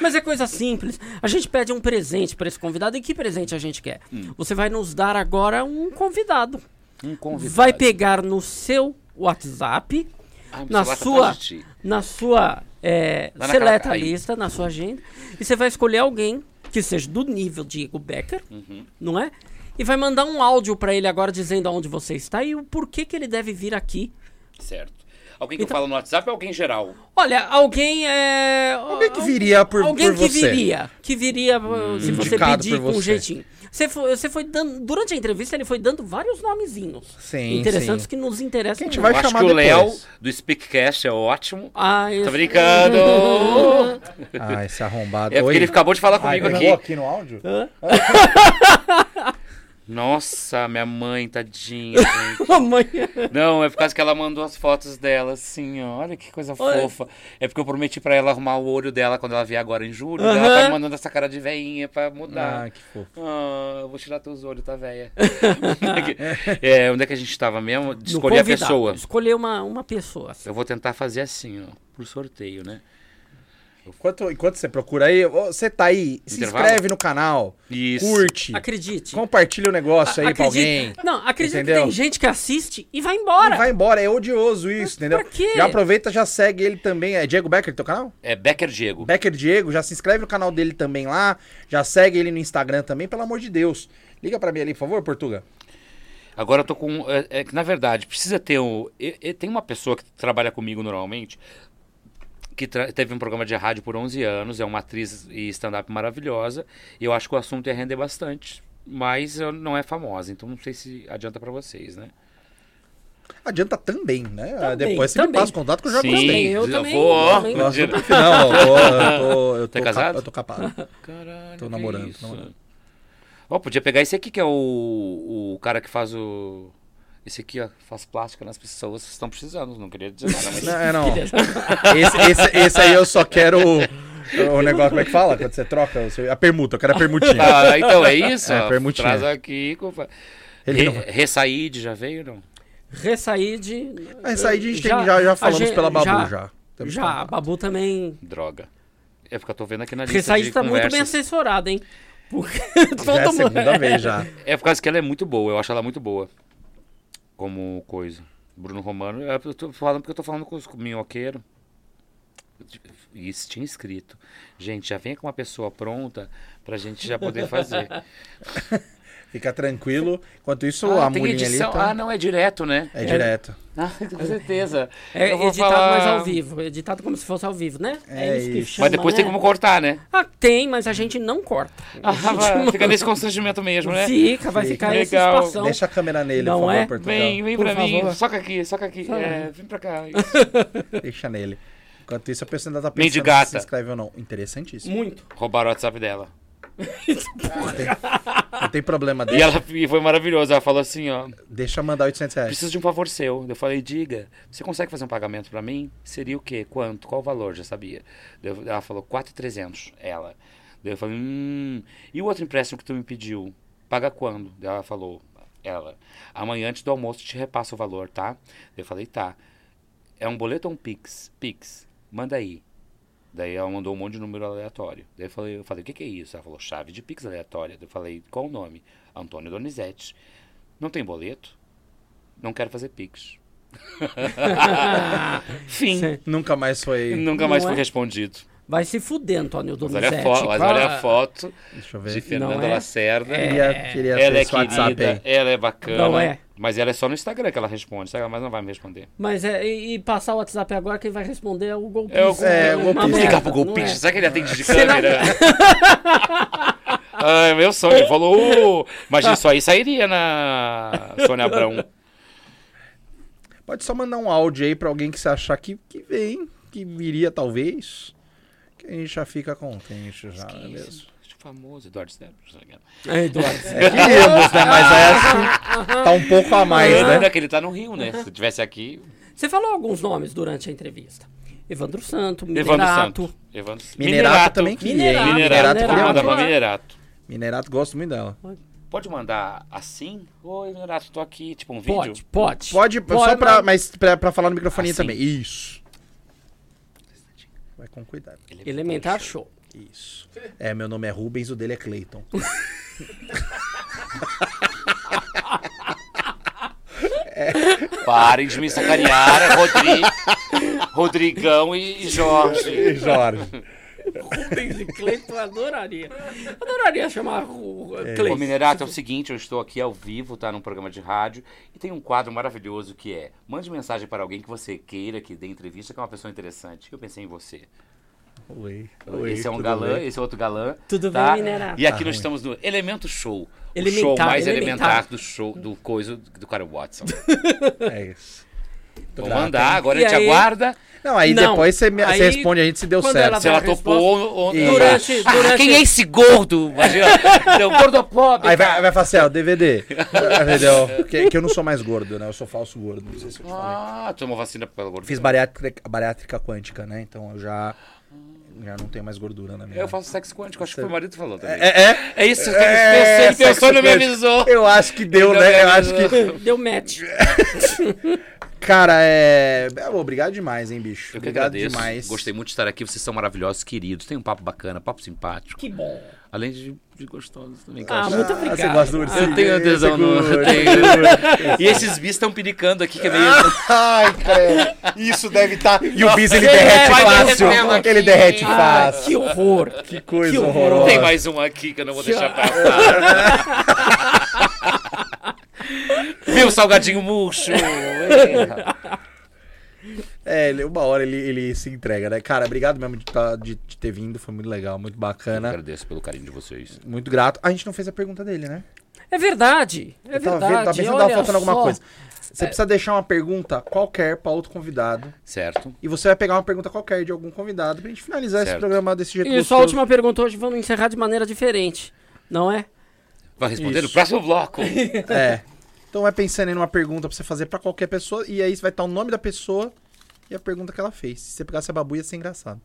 Mas é coisa simples. A gente pede um presente pra esse convidado. E que presente a gente quer?
Hum.
Você vai nos dar agora um convidado.
Um convidado.
Vai pegar no seu WhatsApp,
Ah, meu
na
celular tá
sua,
atrás de ti.
na sua é,
Lá na
seleta
cara- aí.
lista, na sua agenda, e você vai escolher alguém que seja do nível Diego Becker,
Uhum.
não é? E vai mandar um áudio pra ele agora dizendo aonde você está e o porquê que ele deve vir aqui.
Certo. Alguém que eu falo no WhatsApp ou alguém em geral?
Olha, alguém é
Alguém que viria por,
alguém
por
que
você.
viria, que viria uh,
Hum.
se você
Indicado
pedir
por
com
você.
um jeitinho. Você foi, você foi dando durante a entrevista ele foi dando vários nomezinhos
Sim,
interessantes
sim.
que nos interessam.
Que a gente
muito.
vai
eu acho
chamar
que o
depois.
Léo do Speakcast é ótimo.
Ah,
Tô
isso.
brincando!
Ah, esse arrombado. Ah,
É porque ele acabou de falar comigo aqui.
no áudio?
Nossa, minha mãe, tadinha, gente.
Mamãe.
Não, é por causa que ela mandou as fotos dela, assim, ó. Olha que coisa
Olha.
fofa. É porque eu prometi pra ela arrumar o olho dela quando ela vier agora em julho.
Aham.
Ela tá me mandando essa cara de veinha pra mudar.
Ah, que fofo.
Ah, eu vou tirar teus olhos, tá velha. é, onde é que a gente tava mesmo? De
No
escolher a
convidado.
pessoa.
Escolher uma, uma pessoa. assim.
Eu vou tentar fazer assim, ó, pro sorteio, né?
Enquanto, enquanto você procura aí, ô, você tá aí, se
Intervalo?
inscreve no canal,
Isso.
curte,
Acredite.
compartilha o negócio aí pra alguém.
Acredite- Não, acredita
Entendeu?
que tem gente que assiste e vai embora.
E Vai embora, é odioso isso, entendeu?
pra quê?
Já aproveita, já segue ele também. É Diego Becker, teu canal?
É Becker Diego.
Becker Diego, já se inscreve no canal dele também lá, já segue ele no Instagram também, pelo amor de Deus. Liga pra mim ali, por favor, Portuga.
Agora eu tô com. É, é que, na verdade, precisa ter um. e- e- tem uma pessoa que trabalha comigo normalmente, que tra- teve um programa de rádio por 11 anos, é uma atriz e stand-up maravilhosa, e eu acho que o assunto ia render bastante. Mas eu- não é famosa, então não sei se adianta pra vocês, né?
Adianta também, né?
Também,
Depois você me
também.
passa o contato que eu já
Sim.
gostei.
Eu
eu
também.
vou-
também.
Nossa, não tô aqui, não, eu tô, eu tô, eu tô,
Tá
capa-
casado?
eu tô capado.
Caralho.
Tô
que
namorando,
isso.
tô namorando.
Ó, podia pegar esse aqui, que é o, o cara que faz o. Esse aqui, ó, faz plástica nas pessoas que estão precisando. Não queria dizer nada, mas.
Não, é, não. Esse, esse- esse aí eu só quero o, o negócio, como é que fala? Quando você troca, o seu- a permuta, eu quero a permutinha.
Ah, então é isso?
É,
ó.
permutinha.
Traz aqui, compa.
Ele
Re,
não-
Ressaíde já veio, não?
Ressaíde.
Ressaíde É, a gente tem, já, já falamos
gente-
pela Babu já. Temos que
Já, a
falar.
Babu também.
Droga. É porque eu tô vendo aqui na lista.
Ressaíde
de
tá muito bem
conversas.
assessorada, hein? Porque
Já é a
todo mundo.
segunda vez já.
É por causa que ela é muito boa, eu acho ela muito boa. Como coisa. Bruno Romano, é, eu eu tô falando porque eu tô falando com os com o minhoqueiro. Isso tinha escrito. Gente, já vem com uma pessoa pronta pra gente já poder fazer.
Fica tranquilo. Enquanto isso,
Ah,
a
tem
murinha ali
edição.
tá...
Ah, não, é direto, né?
é direto.
Ah, com certeza.
É
Eu vou
editado
falar-
mais ao vivo. Editado como se fosse ao vivo, né?
É isso.
chama,
Mas depois tem
né?
como cortar, né?
Ah, tem, mas a gente não corta.
Ah, vai- fica nesse constrangimento mesmo, né?
Fica, É. vai ficar essa
Legal.
situação.
Deixa a câmera nele,
Então, Não
por favor,
é?
Portugal.
Vem, vem
Por
pra mim.
favor.
Soca aqui, soca aqui.
Soca.
É, vem pra cá. Isso.
Deixa nele. Enquanto isso, a pessoa ainda tá pensando
Mendigata.
se se inscreve ou não. Interessantíssimo.
Muito.
Roubaram o WhatsApp dela.
Não tem problema.
E
Deixa,
ela e foi maravilhosa. Ela falou assim, ó.
deixa eu mandar 800 reais.
Preciso de um favor seu. Eu falei, diga, você consegue fazer um pagamento pra mim? Seria o quê? Quanto? Qual o valor? Já sabia. Eu- Ela falou, 4,300. Ela. Daí eu falei, hum. E o outro empréstimo que tu me pediu? Paga quando? Daí Ela falou, ela. Amanhã antes do almoço te repasso o valor, tá? Eu falei, tá. É um boleto ou um Pix? Pix. Manda aí. Daí ela mandou um monte de número aleatório. Daí eu falei, eu falei, o que, que é isso? Ela falou, chave de Pix aleatória. Daí eu falei, qual o nome? Antônio Donizete. Não tem boleto? Não quero fazer Pix. Fim.
Nunca mais foi...
Nunca
Não
mais
é?
foi respondido.
Vai se fuder, Antônio
Mas olha, a
Donizete.
fo- mas
Claro.
olha a foto
Deixa eu
de
ver.
Fernanda
ah, é?
Lacerda.
Queria, queria
Ela
ter
é
esse WhatsApp
querida,
aí.
ela é bacana.
Não é?
Mas ela é só no Instagram que ela responde, sabe? Mas não vai me responder.
Mas é, e, e passar o WhatsApp agora, quem vai responder é o golpista.
É o
É,
Uma
o golpista.
merda,
Ligar pro
não
golpista,
é?
será que ele atende de câmera? Ai, meu sonho. Ele falou, "Ô, mas isso aí sairia na Sônia Abrão.
Pode só mandar um áudio aí pra alguém que você achar que, que vem, que viria talvez. Que a gente já fica contente
Ah,
já, não é mesmo?
Famoso, Eduardo Sterblitz.
É, Eduardo.
É, queríamos, né? Mas é assim, tá um pouco a mais, né?
que ele tá no Rio, né? Se eu tivesse aqui,
Você falou alguns nomes durante a entrevista. Evandro Santo,
Evandro
Minerato.
Santos. Evandro...
Minerato, também queria, hein?
Minerato,
Minerato,
Minerato,
vou
Minerato.
mandar
queria.
pra Minerato.
Minerato, gosto muito dela.
Pode mandar assim? Oi, Minerato, tô aqui, tipo um vídeo.
Pode, pode.
Pode, só
mas-
pra, mas pra, pra falar no microfone
Assim.
também. Isso. Vai com cuidado.
é
Elementar show.
Isso. É, meu nome é Rubens, o dele é Clayton.
Parem de me sacanear, é Rodrigo, Rodrigão e Jorge.
Jorge.
Rubens e Cleiton, eu adoraria. Eu adoraria chamar o o
Ô,
Cleiton.
Minerato, é o seguinte, eu estou aqui ao vivo, tá? Num programa de rádio. E tem um quadro maravilhoso que é... Mande mensagem para alguém que você queira que dê entrevista, que é uma pessoa interessante. Eu pensei em você.
Oi.
esse é um
tudo
galã,
bem?
esse é outro galã.
Tudo
tá?
bem, Minerato?
E aqui
Tá ruim.
nós estamos no Elemento Show.
Elementar,
o show mais elementar.
elementar.
do show, do coisa, do cara Watson.
É isso.
Vou
grato,
mandar,
hein?
agora
E
a gente
aí-
aguarda.
Não, aí
Não,
depois você, me-
aí
você responde a gente se deu
quando
certo.
ela
Se ela
a resposta-
topou ou, ou-
Durante-
Ah,
durante-
quem é esse gordo? Imagina, é um gordo pobre.
Aí vai, vai falar assim, ó, DVD. Entendeu? Que, que eu não sou mais gordo, né? Eu sou falso gordo. Não sei se eu te falei.
Ah, tomou vacina pelo gordo.
Fiz bariátrica, bariátrica quântica, né? Então eu já, já não tenho mais gordura na minha.
Eu faço sexo quântico, acho que foi o marido que falou também.
É, é,
É isso que
É,
ele pensou, ele pensou e não me
sexo
avisou.
Eu acho que deu,
Ele
né?
não
Eu
me
acho que.
avisou.
Deu match.
Cara, é. Belo, obrigado demais, hein, bicho?
Eu que
obrigado
agradeço.
demais.
Gostei muito de estar aqui, vocês são maravilhosos, queridos. Tem um papo bacana, papo simpático.
Que bom.
Além de, de gostosos também. que eu
Ah,
acho.
muito
Ah,
obrigado.
Você gosta do ursinho? né?
Eu tenho tesão no-
Segura,
eu tenho.
segura.
E esses bis estão piricando aqui, que é meio...
Ai, cara. Isso deve tá estar. E o bis ele
Ele
derrete
vai
fácil.
derretendo aqui.
Ele derrete
Ah,
fácil.
que horror.
Que coisa
que horror.
horrorosa.
Tem mais um aqui que eu não vou deixar passar. Viu, salgadinho murcho?
É, ele- uma hora ele, ele se entrega, né? Cara, obrigado mesmo de, tá- de- de ter vindo. Foi muito legal, muito bacana.
Agradeço pelo carinho de vocês.
Muito grato. A gente não fez a pergunta dele, né?
É verdade. É
tava,
verdade.
vendo- tava pensando que
olha
tava faltando alguma
só.
coisa.
É.
Você precisa deixar uma pergunta qualquer pra outro convidado.
Certo?
E você vai pegar uma pergunta qualquer de algum convidado pra gente finalizar esse
Certo.
programa desse jeito.
E só a
gostoso.
última pergunta hoje, vamos encerrar de maneira diferente. Não é?
Vai responder
Isso.
no próximo bloco.
É. Então vai pensando em uma pergunta pra você fazer pra qualquer pessoa. E aí vai estar o nome da pessoa e a pergunta que ela fez. Se você pegasse a babu ia ser engraçado.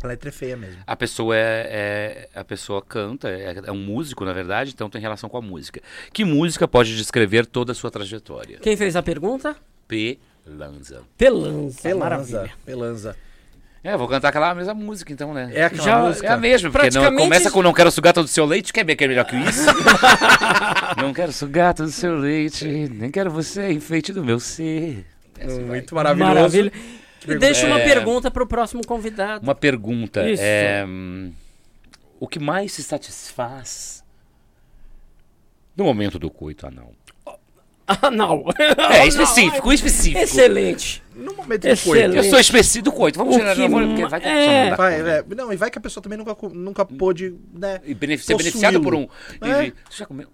A letra é feia mesmo.
A pessoa é, é- a pessoa canta, é, é um músico na verdade, então tem relação com a música. Que música pode descrever toda a sua trajetória?
Quem fez a pergunta?
Pelanza.
Pelanza.
Pelanza.
é Maravilha.
Pelanza.
É, vou cantar aquela mesma música então, né?
É aquela
Já-
música.
É a mesma, porque não,
Praticamente-
começa com não quero sugar todo o seu leite, quer ver que é melhor que isso? não quero sugar todo o seu leite, nem quero você enfeite do meu ser. É assim vai.
Muito maravilhoso.
Maravilha. E deixa uma
É.
pergunta pro próximo convidado.
Uma pergunta.
Isso.
É, hum, o que mais se satisfaz no momento do coito anal?
Ah, não.
É específico, específico.
Excelente.
No momento de coito.
Excelente.
Eu sou específico do coito. Vamos
O
gerar
que
porque vai que a pessoa
é.
não dá
Vai,
conta.
é, não, e vai que a pessoa também nunca, co- nunca pôde, né?
E benefi- ser beneficiado por um.
É.
e- Você já comeu?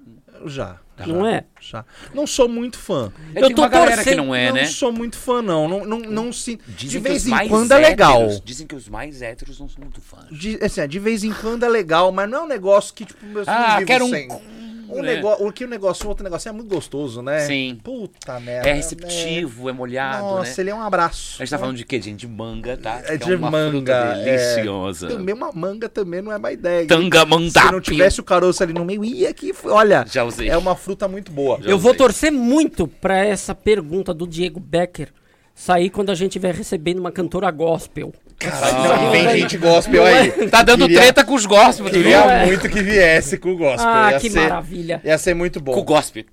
Já.
Não
já,
é?
Já. Não sou muito fã.
É,
Eu
tem
tô
uma galera que
torcendo-
não é,
não
né?
sou muito fã, não. Não, não, não se... De
Dizem que
vez
os
em
mais
quando é legal.
héteros- dizem que os mais héteros não são muito fãs.
De, assim, ó, de vez em quando é legal, mas não é um negócio que, tipo, eu
Ah,
não vivo
quero um-
sem. Um
né?
negócio, o que um negócio, outro negócio é muito gostoso, né?
Sim.
Puta merda.
É receptivo, é
Né?
molhado,
Nossa,
né?
ele é um abraço.
A gente tá falando de quê? gente? De manga, tá?
É
Que
de
uma
manga,
Fruta
é.
deliciosa.
Também uma manga também não é má ideia.
Tanga
Se não
mandapio.
tivesse o caroço ali no meio, ia que. Olha,
Já usei.
é uma fruta muito boa.
Já
Eu vou
usei.
torcer muito pra essa pergunta do Diego Becker sair quando a gente estiver recebendo uma cantora gospel.
Caralho, não, e vem gente gospel aí.
Tá dando
Queria-
treta com os gospel, tu viu?
Não
Queria
é.
muito que viesse com o gospel.
Ah,
ia
que
ser-
maravilha.
Ia ser muito bom. É.
Com o gospel.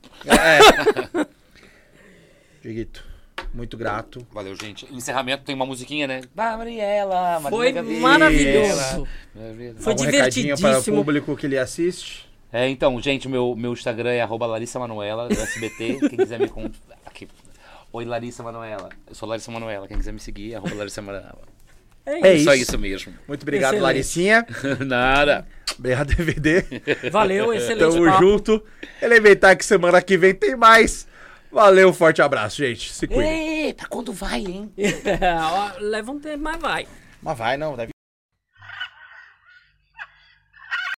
Dieguito, muito grato.
Valeu, gente. Encerramento tem uma musiquinha, né? Gabriela, Marina
Foi
Gabriela.
maravilhoso.
Gabriela.
Foi
Algum Um recadinho para o
Tá divertidíssimo.
público que ele assiste.
É, então, gente, meu, meu Instagram é arroba Larissa Manoela, do SBT. Quem quiser me con- aqui. Oi, Larissa Manoela. Eu sou Larissa Manoela. Quem quiser me seguir, é arroba Larissa Manoela.
É
Só isso mesmo.
Muito obrigado,
Excelente.
Laricinha.
Nada.
Obrigado, DVD.
isso. Valeu, excelente
Tamo
papo.
junto. Elementar que semana que vem tem mais. Valeu, forte abraço, gente. Se cuida.
Ei, pra quando vai, hein?
Ó, Leva um tempo, mas vai.
Mas vai, não, deve